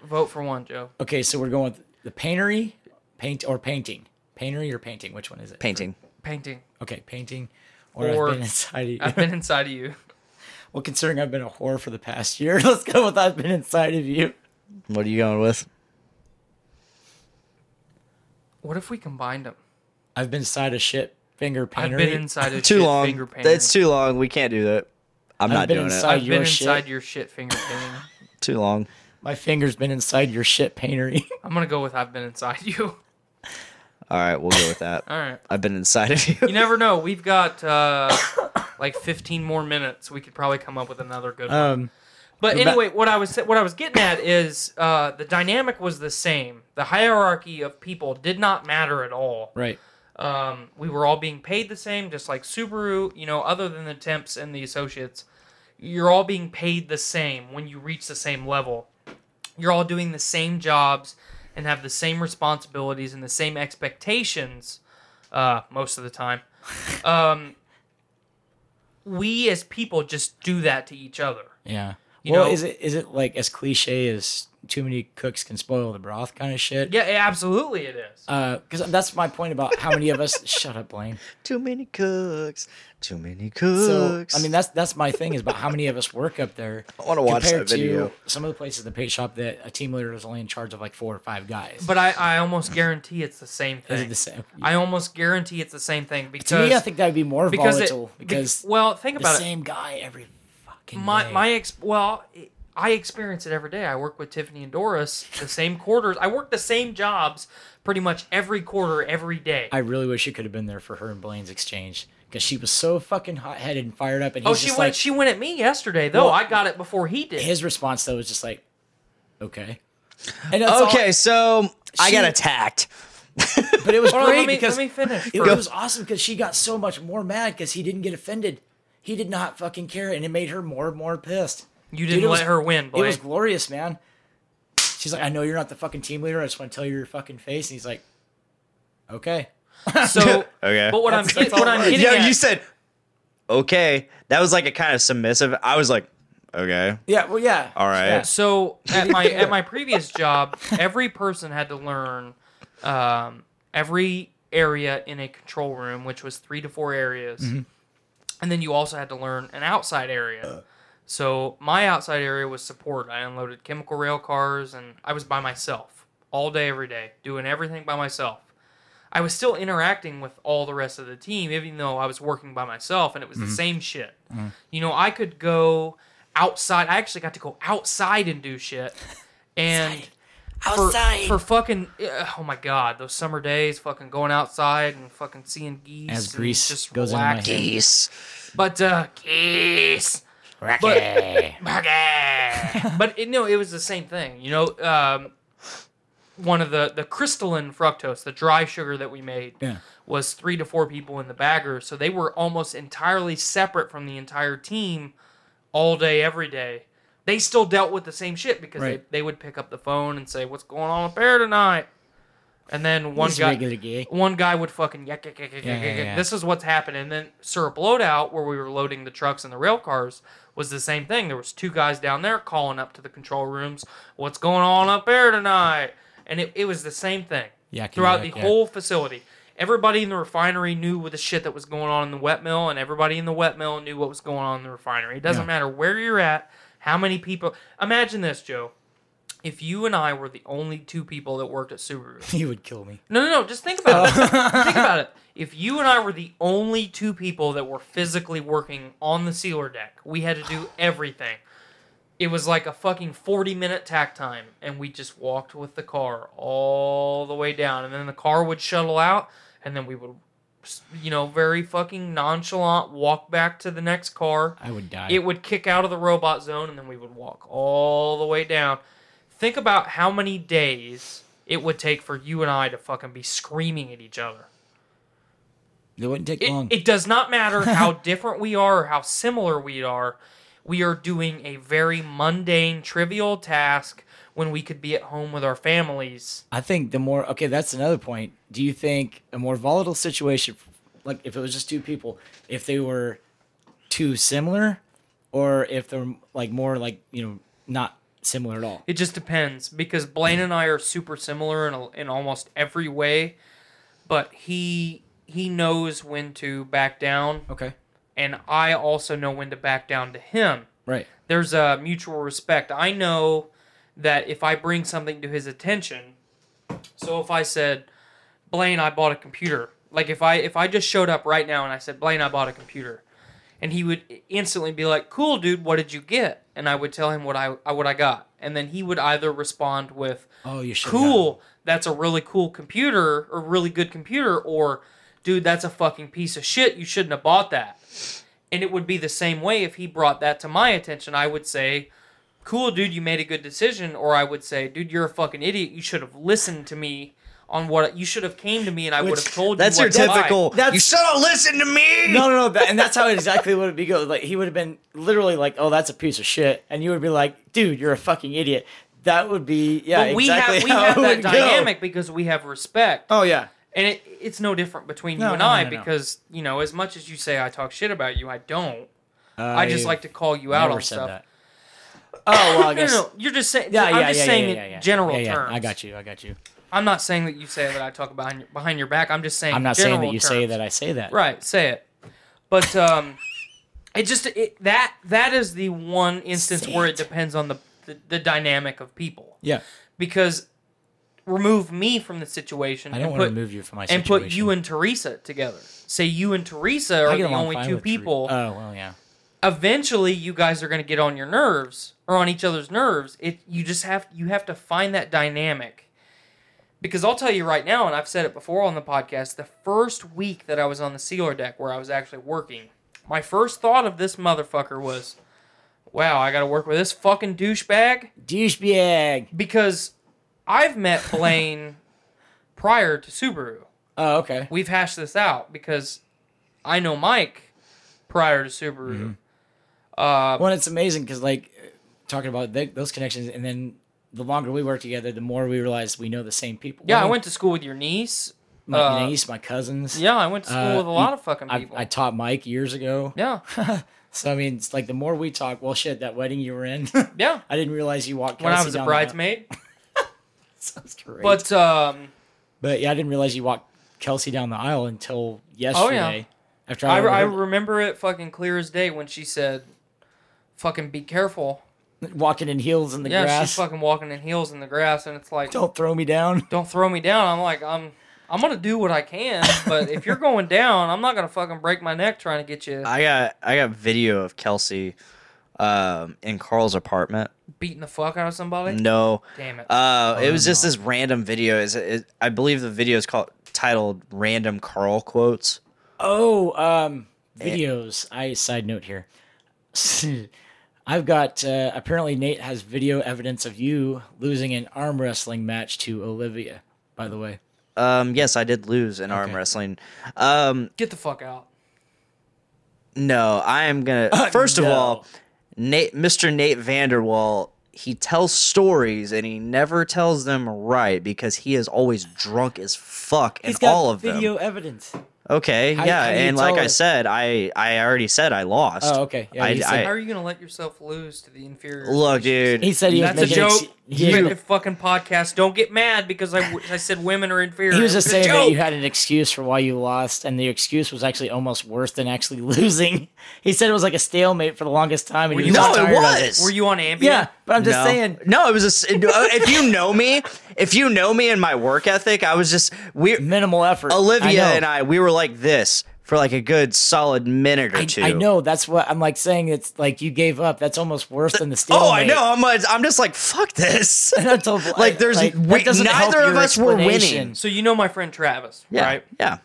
[SPEAKER 6] vote for one, Joe.
[SPEAKER 7] Okay, so we're going with the paintery, paint or painting, paintery or painting. Which one is it?
[SPEAKER 5] Painting.
[SPEAKER 6] Painting.
[SPEAKER 7] Okay, painting. Or,
[SPEAKER 6] Or-
[SPEAKER 7] I've been inside of you.
[SPEAKER 6] I've been inside of you.
[SPEAKER 7] well, considering I've been a whore for the past year, let's go with I've been inside of you.
[SPEAKER 5] What are you going with?
[SPEAKER 6] What if we combined them?
[SPEAKER 7] I've been inside of shit finger
[SPEAKER 6] I've
[SPEAKER 7] paintery.
[SPEAKER 6] been inside of
[SPEAKER 5] Too
[SPEAKER 6] shit
[SPEAKER 5] long.
[SPEAKER 6] finger painting.
[SPEAKER 5] That's too long. We can't do that. I'm
[SPEAKER 7] I've
[SPEAKER 5] not
[SPEAKER 7] been
[SPEAKER 5] doing
[SPEAKER 7] inside-
[SPEAKER 6] I've
[SPEAKER 7] your
[SPEAKER 6] been
[SPEAKER 7] shit.
[SPEAKER 6] inside your shit finger painting.
[SPEAKER 5] it. Too long.
[SPEAKER 7] My finger's been inside your shit paintery.
[SPEAKER 6] I'm gonna go with I've been inside you.
[SPEAKER 5] All right, we'll go with that.
[SPEAKER 6] All right.
[SPEAKER 5] I've been inside of you.
[SPEAKER 6] You never know. We've got uh, like 15 more minutes. We could probably come up with another good one.
[SPEAKER 7] um,
[SPEAKER 6] But
[SPEAKER 7] You're ba-
[SPEAKER 6] anyway, what I was what I was getting at is uh, the dynamic was the same. The hierarchy of people did not matter at all.
[SPEAKER 7] right.
[SPEAKER 6] Um, we were all being paid the same, just like Subaru. You know, other than the temps and the associates, you're all being paid the same when you reach the same level. You're all doing the same jobs and have the same responsibilities and the same expectations uh, most of the time. Um, we as people just do that to each other.
[SPEAKER 7] Yeah.
[SPEAKER 6] You
[SPEAKER 7] well,
[SPEAKER 6] know-
[SPEAKER 7] is it is it like as cliche as too many cooks can spoil the broth kind of shit.
[SPEAKER 6] Yeah, yeah, absolutely it is.
[SPEAKER 7] Uh, Because that's my point about how many of us. shut up, Blaine.
[SPEAKER 5] Too many cooks. Too many
[SPEAKER 7] So
[SPEAKER 5] cooks.
[SPEAKER 7] I mean, that's that's my thing is about how many of us work up there.
[SPEAKER 5] I wanna watch
[SPEAKER 7] compared
[SPEAKER 5] that video.
[SPEAKER 7] To some of the places, the paint shop, that a team leader is only in charge of like four or five guys.
[SPEAKER 6] But I, I almost guarantee it's the same thing.
[SPEAKER 7] is it the same?
[SPEAKER 6] I almost guarantee it's the same thing because
[SPEAKER 7] to me, I think that would be more
[SPEAKER 6] because it,
[SPEAKER 7] volatile
[SPEAKER 6] be-
[SPEAKER 7] because
[SPEAKER 6] well, think
[SPEAKER 7] the
[SPEAKER 6] about it.
[SPEAKER 7] same guy every fucking
[SPEAKER 6] My
[SPEAKER 7] day.
[SPEAKER 6] my ex well, I experience it every day. I work with Tiffany and Doris the same quarters. I work the same jobs pretty much every quarter every day.
[SPEAKER 7] I really wish you could have been there for her and Blaine's exchange because she was so fucking hot headed and fired up. And he's
[SPEAKER 6] oh, she
[SPEAKER 7] just
[SPEAKER 6] went
[SPEAKER 7] like,
[SPEAKER 6] she went at me yesterday though.
[SPEAKER 7] Well,
[SPEAKER 6] I got it before he did.
[SPEAKER 7] his response though was just like, okay, and that's all-
[SPEAKER 5] okay, so I
[SPEAKER 7] She-
[SPEAKER 5] got attacked.
[SPEAKER 7] but it was
[SPEAKER 6] Hold on,
[SPEAKER 7] great
[SPEAKER 6] let me
[SPEAKER 7] because
[SPEAKER 6] let me finish.
[SPEAKER 7] It
[SPEAKER 6] first.
[SPEAKER 7] was awesome because she got so much more mad because he didn't get offended. He did not fucking care, and it made her more and more pissed.
[SPEAKER 6] You
[SPEAKER 7] Dude,
[SPEAKER 6] didn't
[SPEAKER 7] it was-
[SPEAKER 6] let her win,
[SPEAKER 7] It was
[SPEAKER 6] Blake.
[SPEAKER 7] glorious, man. She's like, I know you're not the fucking team leader. I just want to tell you your fucking face. And he's like, okay.
[SPEAKER 6] so
[SPEAKER 5] Okay.
[SPEAKER 6] But what I'm get- what I'm getting
[SPEAKER 5] Yo,
[SPEAKER 6] at,
[SPEAKER 5] you said okay. That was like a kind of submissive. I was like, okay,
[SPEAKER 7] Yeah, well, yeah.
[SPEAKER 5] all right.
[SPEAKER 7] Yeah.
[SPEAKER 6] So at my at my previous job, every person had to learn um, every area in a control room, which was three to four areas, and then you also had to learn an outside area. So my outside area was support. I unloaded chemical rail cars, and I was by myself all day, every day, doing everything by myself. I was still interacting with all the rest of the team, even though I was working by myself, and it was
[SPEAKER 7] Mm-hmm.
[SPEAKER 6] the same shit. You know, I could go outside. I actually got to go outside and do shit, and
[SPEAKER 10] Outside.
[SPEAKER 6] for, for fucking ugh, oh my god, those summer days, fucking going outside and fucking seeing geese
[SPEAKER 7] As
[SPEAKER 6] and
[SPEAKER 7] grease
[SPEAKER 6] just
[SPEAKER 7] goes into my
[SPEAKER 6] relaxing.
[SPEAKER 7] head.
[SPEAKER 5] Yes.
[SPEAKER 6] But uh, geese.
[SPEAKER 10] Rocky.
[SPEAKER 6] Okay. but it, no, it was the same thing. You know, um, one of the the crystalline fructose, the dry sugar that we made,
[SPEAKER 7] Yeah.
[SPEAKER 6] was three to four people in the bagger, so they were almost entirely separate from the entire team all day, every day. They still dealt with the same shit because
[SPEAKER 7] Right.
[SPEAKER 6] they, they would pick up the phone and say, "What's going on up there tonight?" And then one
[SPEAKER 7] He's
[SPEAKER 6] guy,
[SPEAKER 7] regular gay.
[SPEAKER 6] one guy would fucking yuck, yuck, yuck, yuck,
[SPEAKER 7] Yeah,
[SPEAKER 6] yuck,
[SPEAKER 7] yeah,
[SPEAKER 6] yuck.
[SPEAKER 7] yeah.
[SPEAKER 6] This is what's happened. And then syrup loadout, where we were loading the trucks and the rail cars, was the same thing. There was two guys down there calling up to the control rooms, "What's going on up there tonight?" And it, it was the same thing
[SPEAKER 7] Yucky,
[SPEAKER 6] throughout
[SPEAKER 7] yuck,
[SPEAKER 6] the
[SPEAKER 7] yeah.
[SPEAKER 6] whole facility. Everybody in the refinery knew what the shit that was going on in the wet mill, and everybody in the wet mill knew what was going on in the refinery. It doesn't
[SPEAKER 7] Yeah.
[SPEAKER 6] matter where you're at, how many people. Imagine this, Joe. If you and I were the only two people that worked at Subaru,
[SPEAKER 7] He would kill me.
[SPEAKER 6] no, no, no. Just think about it. think about it. If you and I were the only two people that were physically working on the sealer deck, we had to do everything. It was like a fucking 40 minute tack time, and we just walked with the car all the way down. And then the car would shuttle out, and then we would, you know, very fucking nonchalant walk back to the next car.
[SPEAKER 7] I would die.
[SPEAKER 6] It would kick out of the robot zone, and then we would walk all the way down. Think about how many days it would take for you and I to fucking be screaming at each other.
[SPEAKER 7] it wouldn't take
[SPEAKER 6] It,
[SPEAKER 7] long.
[SPEAKER 6] it does not matter how different we are or how similar we are. We are doing a very mundane, trivial task when we could be at home with our families.
[SPEAKER 7] I think the more okay, that's another point. Do you think a more volatile situation, like if it was just two people, if they were too similar, or if they're like more like you know not similar at all?
[SPEAKER 6] It just depends because Blaine and I are super similar in, a, in almost every way, but he he knows when to back down
[SPEAKER 7] Okay,
[SPEAKER 6] and I also know when to back down to him.
[SPEAKER 7] right.
[SPEAKER 6] There's a mutual respect. I know that if I bring something to his attention, so if I said, "Blaine, I bought a computer." Like if I if I just showed up right now and I said, "Blaine, I bought a computer." And he would instantly be like, "Cool, dude, what did you get?" And I would tell him what I what I got. And then he would either respond with,
[SPEAKER 7] Oh, you should.
[SPEAKER 6] cool that's a really cool computer or really good computer or dude that's a fucking piece of shit you shouldn't have bought that and it would be the same way if he brought that to my attention i would say cool dude you made a good decision or i would say dude you're a fucking idiot you should have listened to me on what you should have came to me and i would have told
[SPEAKER 5] That's
[SPEAKER 6] you
[SPEAKER 5] your
[SPEAKER 6] what to buy."
[SPEAKER 5] typical.
[SPEAKER 7] That's-
[SPEAKER 5] you should have listened to me.
[SPEAKER 7] No, no, no, that, and that's how exactly would it be go. Like he would have been literally like, "Oh, that's a piece of shit," and you would be like, "Dude, you're a fucking idiot." That would be yeah,
[SPEAKER 6] but we
[SPEAKER 7] exactly
[SPEAKER 6] have we
[SPEAKER 7] how
[SPEAKER 6] have
[SPEAKER 7] it
[SPEAKER 6] that
[SPEAKER 7] would go.
[SPEAKER 6] dynamic because we have respect
[SPEAKER 7] Oh yeah,
[SPEAKER 6] and it, it's no different between
[SPEAKER 7] No,
[SPEAKER 6] you and
[SPEAKER 7] no, no,
[SPEAKER 6] I
[SPEAKER 7] no, no.
[SPEAKER 6] because you know as much as you say I talk shit about you, I don't. I, just like to call you out
[SPEAKER 7] never
[SPEAKER 6] on
[SPEAKER 7] said
[SPEAKER 6] stuff.
[SPEAKER 7] that. Oh, well,
[SPEAKER 6] No,
[SPEAKER 7] I guess.
[SPEAKER 6] no, no, you're just saying.
[SPEAKER 7] Yeah,
[SPEAKER 6] I'm
[SPEAKER 7] yeah,
[SPEAKER 6] just
[SPEAKER 7] yeah,
[SPEAKER 6] saying
[SPEAKER 7] yeah,
[SPEAKER 6] in
[SPEAKER 7] yeah, yeah.
[SPEAKER 6] general
[SPEAKER 7] yeah, yeah.
[SPEAKER 6] terms.
[SPEAKER 7] I got you. I got you.
[SPEAKER 6] I'm not saying that you say that I talk behind your, behind your back. I'm just saying.
[SPEAKER 7] I'm not saying
[SPEAKER 6] general
[SPEAKER 7] that you say
[SPEAKER 6] terms.
[SPEAKER 7] that I say that.
[SPEAKER 6] Right, say it. But um, it just it, that that is the one instance where it depends on the, the the dynamic of people
[SPEAKER 7] Yeah.
[SPEAKER 6] because remove me from the situation.
[SPEAKER 7] I don't
[SPEAKER 6] and
[SPEAKER 7] want to
[SPEAKER 6] put-
[SPEAKER 7] remove you from my
[SPEAKER 6] and
[SPEAKER 7] situation.
[SPEAKER 6] put you and Teresa together. Say you and Teresa
[SPEAKER 7] I
[SPEAKER 6] are
[SPEAKER 7] get
[SPEAKER 6] the
[SPEAKER 7] along
[SPEAKER 6] only
[SPEAKER 7] fine
[SPEAKER 6] two
[SPEAKER 7] with Ther-
[SPEAKER 6] people.
[SPEAKER 7] Oh well, yeah.
[SPEAKER 6] Eventually, you guys are going to get on your nerves or on each other's nerves. It you just have you have to find that dynamic. Because I'll tell you right now, and I've said it before on the podcast, the first week that I was on the sealer deck where I was actually working, my first thought of this motherfucker was, "Wow, I got to work with this fucking douchebag."
[SPEAKER 7] Douchebag.
[SPEAKER 6] Because I've met Blaine prior to Subaru
[SPEAKER 7] Oh okay.
[SPEAKER 6] we've hashed this out because I know Mike prior to Subaru. Uh,
[SPEAKER 7] Well, it's amazing because like talking about th- those connections, and then the longer we work together, the more we realize we know the same people.
[SPEAKER 6] yeah, I
[SPEAKER 7] Well,
[SPEAKER 6] went to school with your niece.
[SPEAKER 7] my
[SPEAKER 6] uh,
[SPEAKER 7] niece, my cousins.
[SPEAKER 6] Yeah, I went to school
[SPEAKER 7] Uh,
[SPEAKER 6] with a lot
[SPEAKER 7] you-
[SPEAKER 6] of fucking
[SPEAKER 7] I,
[SPEAKER 6] people.
[SPEAKER 7] I taught Mike years ago.
[SPEAKER 6] yeah,
[SPEAKER 7] So I mean, it's like the more we talk, well, shit, that wedding you were in,
[SPEAKER 6] yeah.
[SPEAKER 7] I didn't realize you walked.
[SPEAKER 6] When I
[SPEAKER 7] Kelsey
[SPEAKER 6] was a
[SPEAKER 7] down the-
[SPEAKER 6] bridesmaid,
[SPEAKER 7] That's great. But
[SPEAKER 6] but um,
[SPEAKER 7] but yeah, I didn't realize you walked Kelsey down the aisle until yesterday. After
[SPEAKER 6] Oh, I,
[SPEAKER 7] I,
[SPEAKER 6] I
[SPEAKER 7] heard-
[SPEAKER 6] remember it fucking clear as day when she said, "Fucking be careful."
[SPEAKER 7] walking in heels in the
[SPEAKER 6] Yeah,
[SPEAKER 7] grass.
[SPEAKER 6] she's fucking walking in heels in the grass, and it's like,
[SPEAKER 7] Don't throw me down.
[SPEAKER 6] don't throw me down. I'm like, I'm. I'm gonna do what I can, but if you're going down, I'm not gonna fucking break my neck trying to get you
[SPEAKER 5] I got I got video of Kelsey um, in Carl's apartment.
[SPEAKER 6] beating the fuck out of somebody.
[SPEAKER 5] No,
[SPEAKER 6] Damn it.
[SPEAKER 5] Uh, it was just this random video. Is it, I believe the video is called titled "Random Carl Quotes."
[SPEAKER 7] Oh, um, videos. I side note here. I've got uh, apparently Nate has video evidence of you losing an arm wrestling match to Olivia. By the way,
[SPEAKER 5] Um, yes, I did lose in arm
[SPEAKER 7] Okay.
[SPEAKER 5] wrestling. Um,
[SPEAKER 6] Get the fuck out.
[SPEAKER 5] no, I am gonna. first of
[SPEAKER 7] Uh, no.
[SPEAKER 5] all, Nate, Mr. Nate Vanderwall, he tells stories and he never tells them right because he is always drunk as fuck in all of
[SPEAKER 7] video
[SPEAKER 5] them.
[SPEAKER 7] evidence.
[SPEAKER 5] Okay,
[SPEAKER 7] How-
[SPEAKER 5] yeah,
[SPEAKER 7] how do you
[SPEAKER 5] and like
[SPEAKER 7] tell
[SPEAKER 5] I
[SPEAKER 7] us?
[SPEAKER 5] said, I I already said I lost.
[SPEAKER 7] Oh, okay. Yeah,
[SPEAKER 5] I-
[SPEAKER 7] he, said,
[SPEAKER 6] How are you gonna let yourself lose to the inferior?
[SPEAKER 5] Look, dude,
[SPEAKER 7] he said he was
[SPEAKER 6] That's a
[SPEAKER 7] making ex-
[SPEAKER 6] joke.
[SPEAKER 7] he-
[SPEAKER 6] You fucking podcast. Don't get mad because I, w- I said women are inferior.
[SPEAKER 7] He was just
[SPEAKER 6] It's a
[SPEAKER 7] saying that you
[SPEAKER 6] joke.
[SPEAKER 7] had an excuse for why you lost, and the excuse was actually almost worse than actually losing. He said it was like a stalemate for the longest time. And
[SPEAKER 6] Were
[SPEAKER 7] he
[SPEAKER 6] you-
[SPEAKER 7] was
[SPEAKER 5] no,
[SPEAKER 7] just
[SPEAKER 5] it
[SPEAKER 7] tired of
[SPEAKER 5] was.
[SPEAKER 6] Were you on Ambien?
[SPEAKER 7] Yeah, but I'm just
[SPEAKER 5] no.
[SPEAKER 7] saying.
[SPEAKER 5] No, it was a. s- if you know me, if you know me and my work ethic, I was just we.
[SPEAKER 7] Minimal effort.
[SPEAKER 5] Olivia
[SPEAKER 7] know.
[SPEAKER 5] and I, we were like this for like a good solid minute or
[SPEAKER 7] I,
[SPEAKER 5] two.
[SPEAKER 7] I know that's what I'm like saying. It's like you gave up. That's almost worse than the stalemate.
[SPEAKER 5] Oh, I know. I'm like, I'm just like fuck this.
[SPEAKER 7] That's a-
[SPEAKER 5] Like, there's-
[SPEAKER 7] that
[SPEAKER 5] we-
[SPEAKER 7] doesn't help
[SPEAKER 5] neither of
[SPEAKER 7] your
[SPEAKER 5] us were winning.
[SPEAKER 7] explanation.
[SPEAKER 6] So you know my friend Travis,
[SPEAKER 5] Yeah,
[SPEAKER 6] right?
[SPEAKER 5] Yeah.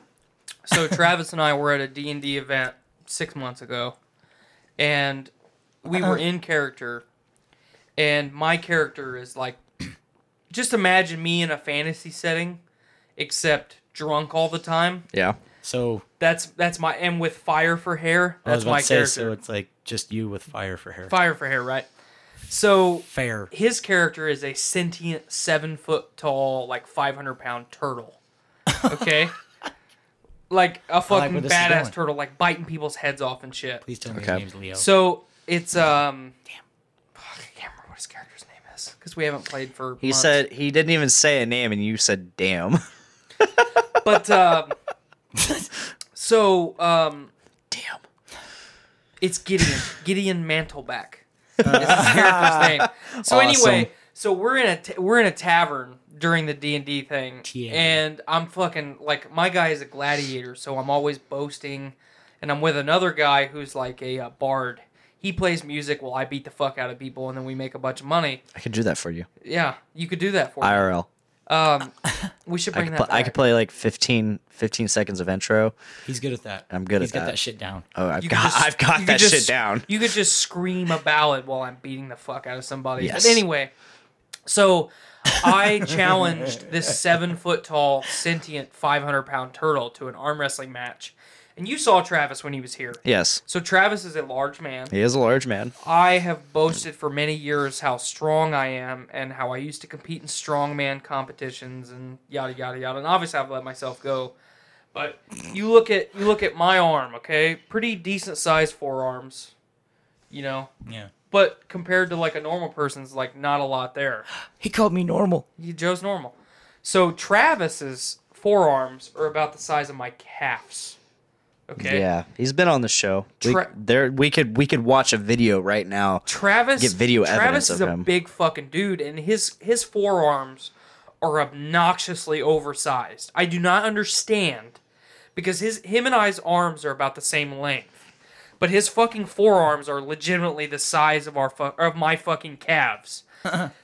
[SPEAKER 6] So Travis and I were at a D and D event six months ago, and we
[SPEAKER 7] Uh-huh.
[SPEAKER 6] were in character, and my character is like, just imagine me in a fantasy setting, except drunk all the time.
[SPEAKER 5] Yeah.
[SPEAKER 7] So
[SPEAKER 6] That's that's my and with fire for hair.
[SPEAKER 7] I was
[SPEAKER 6] That's
[SPEAKER 7] about
[SPEAKER 6] my
[SPEAKER 7] to say,
[SPEAKER 6] character.
[SPEAKER 7] so it's like just you with fire for hair.
[SPEAKER 6] fire for hair, right? So
[SPEAKER 7] Fair.
[SPEAKER 6] his character is a sentient, seven foot tall, like five hundred pound turtle. Okay, like a fucking
[SPEAKER 7] where this is going.
[SPEAKER 6] badass turtle, like biting people's heads off and shit.
[SPEAKER 7] Please tell me
[SPEAKER 5] Okay.
[SPEAKER 7] his name's Leo.
[SPEAKER 6] So it's um, damn, Fuck, I can't remember what his character's name is because we haven't played for.
[SPEAKER 5] He
[SPEAKER 6] months.
[SPEAKER 5] said he didn't even say a name, and you said damn.
[SPEAKER 6] but um, so um,
[SPEAKER 5] Damn.
[SPEAKER 6] It's Gideon. Gideon Mantleback. is his character's name. So anyway, so we're in a ta- we're in a tavern during the D and D thing,
[SPEAKER 7] Tavern.
[SPEAKER 6] and I'm fucking like my guy is a gladiator, so I'm always boasting, and I'm with another guy who's like a, uh bard. He plays music while I beat the fuck out of people, and then we make a bunch of money.
[SPEAKER 5] I could do that for you,
[SPEAKER 6] Yeah, you could do that for me.
[SPEAKER 5] IRL.
[SPEAKER 6] Um, we should
[SPEAKER 5] I
[SPEAKER 6] bring
[SPEAKER 5] could,
[SPEAKER 6] that.
[SPEAKER 5] pl- I
[SPEAKER 6] back.
[SPEAKER 5] could play like 15, 15 seconds of intro.
[SPEAKER 7] he's good at that.
[SPEAKER 5] I'm good
[SPEAKER 7] He's
[SPEAKER 5] at
[SPEAKER 7] got
[SPEAKER 5] that.
[SPEAKER 7] that shit down.
[SPEAKER 5] Oh, I've
[SPEAKER 6] You could
[SPEAKER 5] got,
[SPEAKER 6] just-
[SPEAKER 5] I've
[SPEAKER 6] you
[SPEAKER 5] got that
[SPEAKER 6] could just-
[SPEAKER 5] shit down.
[SPEAKER 6] You could just scream a ballad while I'm beating the fuck out of somebody.
[SPEAKER 5] Yes.
[SPEAKER 6] But anyway, so I challenged this seven foot tall, sentient, 500 pound turtle to an arm wrestling match. And you saw Travis when he was here.
[SPEAKER 5] Yes,
[SPEAKER 6] So Travis is a large man.
[SPEAKER 5] he is a large man.
[SPEAKER 6] I have boasted for many years how strong I am and how I used to compete in strongman competitions and yada yada yada. And obviously, I've let myself go. But you look at you look at my arm, okay? Pretty decent sized forearms, you know.
[SPEAKER 7] Yeah.
[SPEAKER 6] but compared to like a normal person's, like not a lot there.
[SPEAKER 7] He called me normal.
[SPEAKER 6] He, Joe's normal. So Travis's forearms are about the size of my calves. Okay.
[SPEAKER 5] Yeah, he's been on the show.
[SPEAKER 6] Tra-
[SPEAKER 5] we, there, we could we could watch a video right now.
[SPEAKER 6] Travis
[SPEAKER 5] Get video
[SPEAKER 6] Travis
[SPEAKER 5] evidence
[SPEAKER 6] is
[SPEAKER 5] of
[SPEAKER 6] a
[SPEAKER 5] him.
[SPEAKER 6] big fucking dude, and his his forearms are obnoxiously oversized. I do not understand because his him and I's arms are about the same length, but his fucking forearms are legitimately the size of our fu- of my fucking calves.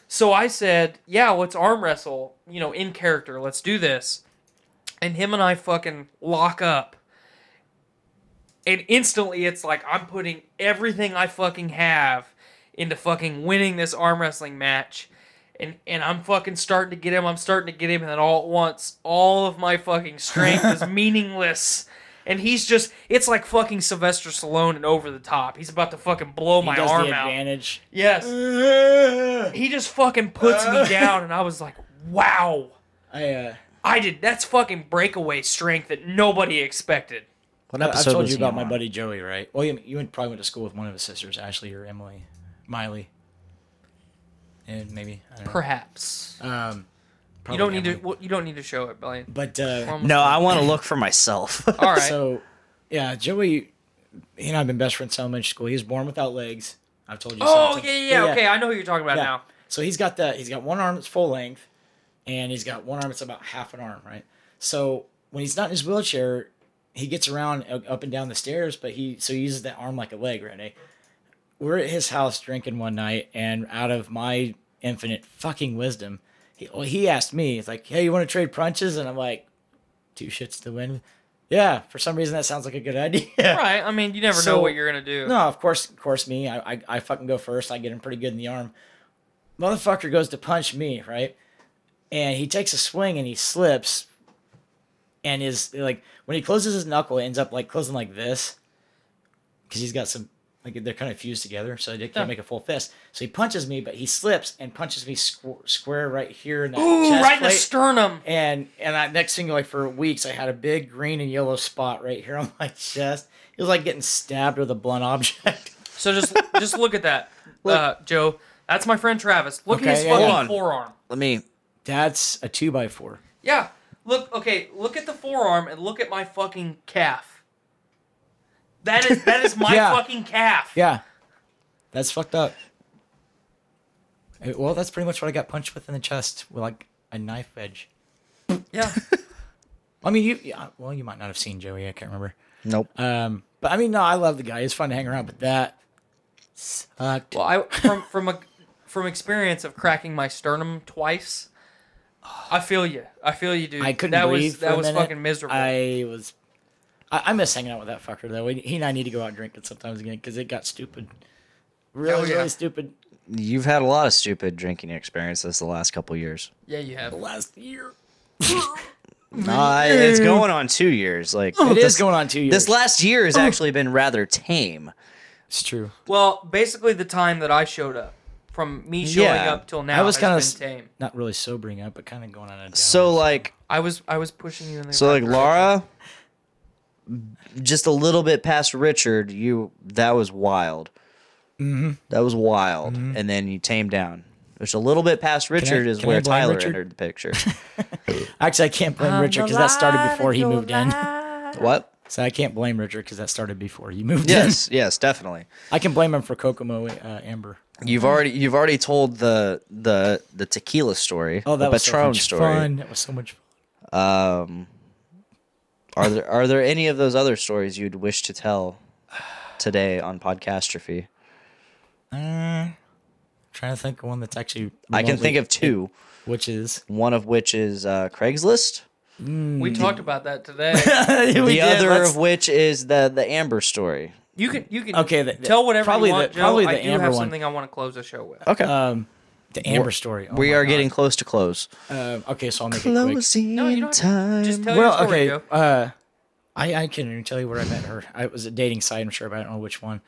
[SPEAKER 6] so I said, "Yeah, let's arm wrestle. You know, in character, let's do this." And him and I fucking lock up and instantly it's like I'm putting everything I fucking have into fucking winning this arm wrestling match. And, and I'm fucking starting to get him. I'm starting to get him, and then all at once, all of my fucking strength is meaningless. And he's just—it's like fucking Sylvester Stallone and over the top. He's about to fucking blow my
[SPEAKER 7] he does
[SPEAKER 6] arm
[SPEAKER 7] the
[SPEAKER 6] out.
[SPEAKER 7] advantage.
[SPEAKER 6] Yes. he just fucking puts
[SPEAKER 7] Uh.
[SPEAKER 6] me down, and I was like, "Wow,
[SPEAKER 7] I uh,
[SPEAKER 6] I did. That's fucking breakaway strength that nobody expected."
[SPEAKER 5] What
[SPEAKER 7] I- I've
[SPEAKER 5] episode
[SPEAKER 7] told
[SPEAKER 5] was
[SPEAKER 7] you
[SPEAKER 5] he
[SPEAKER 7] about my
[SPEAKER 5] on?
[SPEAKER 7] buddy Joey, right? Well, you, you probably went to school with one of his sisters, Ashley or Emily, Miley, and maybe I don't know.
[SPEAKER 6] Perhaps
[SPEAKER 7] Um,
[SPEAKER 6] you don't need to. well, You don't need to show it, Blaine.
[SPEAKER 7] But uh,
[SPEAKER 5] No, I want to look for myself.
[SPEAKER 6] All right.
[SPEAKER 7] So, yeah, Joey, he and I've been best friends since elementary school. He was born without legs. I've told you.
[SPEAKER 6] oh
[SPEAKER 7] something.
[SPEAKER 6] yeah, yeah, yeah. Okay, I know who you're talking about
[SPEAKER 7] yeah.
[SPEAKER 6] now.
[SPEAKER 7] So he's got that. He's got one arm that's full length, and he's got one arm that's about half an arm, right? So when he's not in his wheelchair, he gets around uh, up and down the stairs, but he so he uses that arm like a leg, right? eh? We're at his house drinking one night, and out of my infinite fucking wisdom, he well, he asked me, "It's like, hey, you want to trade punches?" And I'm like, two shits to win. Yeah, for some reason that sounds like a good idea.
[SPEAKER 6] Right. I mean, you never know
[SPEAKER 7] So-
[SPEAKER 6] what you're gonna do.
[SPEAKER 7] No, of course, of course, me. I, I, I fucking go first. I get him pretty good in the arm. Motherfucker goes to punch me, right? And he takes a swing and he slips. And is like when he closes his knuckle, it ends up like closing like this, because he's got some like they're kind of fused together, so they can't
[SPEAKER 6] Yeah.
[SPEAKER 7] make a full fist. So he punches me, but he slips and punches me squ- square right here in that
[SPEAKER 6] Ooh,
[SPEAKER 7] chest
[SPEAKER 6] right in the
[SPEAKER 7] plate.
[SPEAKER 6] sternum.
[SPEAKER 7] And and I, next thing, like for weeks, I had a big green and yellow spot right here on my chest. It was like getting stabbed with a blunt object.
[SPEAKER 6] So just just look at that, uh, Joe. That's my friend Travis. Look
[SPEAKER 7] Okay,
[SPEAKER 6] at his
[SPEAKER 7] yeah,
[SPEAKER 6] fucking
[SPEAKER 7] yeah.
[SPEAKER 6] forearm.
[SPEAKER 5] Let me.
[SPEAKER 7] That's a two by four.
[SPEAKER 6] Yeah. Look. Okay. Look at the forearm and look at my fucking calf. That is that is my
[SPEAKER 7] Yeah.
[SPEAKER 6] fucking calf.
[SPEAKER 7] Yeah, that's fucked up. Uh, Well, that's pretty much what I got punched with in the chest with like a knife edge.
[SPEAKER 6] Yeah.
[SPEAKER 7] I mean, you. Yeah, well, you might not have seen Joey. I can't remember.
[SPEAKER 5] Nope.
[SPEAKER 7] Um, but I mean, no, I love the guy. He's fun to hang around. But that sucked.
[SPEAKER 6] Well, I from from a from experience of cracking my sternum twice. I feel you. I feel you, dude.
[SPEAKER 7] I couldn't
[SPEAKER 6] That
[SPEAKER 7] breathe.
[SPEAKER 6] was
[SPEAKER 7] for
[SPEAKER 6] that
[SPEAKER 7] a
[SPEAKER 6] was
[SPEAKER 7] minute.
[SPEAKER 6] fucking miserable.
[SPEAKER 7] I was. I, I miss hanging out with that fucker though. We, he and I need to go out drinking sometimes again because it got stupid. Really,
[SPEAKER 6] yeah.
[SPEAKER 7] really stupid
[SPEAKER 5] You've had a lot of stupid drinking experiences the last couple years.
[SPEAKER 6] yeah, you have.
[SPEAKER 7] last year.
[SPEAKER 5] No, I- it's going on two years. Like
[SPEAKER 7] It is
[SPEAKER 5] Oh, this-
[SPEAKER 7] going on two years. Oh.
[SPEAKER 5] This last year has actually been rather tame.
[SPEAKER 7] it's true.
[SPEAKER 6] Well, basically the time that I showed up, from me showing
[SPEAKER 5] Yeah.
[SPEAKER 6] up till now,
[SPEAKER 7] I was
[SPEAKER 6] kind
[SPEAKER 7] kind
[SPEAKER 6] of
[SPEAKER 7] of
[SPEAKER 6] tame.
[SPEAKER 7] not really sobering up, but kind of going on a down.
[SPEAKER 5] So like,
[SPEAKER 6] I was I was pushing you in the
[SPEAKER 5] so
[SPEAKER 6] right
[SPEAKER 5] like
[SPEAKER 6] direction.
[SPEAKER 5] Laura, just a little bit past Richard. You that was wild.
[SPEAKER 7] Mm-hmm.
[SPEAKER 5] That was wild. And then you tamed down. Just a little bit past Richard is
[SPEAKER 7] can I
[SPEAKER 5] where
[SPEAKER 7] blame
[SPEAKER 5] Tyler
[SPEAKER 7] Richard?
[SPEAKER 5] entered the picture.
[SPEAKER 7] actually, I can't
[SPEAKER 5] uh,
[SPEAKER 7] blame Richard because that started before he moved in.
[SPEAKER 5] what?
[SPEAKER 7] So I can't blame Richard because that started before you moved
[SPEAKER 5] Yes, yes, definitely.
[SPEAKER 7] in. I can blame him for Kokomo uh, Amber.
[SPEAKER 5] You've already you've already told the the the tequila story.
[SPEAKER 7] Oh, that
[SPEAKER 5] the
[SPEAKER 7] was so
[SPEAKER 5] Patron
[SPEAKER 7] much
[SPEAKER 5] story.
[SPEAKER 7] fun. That was so much fun.
[SPEAKER 5] Um, are there are there any of those other stories you'd wish to tell today on Podcastrophe?
[SPEAKER 7] Uh, trying to think of one that's actually.
[SPEAKER 5] I can think of two,
[SPEAKER 7] which is
[SPEAKER 5] one of which is uh, Craigslist,
[SPEAKER 7] Mm.
[SPEAKER 6] We talked about that today.
[SPEAKER 7] the
[SPEAKER 5] the other of which is the the Amber story.
[SPEAKER 6] You can you can
[SPEAKER 7] Okay, the-
[SPEAKER 6] tell whatever
[SPEAKER 7] probably
[SPEAKER 6] you want.
[SPEAKER 7] the-
[SPEAKER 6] Joe.
[SPEAKER 7] probably
[SPEAKER 6] I
[SPEAKER 7] the
[SPEAKER 6] do
[SPEAKER 7] Amber
[SPEAKER 6] have
[SPEAKER 7] one.
[SPEAKER 6] something I want to close the show with.
[SPEAKER 5] Okay,
[SPEAKER 7] um, the Amber story.
[SPEAKER 5] Uh,
[SPEAKER 7] Oh
[SPEAKER 5] we
[SPEAKER 7] my
[SPEAKER 5] are
[SPEAKER 7] God.
[SPEAKER 5] getting close to close.
[SPEAKER 7] Um, okay, so I'll make it quick.
[SPEAKER 5] Closing
[SPEAKER 6] No, you don't. Have
[SPEAKER 5] time.
[SPEAKER 6] to, just tell your
[SPEAKER 7] Well,
[SPEAKER 6] story,
[SPEAKER 7] okay.
[SPEAKER 6] Joe.
[SPEAKER 7] Uh, I I can't even tell you where I met her. I it was a dating site, I'm sure, but I don't know which one.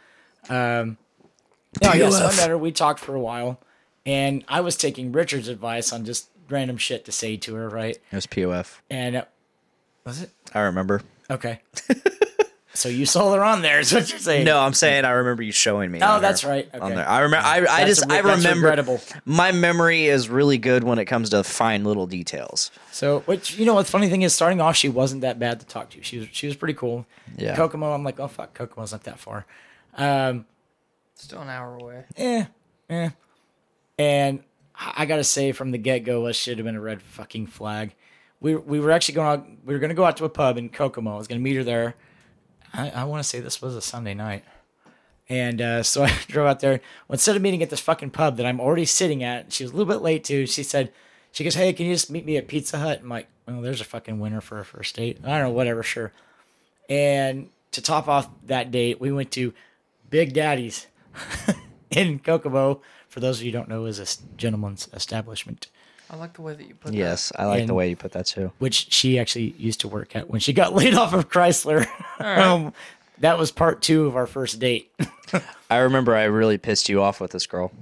[SPEAKER 7] Um, no, yeah, so I met her. We talked for a whitle, and I was taking Richard's advice on just random shit to say to her, right?
[SPEAKER 5] it was POF.
[SPEAKER 7] And uh, was it
[SPEAKER 5] I remember.
[SPEAKER 7] okay? So you saw her on there, is what you're saying.
[SPEAKER 5] No, I'm saying I remember you showing me.
[SPEAKER 7] Oh,
[SPEAKER 5] on her-
[SPEAKER 7] that's right.
[SPEAKER 5] On
[SPEAKER 7] Okay.
[SPEAKER 5] there, I remember. I, I
[SPEAKER 7] That's
[SPEAKER 5] just
[SPEAKER 7] re-
[SPEAKER 5] I
[SPEAKER 7] that's
[SPEAKER 5] remember.
[SPEAKER 7] regrettable.
[SPEAKER 5] My memory is really good when it comes to fine little details.
[SPEAKER 7] So, which you know, what the funny thing is, starting off, she wasn't that bad to talk to. She was she was pretty cool.
[SPEAKER 5] Yeah.
[SPEAKER 7] Kokomo, I'm like, oh fuck, Kokomo's not that far. Um,
[SPEAKER 6] Still an hour away.
[SPEAKER 7] eh, eh. And I I gotta say, from the get go, that should have been a red fucking flag. We we were actually going out. We were gonna go out to a pub in Kokomo. I was gonna meet her there. I, I want to say this was a Sunday night. And uh, so I drove out there. Well, instead of meeting at this fucking pub that I'm already sitting at, she was a little bit late too. She said, "She goes, hey, can you just meet me at Pizza Hut?" I'm like, "Well, there's a fucking winner for a first date. I don't know, whatever, sure." And to top off that date, we went to Big Daddy's in Kokomo. For those of you who don't know, is a s- gentleman's establishment,
[SPEAKER 6] I like the way that you put
[SPEAKER 5] Yes, I like the
[SPEAKER 7] And-
[SPEAKER 5] way you put that too.
[SPEAKER 7] which she actually used to work at when she got laid off of Chrysler.
[SPEAKER 6] right.
[SPEAKER 7] um, that was part two of our first date.
[SPEAKER 5] I remember I really pissed you off with this girl.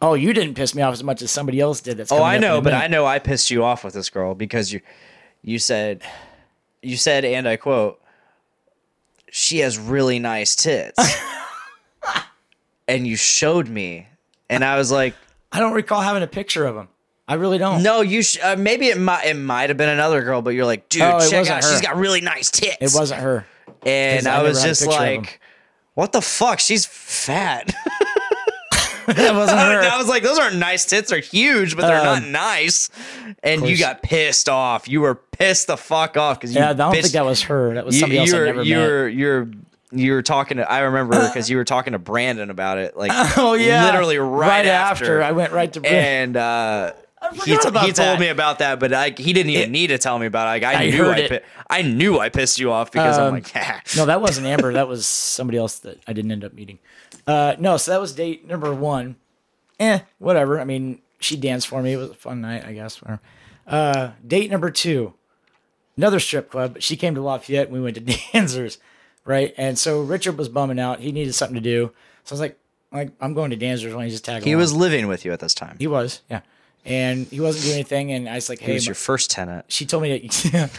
[SPEAKER 7] Oh, you didn't piss me off as much as somebody else did. That's
[SPEAKER 5] Oh,
[SPEAKER 7] coming
[SPEAKER 5] I
[SPEAKER 7] up in
[SPEAKER 5] know,
[SPEAKER 7] a
[SPEAKER 5] but I
[SPEAKER 7] minute.
[SPEAKER 5] know I pissed you off with this girl because you, you said, you said, and I quote, she has really nice tits, and you showed me, and I was like,
[SPEAKER 7] I don't recall having a picture of him. I really don't.
[SPEAKER 5] no, you sh- uh, maybe it might it might have been another girl, but you're like, dude,
[SPEAKER 7] Oh, it
[SPEAKER 5] check
[SPEAKER 7] wasn't
[SPEAKER 5] out,
[SPEAKER 7] her.
[SPEAKER 5] she's got really nice tits.
[SPEAKER 7] it wasn't her.
[SPEAKER 5] and
[SPEAKER 7] 'cause I
[SPEAKER 5] I, was
[SPEAKER 7] never had a
[SPEAKER 5] just
[SPEAKER 7] picture of 'em.
[SPEAKER 5] like, what the fuck? She's fat.
[SPEAKER 7] It wasn't her.
[SPEAKER 5] I was like, those aren't nice tits. They're huge, but they're not
[SPEAKER 7] Um,
[SPEAKER 5] nice. And you
[SPEAKER 7] course.
[SPEAKER 5] got pissed off. You were pissed the fuck off because you.
[SPEAKER 7] yeah, I don't
[SPEAKER 5] bitched-
[SPEAKER 7] think that was her. That was
[SPEAKER 5] you-
[SPEAKER 7] somebody else
[SPEAKER 5] you
[SPEAKER 7] I
[SPEAKER 5] were-
[SPEAKER 7] never
[SPEAKER 5] you
[SPEAKER 7] met.
[SPEAKER 5] were you were you were talking to. I remember because you were talking to Brandon about it. Like,
[SPEAKER 7] oh yeah,
[SPEAKER 5] literally right, after.
[SPEAKER 7] I went right to. Brit.
[SPEAKER 5] and. uh he,
[SPEAKER 7] forgot
[SPEAKER 5] t-
[SPEAKER 7] about
[SPEAKER 5] he told
[SPEAKER 7] that.
[SPEAKER 5] me about that, but I, he didn't even need to tell me about it. Like, I,
[SPEAKER 7] I
[SPEAKER 5] knew
[SPEAKER 7] heard
[SPEAKER 5] I,
[SPEAKER 7] it.
[SPEAKER 5] pi- I knew I pissed you off because I'm
[SPEAKER 7] Um,
[SPEAKER 5] like,
[SPEAKER 7] no, that wasn't Amber. That was somebody else that I didn't end up meeting. Uh, no, so that was date number one. Eh, whatever. I mean, she danced for me. It was a fun night, I guess. whatever. Uh, date number two, another strip club. She came to Lafayette and we went to Dancers, right? And so Richard was bumming out. He needed something to do. So I was like, like I'm going to Dancers. Why don't you just tag
[SPEAKER 5] he
[SPEAKER 7] along?
[SPEAKER 5] was living with you at this time.
[SPEAKER 7] He was, yeah. And he wasn't doing anything. And I was like,
[SPEAKER 5] He
[SPEAKER 7] hey,
[SPEAKER 5] was
[SPEAKER 7] my-
[SPEAKER 5] your first tenant.
[SPEAKER 7] she told me to,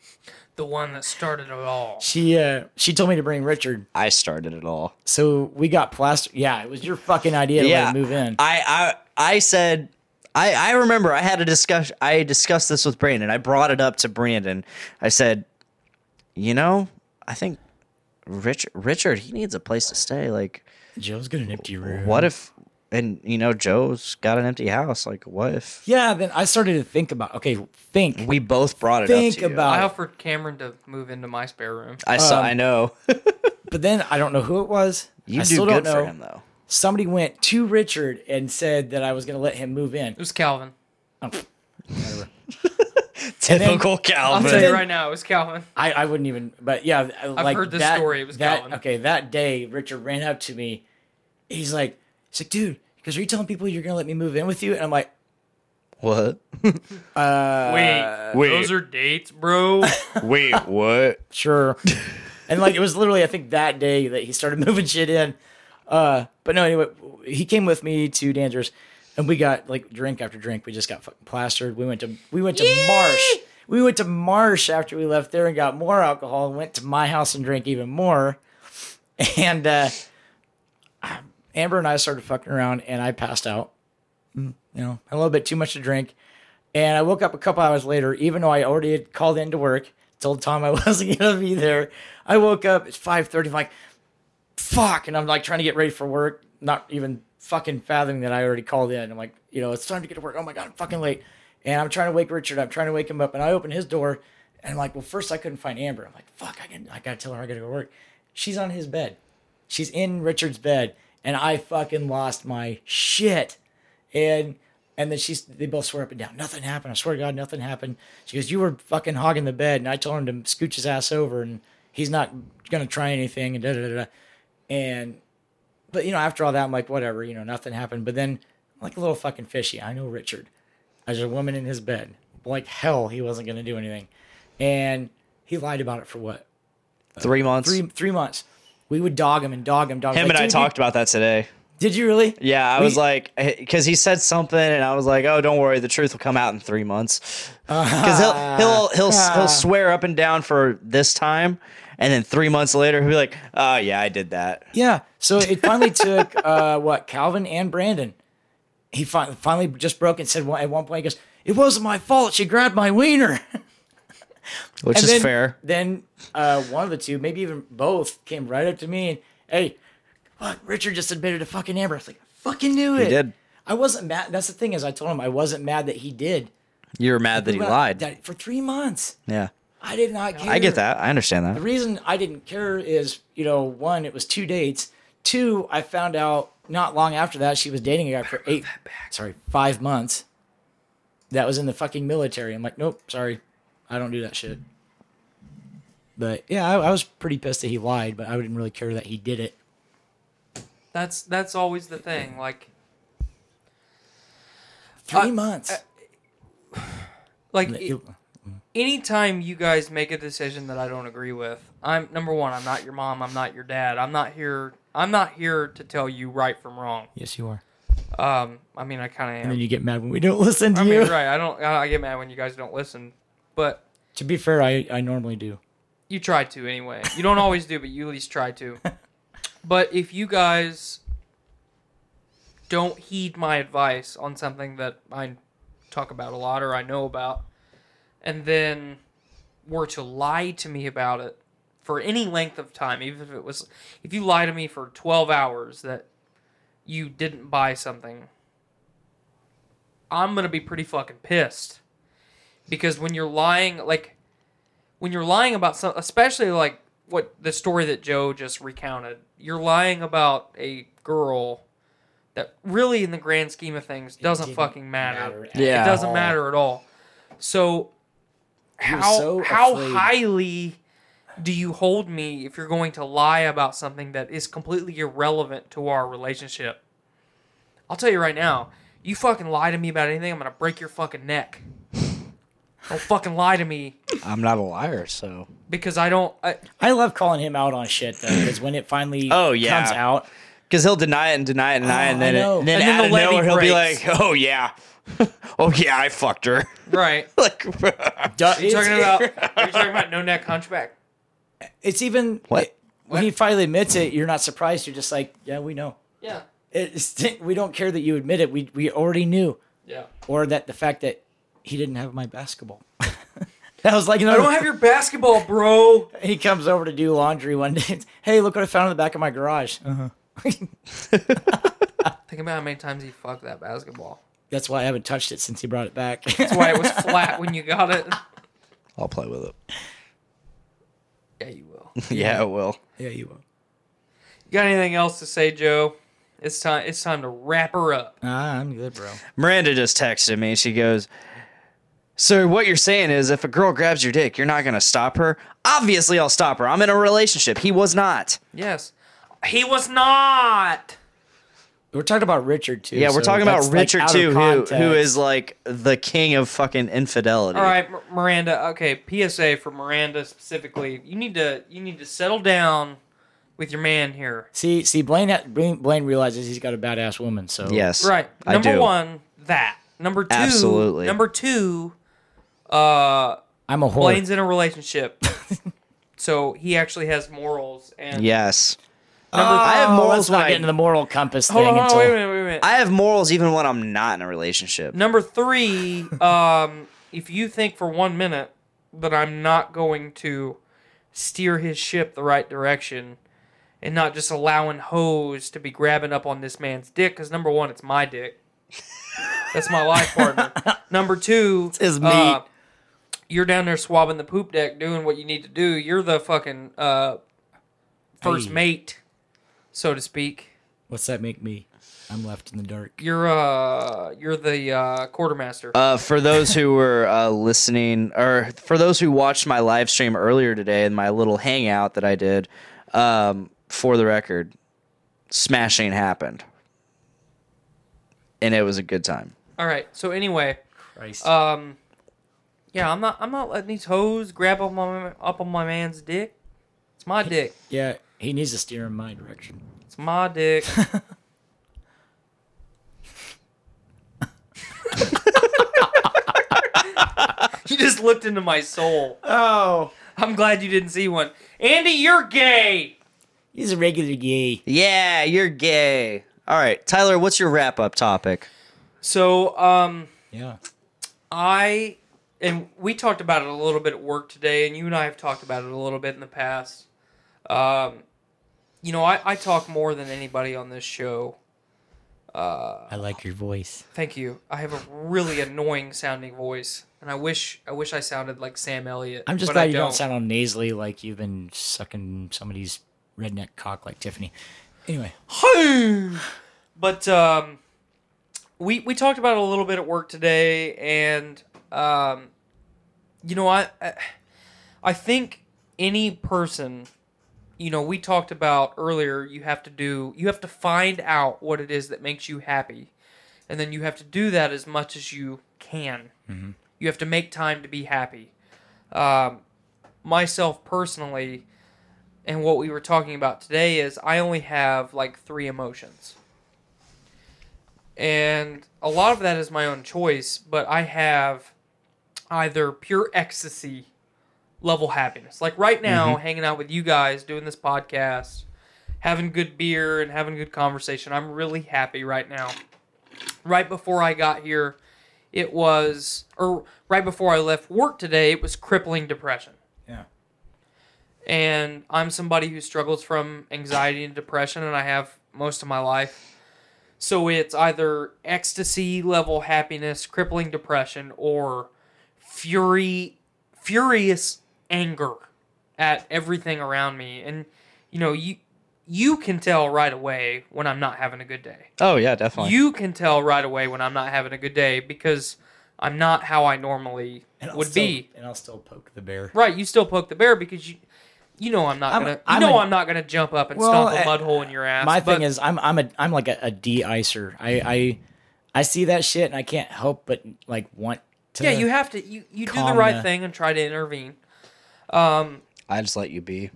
[SPEAKER 6] The one that started it all.
[SPEAKER 7] she, uh, she told me to bring Richard.
[SPEAKER 5] I started it all.
[SPEAKER 7] So we got plaster. Yeah, it was your fucking idea to let him move in.
[SPEAKER 5] I I I said I I remember I had a discussion. I discussed this with Brandon. I brought it up to Brandon. I said, you know, I think Rich Richard he needs a place to stay. Like,
[SPEAKER 7] Joe's got an empty room.
[SPEAKER 5] what if? And you know, Joe's got an empty house. Like, what if
[SPEAKER 7] Yeah, then I started to think about. Okay, think.
[SPEAKER 5] we both brought it
[SPEAKER 7] Think
[SPEAKER 5] up? To you?
[SPEAKER 7] about-
[SPEAKER 6] I offered Cameron to move into my spare room.
[SPEAKER 5] I saw. I know.
[SPEAKER 7] But then I don't know who it was.
[SPEAKER 5] you
[SPEAKER 7] I
[SPEAKER 5] do
[SPEAKER 7] still
[SPEAKER 5] good
[SPEAKER 7] don't know.
[SPEAKER 5] for him though.
[SPEAKER 7] Somebody went to Richard and said that I was going to let him move in.
[SPEAKER 6] It was Calvin.
[SPEAKER 5] Typical
[SPEAKER 6] I'll
[SPEAKER 5] Calvin.
[SPEAKER 6] tell you right now, it was Calvin.
[SPEAKER 7] I, I wouldn't even. But yeah, I- like
[SPEAKER 6] heard this
[SPEAKER 7] that,
[SPEAKER 6] story. It was
[SPEAKER 7] that.
[SPEAKER 6] Calvin.
[SPEAKER 7] Okay, that day Richard ran up to me. He's like, he's like, dude, because are you telling people you're going to let me move in with you? And I'm like,
[SPEAKER 5] What?
[SPEAKER 6] Wait,
[SPEAKER 1] wait.
[SPEAKER 6] Uh, those are dates, bro.
[SPEAKER 1] Wait, what?
[SPEAKER 7] sure. and like it was literally, I think that day that he started moving shit in. Uh, but no, anyway, he came with me to Danger's, and we got like drink after drink. We just got fucking plastered. We went to we went to Marsh. We went to Marsh after we left there and got more alcohol. and Went to my house and drank even more. And uh, Amber and I started fucking around, and I passed out. Mm, You know, a little bit too much to drink. And I woke up a couple hours later, even though I already had called in to work, told Tom I wasn't gonna be there. I woke up, it's 5:30, I'm like, fuck, and I'm like trying to get ready for work, not even fucking fathoming that I already called in. I'm like, you know, it's time to get to work. Oh my god, I'm fucking late. And I'm trying to wake Richard up, trying to wake him up, and I open his door and I'm like, well, first I couldn't find Amber. I'm like, fuck, I can I gotta tell her I gotta go to work. She's on his bed. She's in Richard's bed, and I fucking lost my shit and and then she's they both swear up and down nothing happened i swear to god nothing happened she goes you were fucking hogging the bed and i told him to scooch his ass over and he's not gonna try anything and da da da da and but you know after all that i'm like whatever you know nothing happened but then like a little fucking fishy i know richard as a woman in his bed like hell he wasn't gonna do anything and he lied about it for what
[SPEAKER 5] Three months.
[SPEAKER 7] three three months we would dog him and dog him dog
[SPEAKER 5] him
[SPEAKER 7] like,
[SPEAKER 5] and I
[SPEAKER 7] "Dude,
[SPEAKER 5] talked about that today.
[SPEAKER 7] did, did you really
[SPEAKER 5] Yeah, I was
[SPEAKER 7] We-
[SPEAKER 5] like, because he said something, and I was like, oh, don't worry, the truth will come out in three months, because he'll he'll he'll he'll swear up and down for this time, and then three months later, he'll be like, "Oh yeah, I did that."
[SPEAKER 7] Yeah. So it finally took uh, what Calvin and Brandon. He fin- finally just broke and said well, at one point, he goes, "It wasn't my fault. She grabbed my wiener."
[SPEAKER 5] Which
[SPEAKER 7] And
[SPEAKER 5] is
[SPEAKER 7] then-
[SPEAKER 5] fair.
[SPEAKER 7] Then uh, one of the two, maybe even both, came right up to me and, "Hey, fuck, Richard just admitted to fucking Amber." I was like, I "Fucking knew
[SPEAKER 5] He
[SPEAKER 7] it."
[SPEAKER 5] did.
[SPEAKER 7] I wasn't mad. That's the thing is, I told him I wasn't mad that he did.
[SPEAKER 5] You were mad that he
[SPEAKER 7] But
[SPEAKER 5] lied.
[SPEAKER 7] that- for three months.
[SPEAKER 5] yeah,
[SPEAKER 7] I did not care.
[SPEAKER 5] I get that. I understand
[SPEAKER 7] The
[SPEAKER 5] that.
[SPEAKER 7] reason I didn't care is, you know, one, it was two dates. Two, I found out not long after that she was dating a guy for eight, sorry, five months. That was in the fucking military. I'm like, nope, sorry, I don't do that shit. But yeah, I, I was pretty pissed that he lied, but I didn't really care that he did it.
[SPEAKER 6] That's that's always the thing. Like
[SPEAKER 7] Three
[SPEAKER 6] Uh,
[SPEAKER 7] months.
[SPEAKER 6] like
[SPEAKER 7] It-
[SPEAKER 6] it- anytime you guys make a decision that I don't agree with, I'm number one. I'm not your mom. I'm not your dad. I'm not here. I'm not here to tell you right from wrong.
[SPEAKER 7] yes, you are.
[SPEAKER 6] Um, I mean, I kind of am.
[SPEAKER 7] And then you get mad when we don't listen to
[SPEAKER 6] I mean,
[SPEAKER 7] you.
[SPEAKER 6] right? I don't. I I get mad when you guys don't listen, but
[SPEAKER 7] To be fair, I, I normally do.
[SPEAKER 6] you try to anyway. You don't always do, but you at least try to. But if you guys don't heed my advice on something that I talk about a lot or I know about, and then were to lie to me about it for any length of time, even if it was, if you lie to me for 12 hours that you didn't buy something, I'm going to be pretty fucking pissed. Because when you're lying, like, when you're lying about some, especially like what the story that Joe just recounted, you're lying about a girl that really, in the grand scheme of things, doesn't
[SPEAKER 7] didn't
[SPEAKER 6] fucking matter.
[SPEAKER 7] matter at
[SPEAKER 5] Yeah.
[SPEAKER 6] it doesn't
[SPEAKER 7] all.
[SPEAKER 6] matter at all. So,
[SPEAKER 7] You're
[SPEAKER 6] how
[SPEAKER 7] so
[SPEAKER 6] how
[SPEAKER 7] afraid.
[SPEAKER 6] highly do you hold me if you're going to lie about something that is completely irrelevant to our relationship? I'll tell you right now, you fucking lie to me about anything, I'm gonna break your fucking neck. Don't fucking lie to me
[SPEAKER 5] I'm not a liar, so
[SPEAKER 6] because I don't. I,
[SPEAKER 7] I love calling him out on shit though, because when it finally
[SPEAKER 5] Oh, yeah.
[SPEAKER 7] comes out,
[SPEAKER 5] because he'll deny it and deny it and deny it,
[SPEAKER 7] Oh,
[SPEAKER 5] and
[SPEAKER 7] I
[SPEAKER 5] then
[SPEAKER 7] know.
[SPEAKER 5] it, and then,
[SPEAKER 6] And then
[SPEAKER 5] out
[SPEAKER 6] the
[SPEAKER 5] of
[SPEAKER 6] levee
[SPEAKER 5] nowhere he'll be
[SPEAKER 6] breaks.
[SPEAKER 5] like, "Oh yeah, oh yeah, I fucked her."
[SPEAKER 6] right.
[SPEAKER 5] like,
[SPEAKER 7] duh,
[SPEAKER 6] Are you talking
[SPEAKER 7] it's-
[SPEAKER 6] about? Are you talking about no neck hunchback?
[SPEAKER 7] it's even
[SPEAKER 5] What?
[SPEAKER 7] when he finally admits it, you're not surprised. You're just like, yeah, we know.
[SPEAKER 6] Yeah.
[SPEAKER 7] It's, we don't care that you admit it. We we already knew,
[SPEAKER 6] Yeah.
[SPEAKER 7] or that the fact that he didn't have my basketball. that was like,
[SPEAKER 6] I don't have your basketball, bro.
[SPEAKER 7] He comes over to do laundry one day. Hey, look what I found in the back of my garage. Uh-huh.
[SPEAKER 6] Think about how many times he fucked that basketball.
[SPEAKER 7] That's why I haven't touched it since he brought it back.
[SPEAKER 6] That's why it was flat when you got it.
[SPEAKER 5] I'll play with it.
[SPEAKER 6] Yeah, you will.
[SPEAKER 5] Yeah, it will.
[SPEAKER 7] yeah, you will.
[SPEAKER 6] You got anything else to say, Joe? It's time. It's time to wrap her up.
[SPEAKER 7] Ah, I'm good, bro.
[SPEAKER 5] Miranda just texted me. She goes, So what you're saying is if a girl grabs your dick, you're not going to stop her? Obviously, I'll stop her. I'm in a relationship. He was not.
[SPEAKER 6] Yes. He was not.
[SPEAKER 7] We're talking about Richard too.
[SPEAKER 5] Yeah, we're
[SPEAKER 7] so
[SPEAKER 5] talking about
[SPEAKER 7] that's, like,
[SPEAKER 5] Richard,
[SPEAKER 7] out of
[SPEAKER 5] too, who, who
[SPEAKER 7] context.
[SPEAKER 5] is like the king of fucking infidelity.
[SPEAKER 6] All right, M- Miranda. Okay, PSA for Miranda specifically. You need to you need to settle down with your man here.
[SPEAKER 7] See, see, Blaine, ha- Blaine Blaine realizes he's got a badass woman. So
[SPEAKER 5] Yes.
[SPEAKER 6] Right.
[SPEAKER 5] I
[SPEAKER 6] Number
[SPEAKER 5] do.
[SPEAKER 6] one, that. Number two,
[SPEAKER 5] Absolutely.
[SPEAKER 6] Number two, uh,
[SPEAKER 7] I'm a whore.
[SPEAKER 6] Blaine's in a relationship, so he actually has morals. And
[SPEAKER 5] Yes.
[SPEAKER 6] number
[SPEAKER 5] I have
[SPEAKER 7] Oh,
[SPEAKER 5] morals
[SPEAKER 7] let's
[SPEAKER 5] when
[SPEAKER 7] not
[SPEAKER 5] I,
[SPEAKER 7] get into the moral compass
[SPEAKER 6] hold on,
[SPEAKER 7] thing
[SPEAKER 6] hold on,
[SPEAKER 7] until
[SPEAKER 6] wait a minute, wait a minute.
[SPEAKER 5] I have morals even when I'm not in a relationship.
[SPEAKER 6] Number three, um, if you think for one minute that I'm not going to steer his ship the right direction and not just allowing hoes to be grabbing up on this man's dick, because number one, it's my dick. That's my life partner. number two,
[SPEAKER 5] his
[SPEAKER 6] uh,
[SPEAKER 5] meat.
[SPEAKER 6] you're down there swabbing the poop deck, doing what you need to do. You're the fucking uh, first
[SPEAKER 7] Hey.
[SPEAKER 6] mate, so to speak.
[SPEAKER 7] What's that make me? I'm left in the dark.
[SPEAKER 6] You're uh, you're the uh, quartermaster.
[SPEAKER 5] Uh, for those who were uh, listening, or for those who watched my live stream earlier today and my little hangout that I did, um, for the record, smashing happened, and it was a good time.
[SPEAKER 6] All right. So anyway,
[SPEAKER 7] Christ.
[SPEAKER 6] Um, yeah, I'm not. I'm not letting these hoes grab up my up on my man's dick. It's my dick.
[SPEAKER 7] yeah, he needs to steer in my direction.
[SPEAKER 6] It's my dick. you just looked into my soul.
[SPEAKER 7] Oh,
[SPEAKER 6] I'm glad you didn't see one. Andy, you're gay.
[SPEAKER 7] He's a regular gay.
[SPEAKER 5] Yeah, you're gay. All right, Tyler, what's your wrap up topic?
[SPEAKER 6] So, um,
[SPEAKER 7] Yeah.
[SPEAKER 6] I and we talked about it a little bit at work today, and you and I have talked about it a little bit in the past. Um, you know, I, I talk more than anybody on this show.
[SPEAKER 7] I like your voice.
[SPEAKER 6] Thank you. I have a really annoying sounding voice, and I wish I wish I sounded like Sam Elliott.
[SPEAKER 7] I'm just
[SPEAKER 6] but
[SPEAKER 7] glad
[SPEAKER 6] I
[SPEAKER 7] you don't. sound all nasally like you've been sucking somebody's redneck cock like Tiffany. Anyway,
[SPEAKER 6] but um, we we talked about it a little bit at work today, and um, you know, I I- I think any person, you know, we talked about earlier. You have to do. You have to find out what it is that makes you happy, and then you have to do that as much as you can. You have to make time to be happy. Um, myself personally. And what we were talking about today is I only have like three emotions and a lot of that is my own choice but i have either pure ecstasy level happiness like right now hanging out with you guys doing this podcast having good beer and having good conversation i'm really happy right now right before i got here it was or right before i left work today it was crippling depression
[SPEAKER 7] Yeah.
[SPEAKER 6] and i'm somebody who struggles from anxiety and depression and i have most of my life so it's either ecstasy level happiness, crippling depression, or fury, furious anger at everything around me. And you know, you you can tell right away when I'm not having a good day.
[SPEAKER 5] Oh yeah, definitely.
[SPEAKER 6] You can tell right away when I'm not having a good day because I'm not how I normally
[SPEAKER 7] I'll
[SPEAKER 6] would
[SPEAKER 7] still-
[SPEAKER 6] be.
[SPEAKER 7] and I'll still poke the bear.
[SPEAKER 6] Right? You still poke the bear because you you know I'm not
[SPEAKER 7] I'm-
[SPEAKER 6] gonna you
[SPEAKER 7] I'm
[SPEAKER 6] know
[SPEAKER 7] a-
[SPEAKER 6] i I'm not gonna jump up and
[SPEAKER 7] Well,
[SPEAKER 6] stomp
[SPEAKER 7] I-
[SPEAKER 6] a mud hole in your ass.
[SPEAKER 7] My
[SPEAKER 6] but-
[SPEAKER 7] thing is, I'm I'm a I'm like a, a de-icer. I, I I see that shit and I can't help but like want to.
[SPEAKER 6] yeah, you have to you, you do the
[SPEAKER 7] calm
[SPEAKER 6] right
[SPEAKER 7] the-
[SPEAKER 6] thing and try to intervene.
[SPEAKER 5] I just let you be.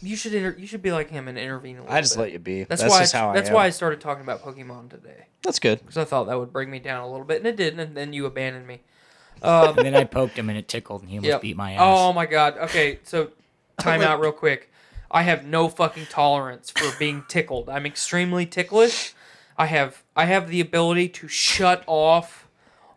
[SPEAKER 6] You should inter- you should be like him and intervene. A little
[SPEAKER 5] I just
[SPEAKER 6] bit.
[SPEAKER 5] let you be.
[SPEAKER 6] That's,
[SPEAKER 5] That's,
[SPEAKER 6] why.
[SPEAKER 5] just
[SPEAKER 6] I,
[SPEAKER 5] how I
[SPEAKER 6] that's
[SPEAKER 5] am.
[SPEAKER 6] why I started talking about Pokemon today
[SPEAKER 5] That's good.
[SPEAKER 6] because I thought that would bring me down a little bit, and it didn't. And then you abandoned me.
[SPEAKER 7] and then I poked him and it tickled and he almost
[SPEAKER 6] Yep.
[SPEAKER 7] beat my ass. Oh
[SPEAKER 6] Oh my god. Okay, so time out real quick. I have no fucking tolerance for being tickled. I'm extremely ticklish. I have I have the ability to shut off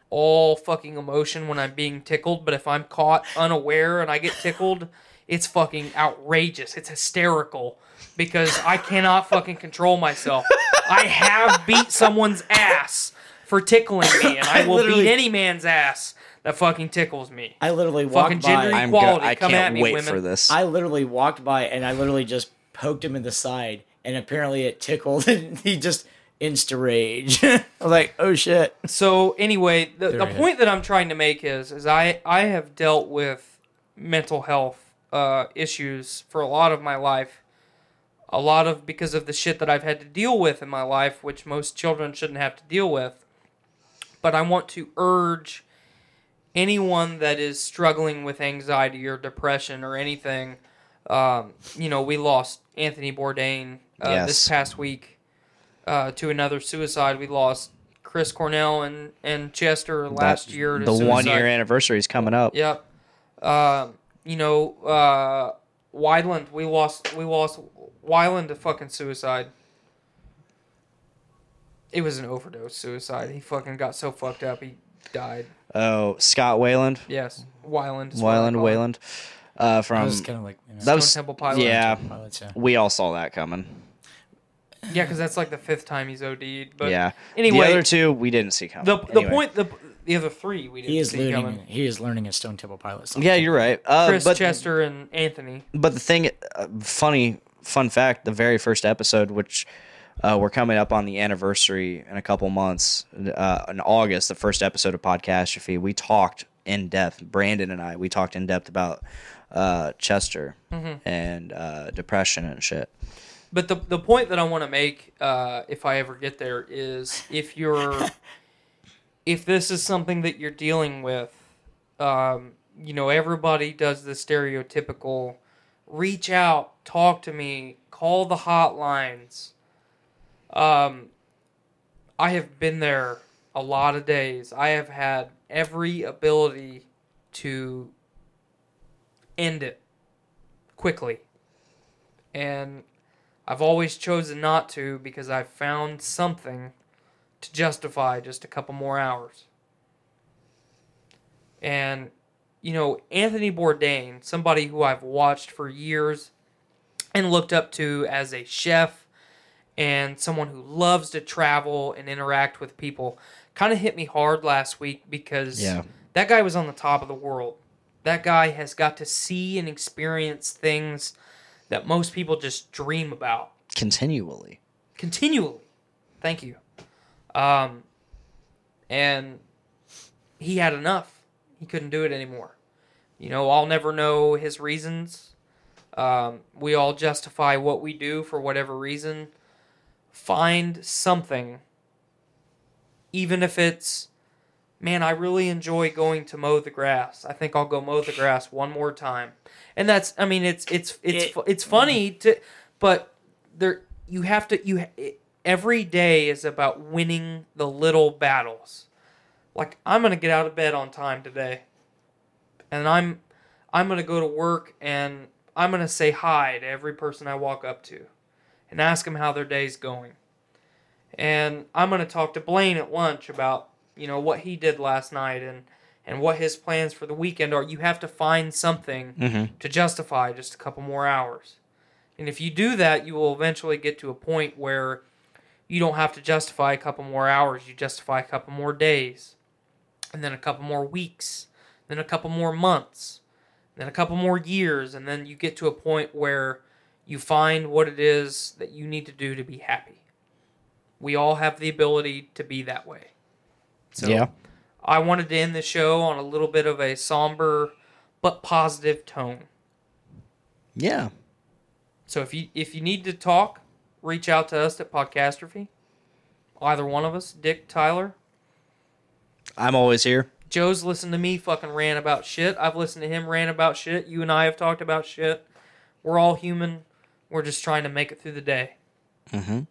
[SPEAKER 6] all fucking emotion when I'm being tickled, but if I'm caught unaware and I get tickled, it's fucking outrageous. It's hysterical because I cannot fucking control myself. I have beat someone's ass for tickling me, and I will beat
[SPEAKER 7] literally-
[SPEAKER 6] any man's ass that fucking tickles me.
[SPEAKER 7] I literally
[SPEAKER 6] Fucking
[SPEAKER 7] walked
[SPEAKER 6] gender
[SPEAKER 7] by.
[SPEAKER 5] I'm
[SPEAKER 6] Equality,
[SPEAKER 5] go- I
[SPEAKER 6] come at
[SPEAKER 5] can't
[SPEAKER 6] me,
[SPEAKER 5] wait
[SPEAKER 6] women.
[SPEAKER 5] for this.
[SPEAKER 7] I literally walked by and I literally just poked him in the side and apparently it tickled and he just insta rage. I was like, oh shit.
[SPEAKER 6] so anyway the, the
[SPEAKER 7] we go.
[SPEAKER 6] point that i'm trying to make is is i i have dealt with mental health uh, issues for a lot of my life a lot of because of the shit that i've had to deal with in my life which most children shouldn't have to deal with but i want to urge anyone that is struggling with anxiety or depression or anything um, you know we lost anthony bourdain uh, this
[SPEAKER 5] Yes.
[SPEAKER 6] past week uh, to another suicide. We lost Chris Cornell and, and Chester last
[SPEAKER 5] That-
[SPEAKER 6] year. To
[SPEAKER 5] the one
[SPEAKER 6] suicide.
[SPEAKER 5] year anniversary is coming up.
[SPEAKER 6] Yep. Um, you know, uh, Wyland. We lost. We lost Wyland to fucking suicide. It was an overdose suicide. He fucking got so fucked up he died.
[SPEAKER 5] Oh, Scott Wayland,
[SPEAKER 6] Yes, Wyland. is what I
[SPEAKER 5] Wayland,
[SPEAKER 6] call him.
[SPEAKER 5] Wayland, uh, from
[SPEAKER 7] I was kind of like, you know,
[SPEAKER 5] that was
[SPEAKER 6] Temple Pilots.
[SPEAKER 5] yeah.
[SPEAKER 7] pilots, yeah.
[SPEAKER 5] We all saw that coming.
[SPEAKER 6] Yeah, because that's like the fifth time he's OD'd. But
[SPEAKER 5] yeah.
[SPEAKER 6] Anyway,
[SPEAKER 5] the other two we didn't see coming.
[SPEAKER 6] the, the
[SPEAKER 5] Anyway.
[SPEAKER 6] point the the other three we didn't
[SPEAKER 7] He is
[SPEAKER 6] see
[SPEAKER 7] learning.
[SPEAKER 6] coming.
[SPEAKER 7] He is learning at Stone Temple Pilots.
[SPEAKER 5] Yeah, you're right. Uh,
[SPEAKER 6] Chris
[SPEAKER 5] but
[SPEAKER 6] Chester and Anthony.
[SPEAKER 5] but the thing, uh, funny fun fact, the very first episode, which uh, we're coming up on the anniversary in a couple months, uh, in August, the first episode of Podcastrophe, we talked in depth. Brandon and I, we talked in depth about uh, Chester
[SPEAKER 6] Mm-hmm.
[SPEAKER 5] and uh, depression and shit.
[SPEAKER 6] But the, the point that I want to make, uh, if I ever get there, is if you're, if this is something that you're dealing with, um, you know, everybody does the stereotypical reach out, talk to me, call the hotlines. Um, I have been there a lot of days. I have had every ability to end it quickly. And I've always chosen not to because I've found something to justify just a couple more hours. And, you know, Anthony Bourdain, somebody who I've watched for years and looked up to as a chef and someone who loves to travel and interact with people, kind of hit me hard last week because
[SPEAKER 5] Yeah.
[SPEAKER 6] that guy was on the top of the world. That guy has got to see and experience things that most people just dream about
[SPEAKER 5] continually.
[SPEAKER 6] continually. Thank you. Um, and he had enough. He couldn't do it anymore. You know, I'll never know his reasons. Um, we all justify what we do for whatever reason. Find something, even if it's, man, I really enjoy going to mow the grass. I think I'll go mow the grass one more time. And that's, I mean, it's it's it's
[SPEAKER 7] It-
[SPEAKER 6] fu- it's funny to, but there you have to you ha- it- every day is about winning the little battles like i'm gonna get out of bed on time today and i'm i'm gonna go to work and i'm gonna say hi to every person i walk up to and ask them how their day's going and i'm gonna talk to blaine at lunch about you know what he did last night and and what his plans for the weekend are you have to find something to justify just a couple more hours and if you do that, you will eventually get to a point where you don't have to justify a couple more hours. You justify a couple more days, and then a couple more weeks, then a couple more months, then a couple more years, and then you get to a point where you find what it is that you need to do to be happy. We all have the ability to be that way. So
[SPEAKER 5] Yeah.
[SPEAKER 6] I wanted to end the show on a little bit of a somber but positive tone.
[SPEAKER 5] Yeah.
[SPEAKER 6] So if you if you need to talk, reach out to us at Podcastrophe. Either one of us, Dick, Tyler,
[SPEAKER 5] I'm always here.
[SPEAKER 6] Joe's listened to me fucking rant about shit. I've listened to him rant about shit. You and I have talked about shit. We're all human. We're just trying to make it through the day.
[SPEAKER 7] I'm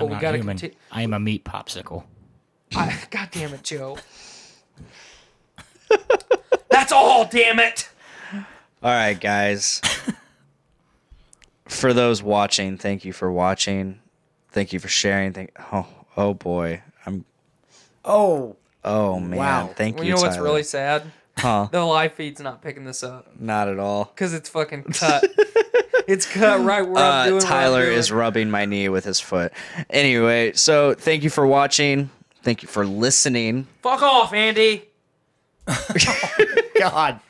[SPEAKER 6] we
[SPEAKER 7] not
[SPEAKER 6] gotta
[SPEAKER 7] human.
[SPEAKER 6] conti-
[SPEAKER 7] I am a meat popsicle.
[SPEAKER 6] I, God damn it, Joe. That's all, damn it.
[SPEAKER 5] All right, guys. for those watching, thank you for watching. Thank you for sharing. Thank oh oh boy, I'm
[SPEAKER 7] Oh,
[SPEAKER 5] oh man.
[SPEAKER 7] Wow.
[SPEAKER 5] Thank
[SPEAKER 6] Well,
[SPEAKER 5] you.
[SPEAKER 6] you know what's
[SPEAKER 5] Tyler.
[SPEAKER 6] really sad?
[SPEAKER 5] huh?
[SPEAKER 6] The live feed's not picking this up
[SPEAKER 5] Not at all.
[SPEAKER 6] because it's fucking cut. it's cut right where I'm
[SPEAKER 5] Uh,
[SPEAKER 6] doing. what I'm
[SPEAKER 5] Tyler
[SPEAKER 6] doing.
[SPEAKER 5] is rubbing my knee with his foot. Anyway, so thank you for watching. Thank you for listening.
[SPEAKER 6] Fuck off, Andy.
[SPEAKER 7] God.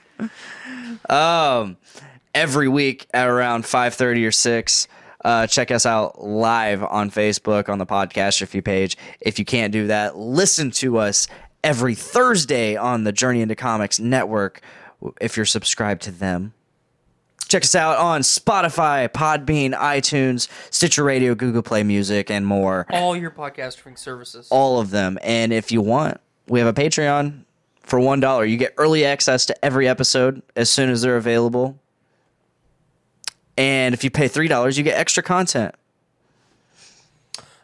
[SPEAKER 5] every week at around 5.30 or 6 uh, check us out live on facebook on the podcastrophy page if you can't do that listen to us every thursday on the journey into comics network if you're subscribed to them check us out on spotify podbean itunes stitcher radio google play music and more
[SPEAKER 6] all your podcasting services.
[SPEAKER 5] all of them. And if you want, we have a Patreon for one dollar. You get early access to every episode as soon as they're available. And if you pay three dollars, you get extra content.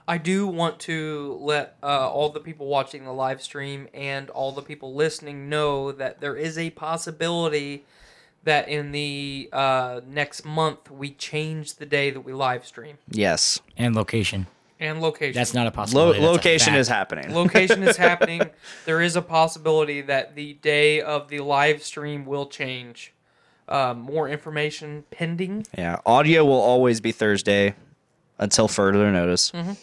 [SPEAKER 6] I do want to let uh, all the people watching the live stream and all the people listening know that there is a possibility that in the uh, next month we change the day that we live stream
[SPEAKER 5] Yes,
[SPEAKER 7] And location.
[SPEAKER 6] and location.
[SPEAKER 7] That's not a
[SPEAKER 5] Lo-
[SPEAKER 7] possibility. that's a
[SPEAKER 5] location
[SPEAKER 7] fact.
[SPEAKER 5] is happening.
[SPEAKER 6] location is happening. There is a possibility that the day of the live stream will change. Uh, more information pending.
[SPEAKER 5] yeah, audio will always be Thursday until further notice.
[SPEAKER 7] Mm-hmm.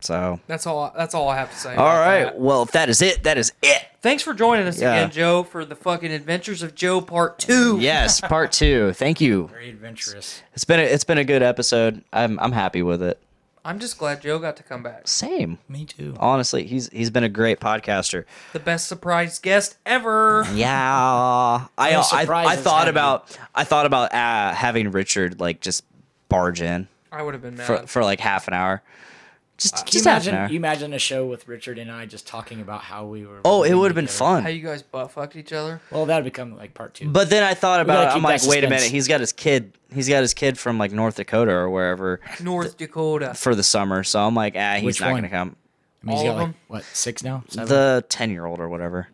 [SPEAKER 5] So,
[SPEAKER 6] That's all. That's all I have to say.
[SPEAKER 5] all
[SPEAKER 6] about
[SPEAKER 5] right.
[SPEAKER 6] that.
[SPEAKER 5] Well, if that is it, that is it.
[SPEAKER 6] Thanks for joining us
[SPEAKER 5] Yeah.
[SPEAKER 6] again, Joe, for the fucking Adventures of Joe Part Two.
[SPEAKER 5] Yes, part two. Thank you.
[SPEAKER 7] Very adventurous.
[SPEAKER 5] It's been a, it's been a good episode. I'm I'm happy with it.
[SPEAKER 6] I'm just glad Joe got to come back.
[SPEAKER 5] Same.
[SPEAKER 7] Me too.
[SPEAKER 5] honestly, he's he's been a great podcaster.
[SPEAKER 6] The best surprise guest ever.
[SPEAKER 5] Yeah, I I,
[SPEAKER 7] surprised
[SPEAKER 5] I
[SPEAKER 7] it's
[SPEAKER 5] thought
[SPEAKER 7] happening.
[SPEAKER 5] about I thought about uh, having Richard like just barge in
[SPEAKER 6] I would have been mad.
[SPEAKER 5] for, for like half an hour, just
[SPEAKER 7] Uh, You
[SPEAKER 5] just half an hour.
[SPEAKER 7] imagine, you imagine a show with Richard and I just talking about how we were.
[SPEAKER 5] oh, it
[SPEAKER 7] living
[SPEAKER 5] would have been
[SPEAKER 7] together.
[SPEAKER 6] How
[SPEAKER 5] fun.
[SPEAKER 6] you guys butt fucked each other?
[SPEAKER 7] Well, that would become like part two.
[SPEAKER 5] But then I thought about it.
[SPEAKER 7] keep
[SPEAKER 5] I'm like,
[SPEAKER 7] that
[SPEAKER 5] wait a
[SPEAKER 7] suspense.
[SPEAKER 5] minute. He's got his kid. He's got his kid from like North Dakota or wherever
[SPEAKER 6] North Dakota.
[SPEAKER 5] for the summer. So I'm like, ah, he's
[SPEAKER 7] Which
[SPEAKER 5] not
[SPEAKER 7] one?
[SPEAKER 5] gonna come.
[SPEAKER 7] I mean,
[SPEAKER 6] all
[SPEAKER 7] he's got
[SPEAKER 6] of
[SPEAKER 7] like,
[SPEAKER 6] them?
[SPEAKER 7] what six now? Seven?
[SPEAKER 5] The ten year old or whatever.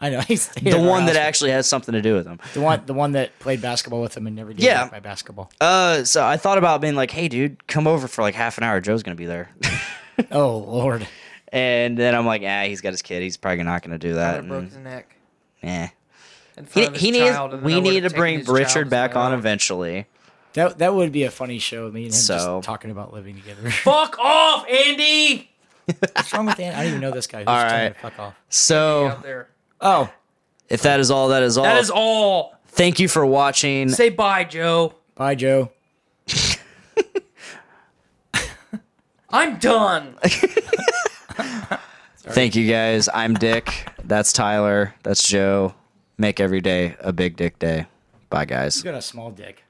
[SPEAKER 7] I know he's
[SPEAKER 5] the one that actually has something to do with them.
[SPEAKER 7] the one the one that played basketball with him and never gave
[SPEAKER 5] Yeah.
[SPEAKER 7] up by basketball.
[SPEAKER 5] Uh, so I thought about being like, "Hey, dude, come over for like half an hour. Joe's gonna be there."
[SPEAKER 7] Oh lord,
[SPEAKER 5] and then I'm like, "Ah, he's got his kid. He's probably not gonna do that."
[SPEAKER 6] broke
[SPEAKER 5] And,
[SPEAKER 6] his neck.
[SPEAKER 5] eh.
[SPEAKER 6] in
[SPEAKER 5] mm. He,
[SPEAKER 6] front of
[SPEAKER 5] he
[SPEAKER 6] his
[SPEAKER 5] needs.
[SPEAKER 6] child, and then I
[SPEAKER 5] we
[SPEAKER 6] would've
[SPEAKER 5] need to
[SPEAKER 6] taken
[SPEAKER 5] bring
[SPEAKER 6] his child
[SPEAKER 5] Richard
[SPEAKER 6] as
[SPEAKER 5] back
[SPEAKER 6] well.
[SPEAKER 5] on eventually.
[SPEAKER 7] that that would be a funny show. Me and him
[SPEAKER 5] So-
[SPEAKER 7] just talking about living together.
[SPEAKER 6] Fuck off, Andy!
[SPEAKER 7] What's wrong with Andy? I don't even know this guy. Who's
[SPEAKER 5] All
[SPEAKER 7] telling me
[SPEAKER 5] right.
[SPEAKER 7] to fuck off.
[SPEAKER 5] So
[SPEAKER 6] Out there.
[SPEAKER 7] Oh,
[SPEAKER 5] if that is all, that is all.
[SPEAKER 6] That is all.
[SPEAKER 5] Thank you for watching.
[SPEAKER 6] Say bye, Joe.
[SPEAKER 7] bye, Joe.
[SPEAKER 6] I'm done.
[SPEAKER 5] Thank you guys. I'm Dick. That's Tyler. That's Joe. Make every day a big dick day. Bye guys.
[SPEAKER 7] You got a small dick.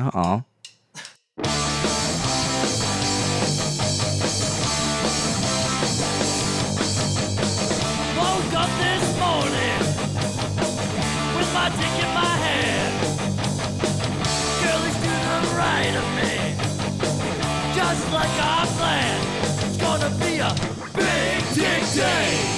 [SPEAKER 5] Uh oh.
[SPEAKER 10] Woke up this morning with my dick in my hand. Girl is to the right of me, just like I planned. It's gonna be a big dick day.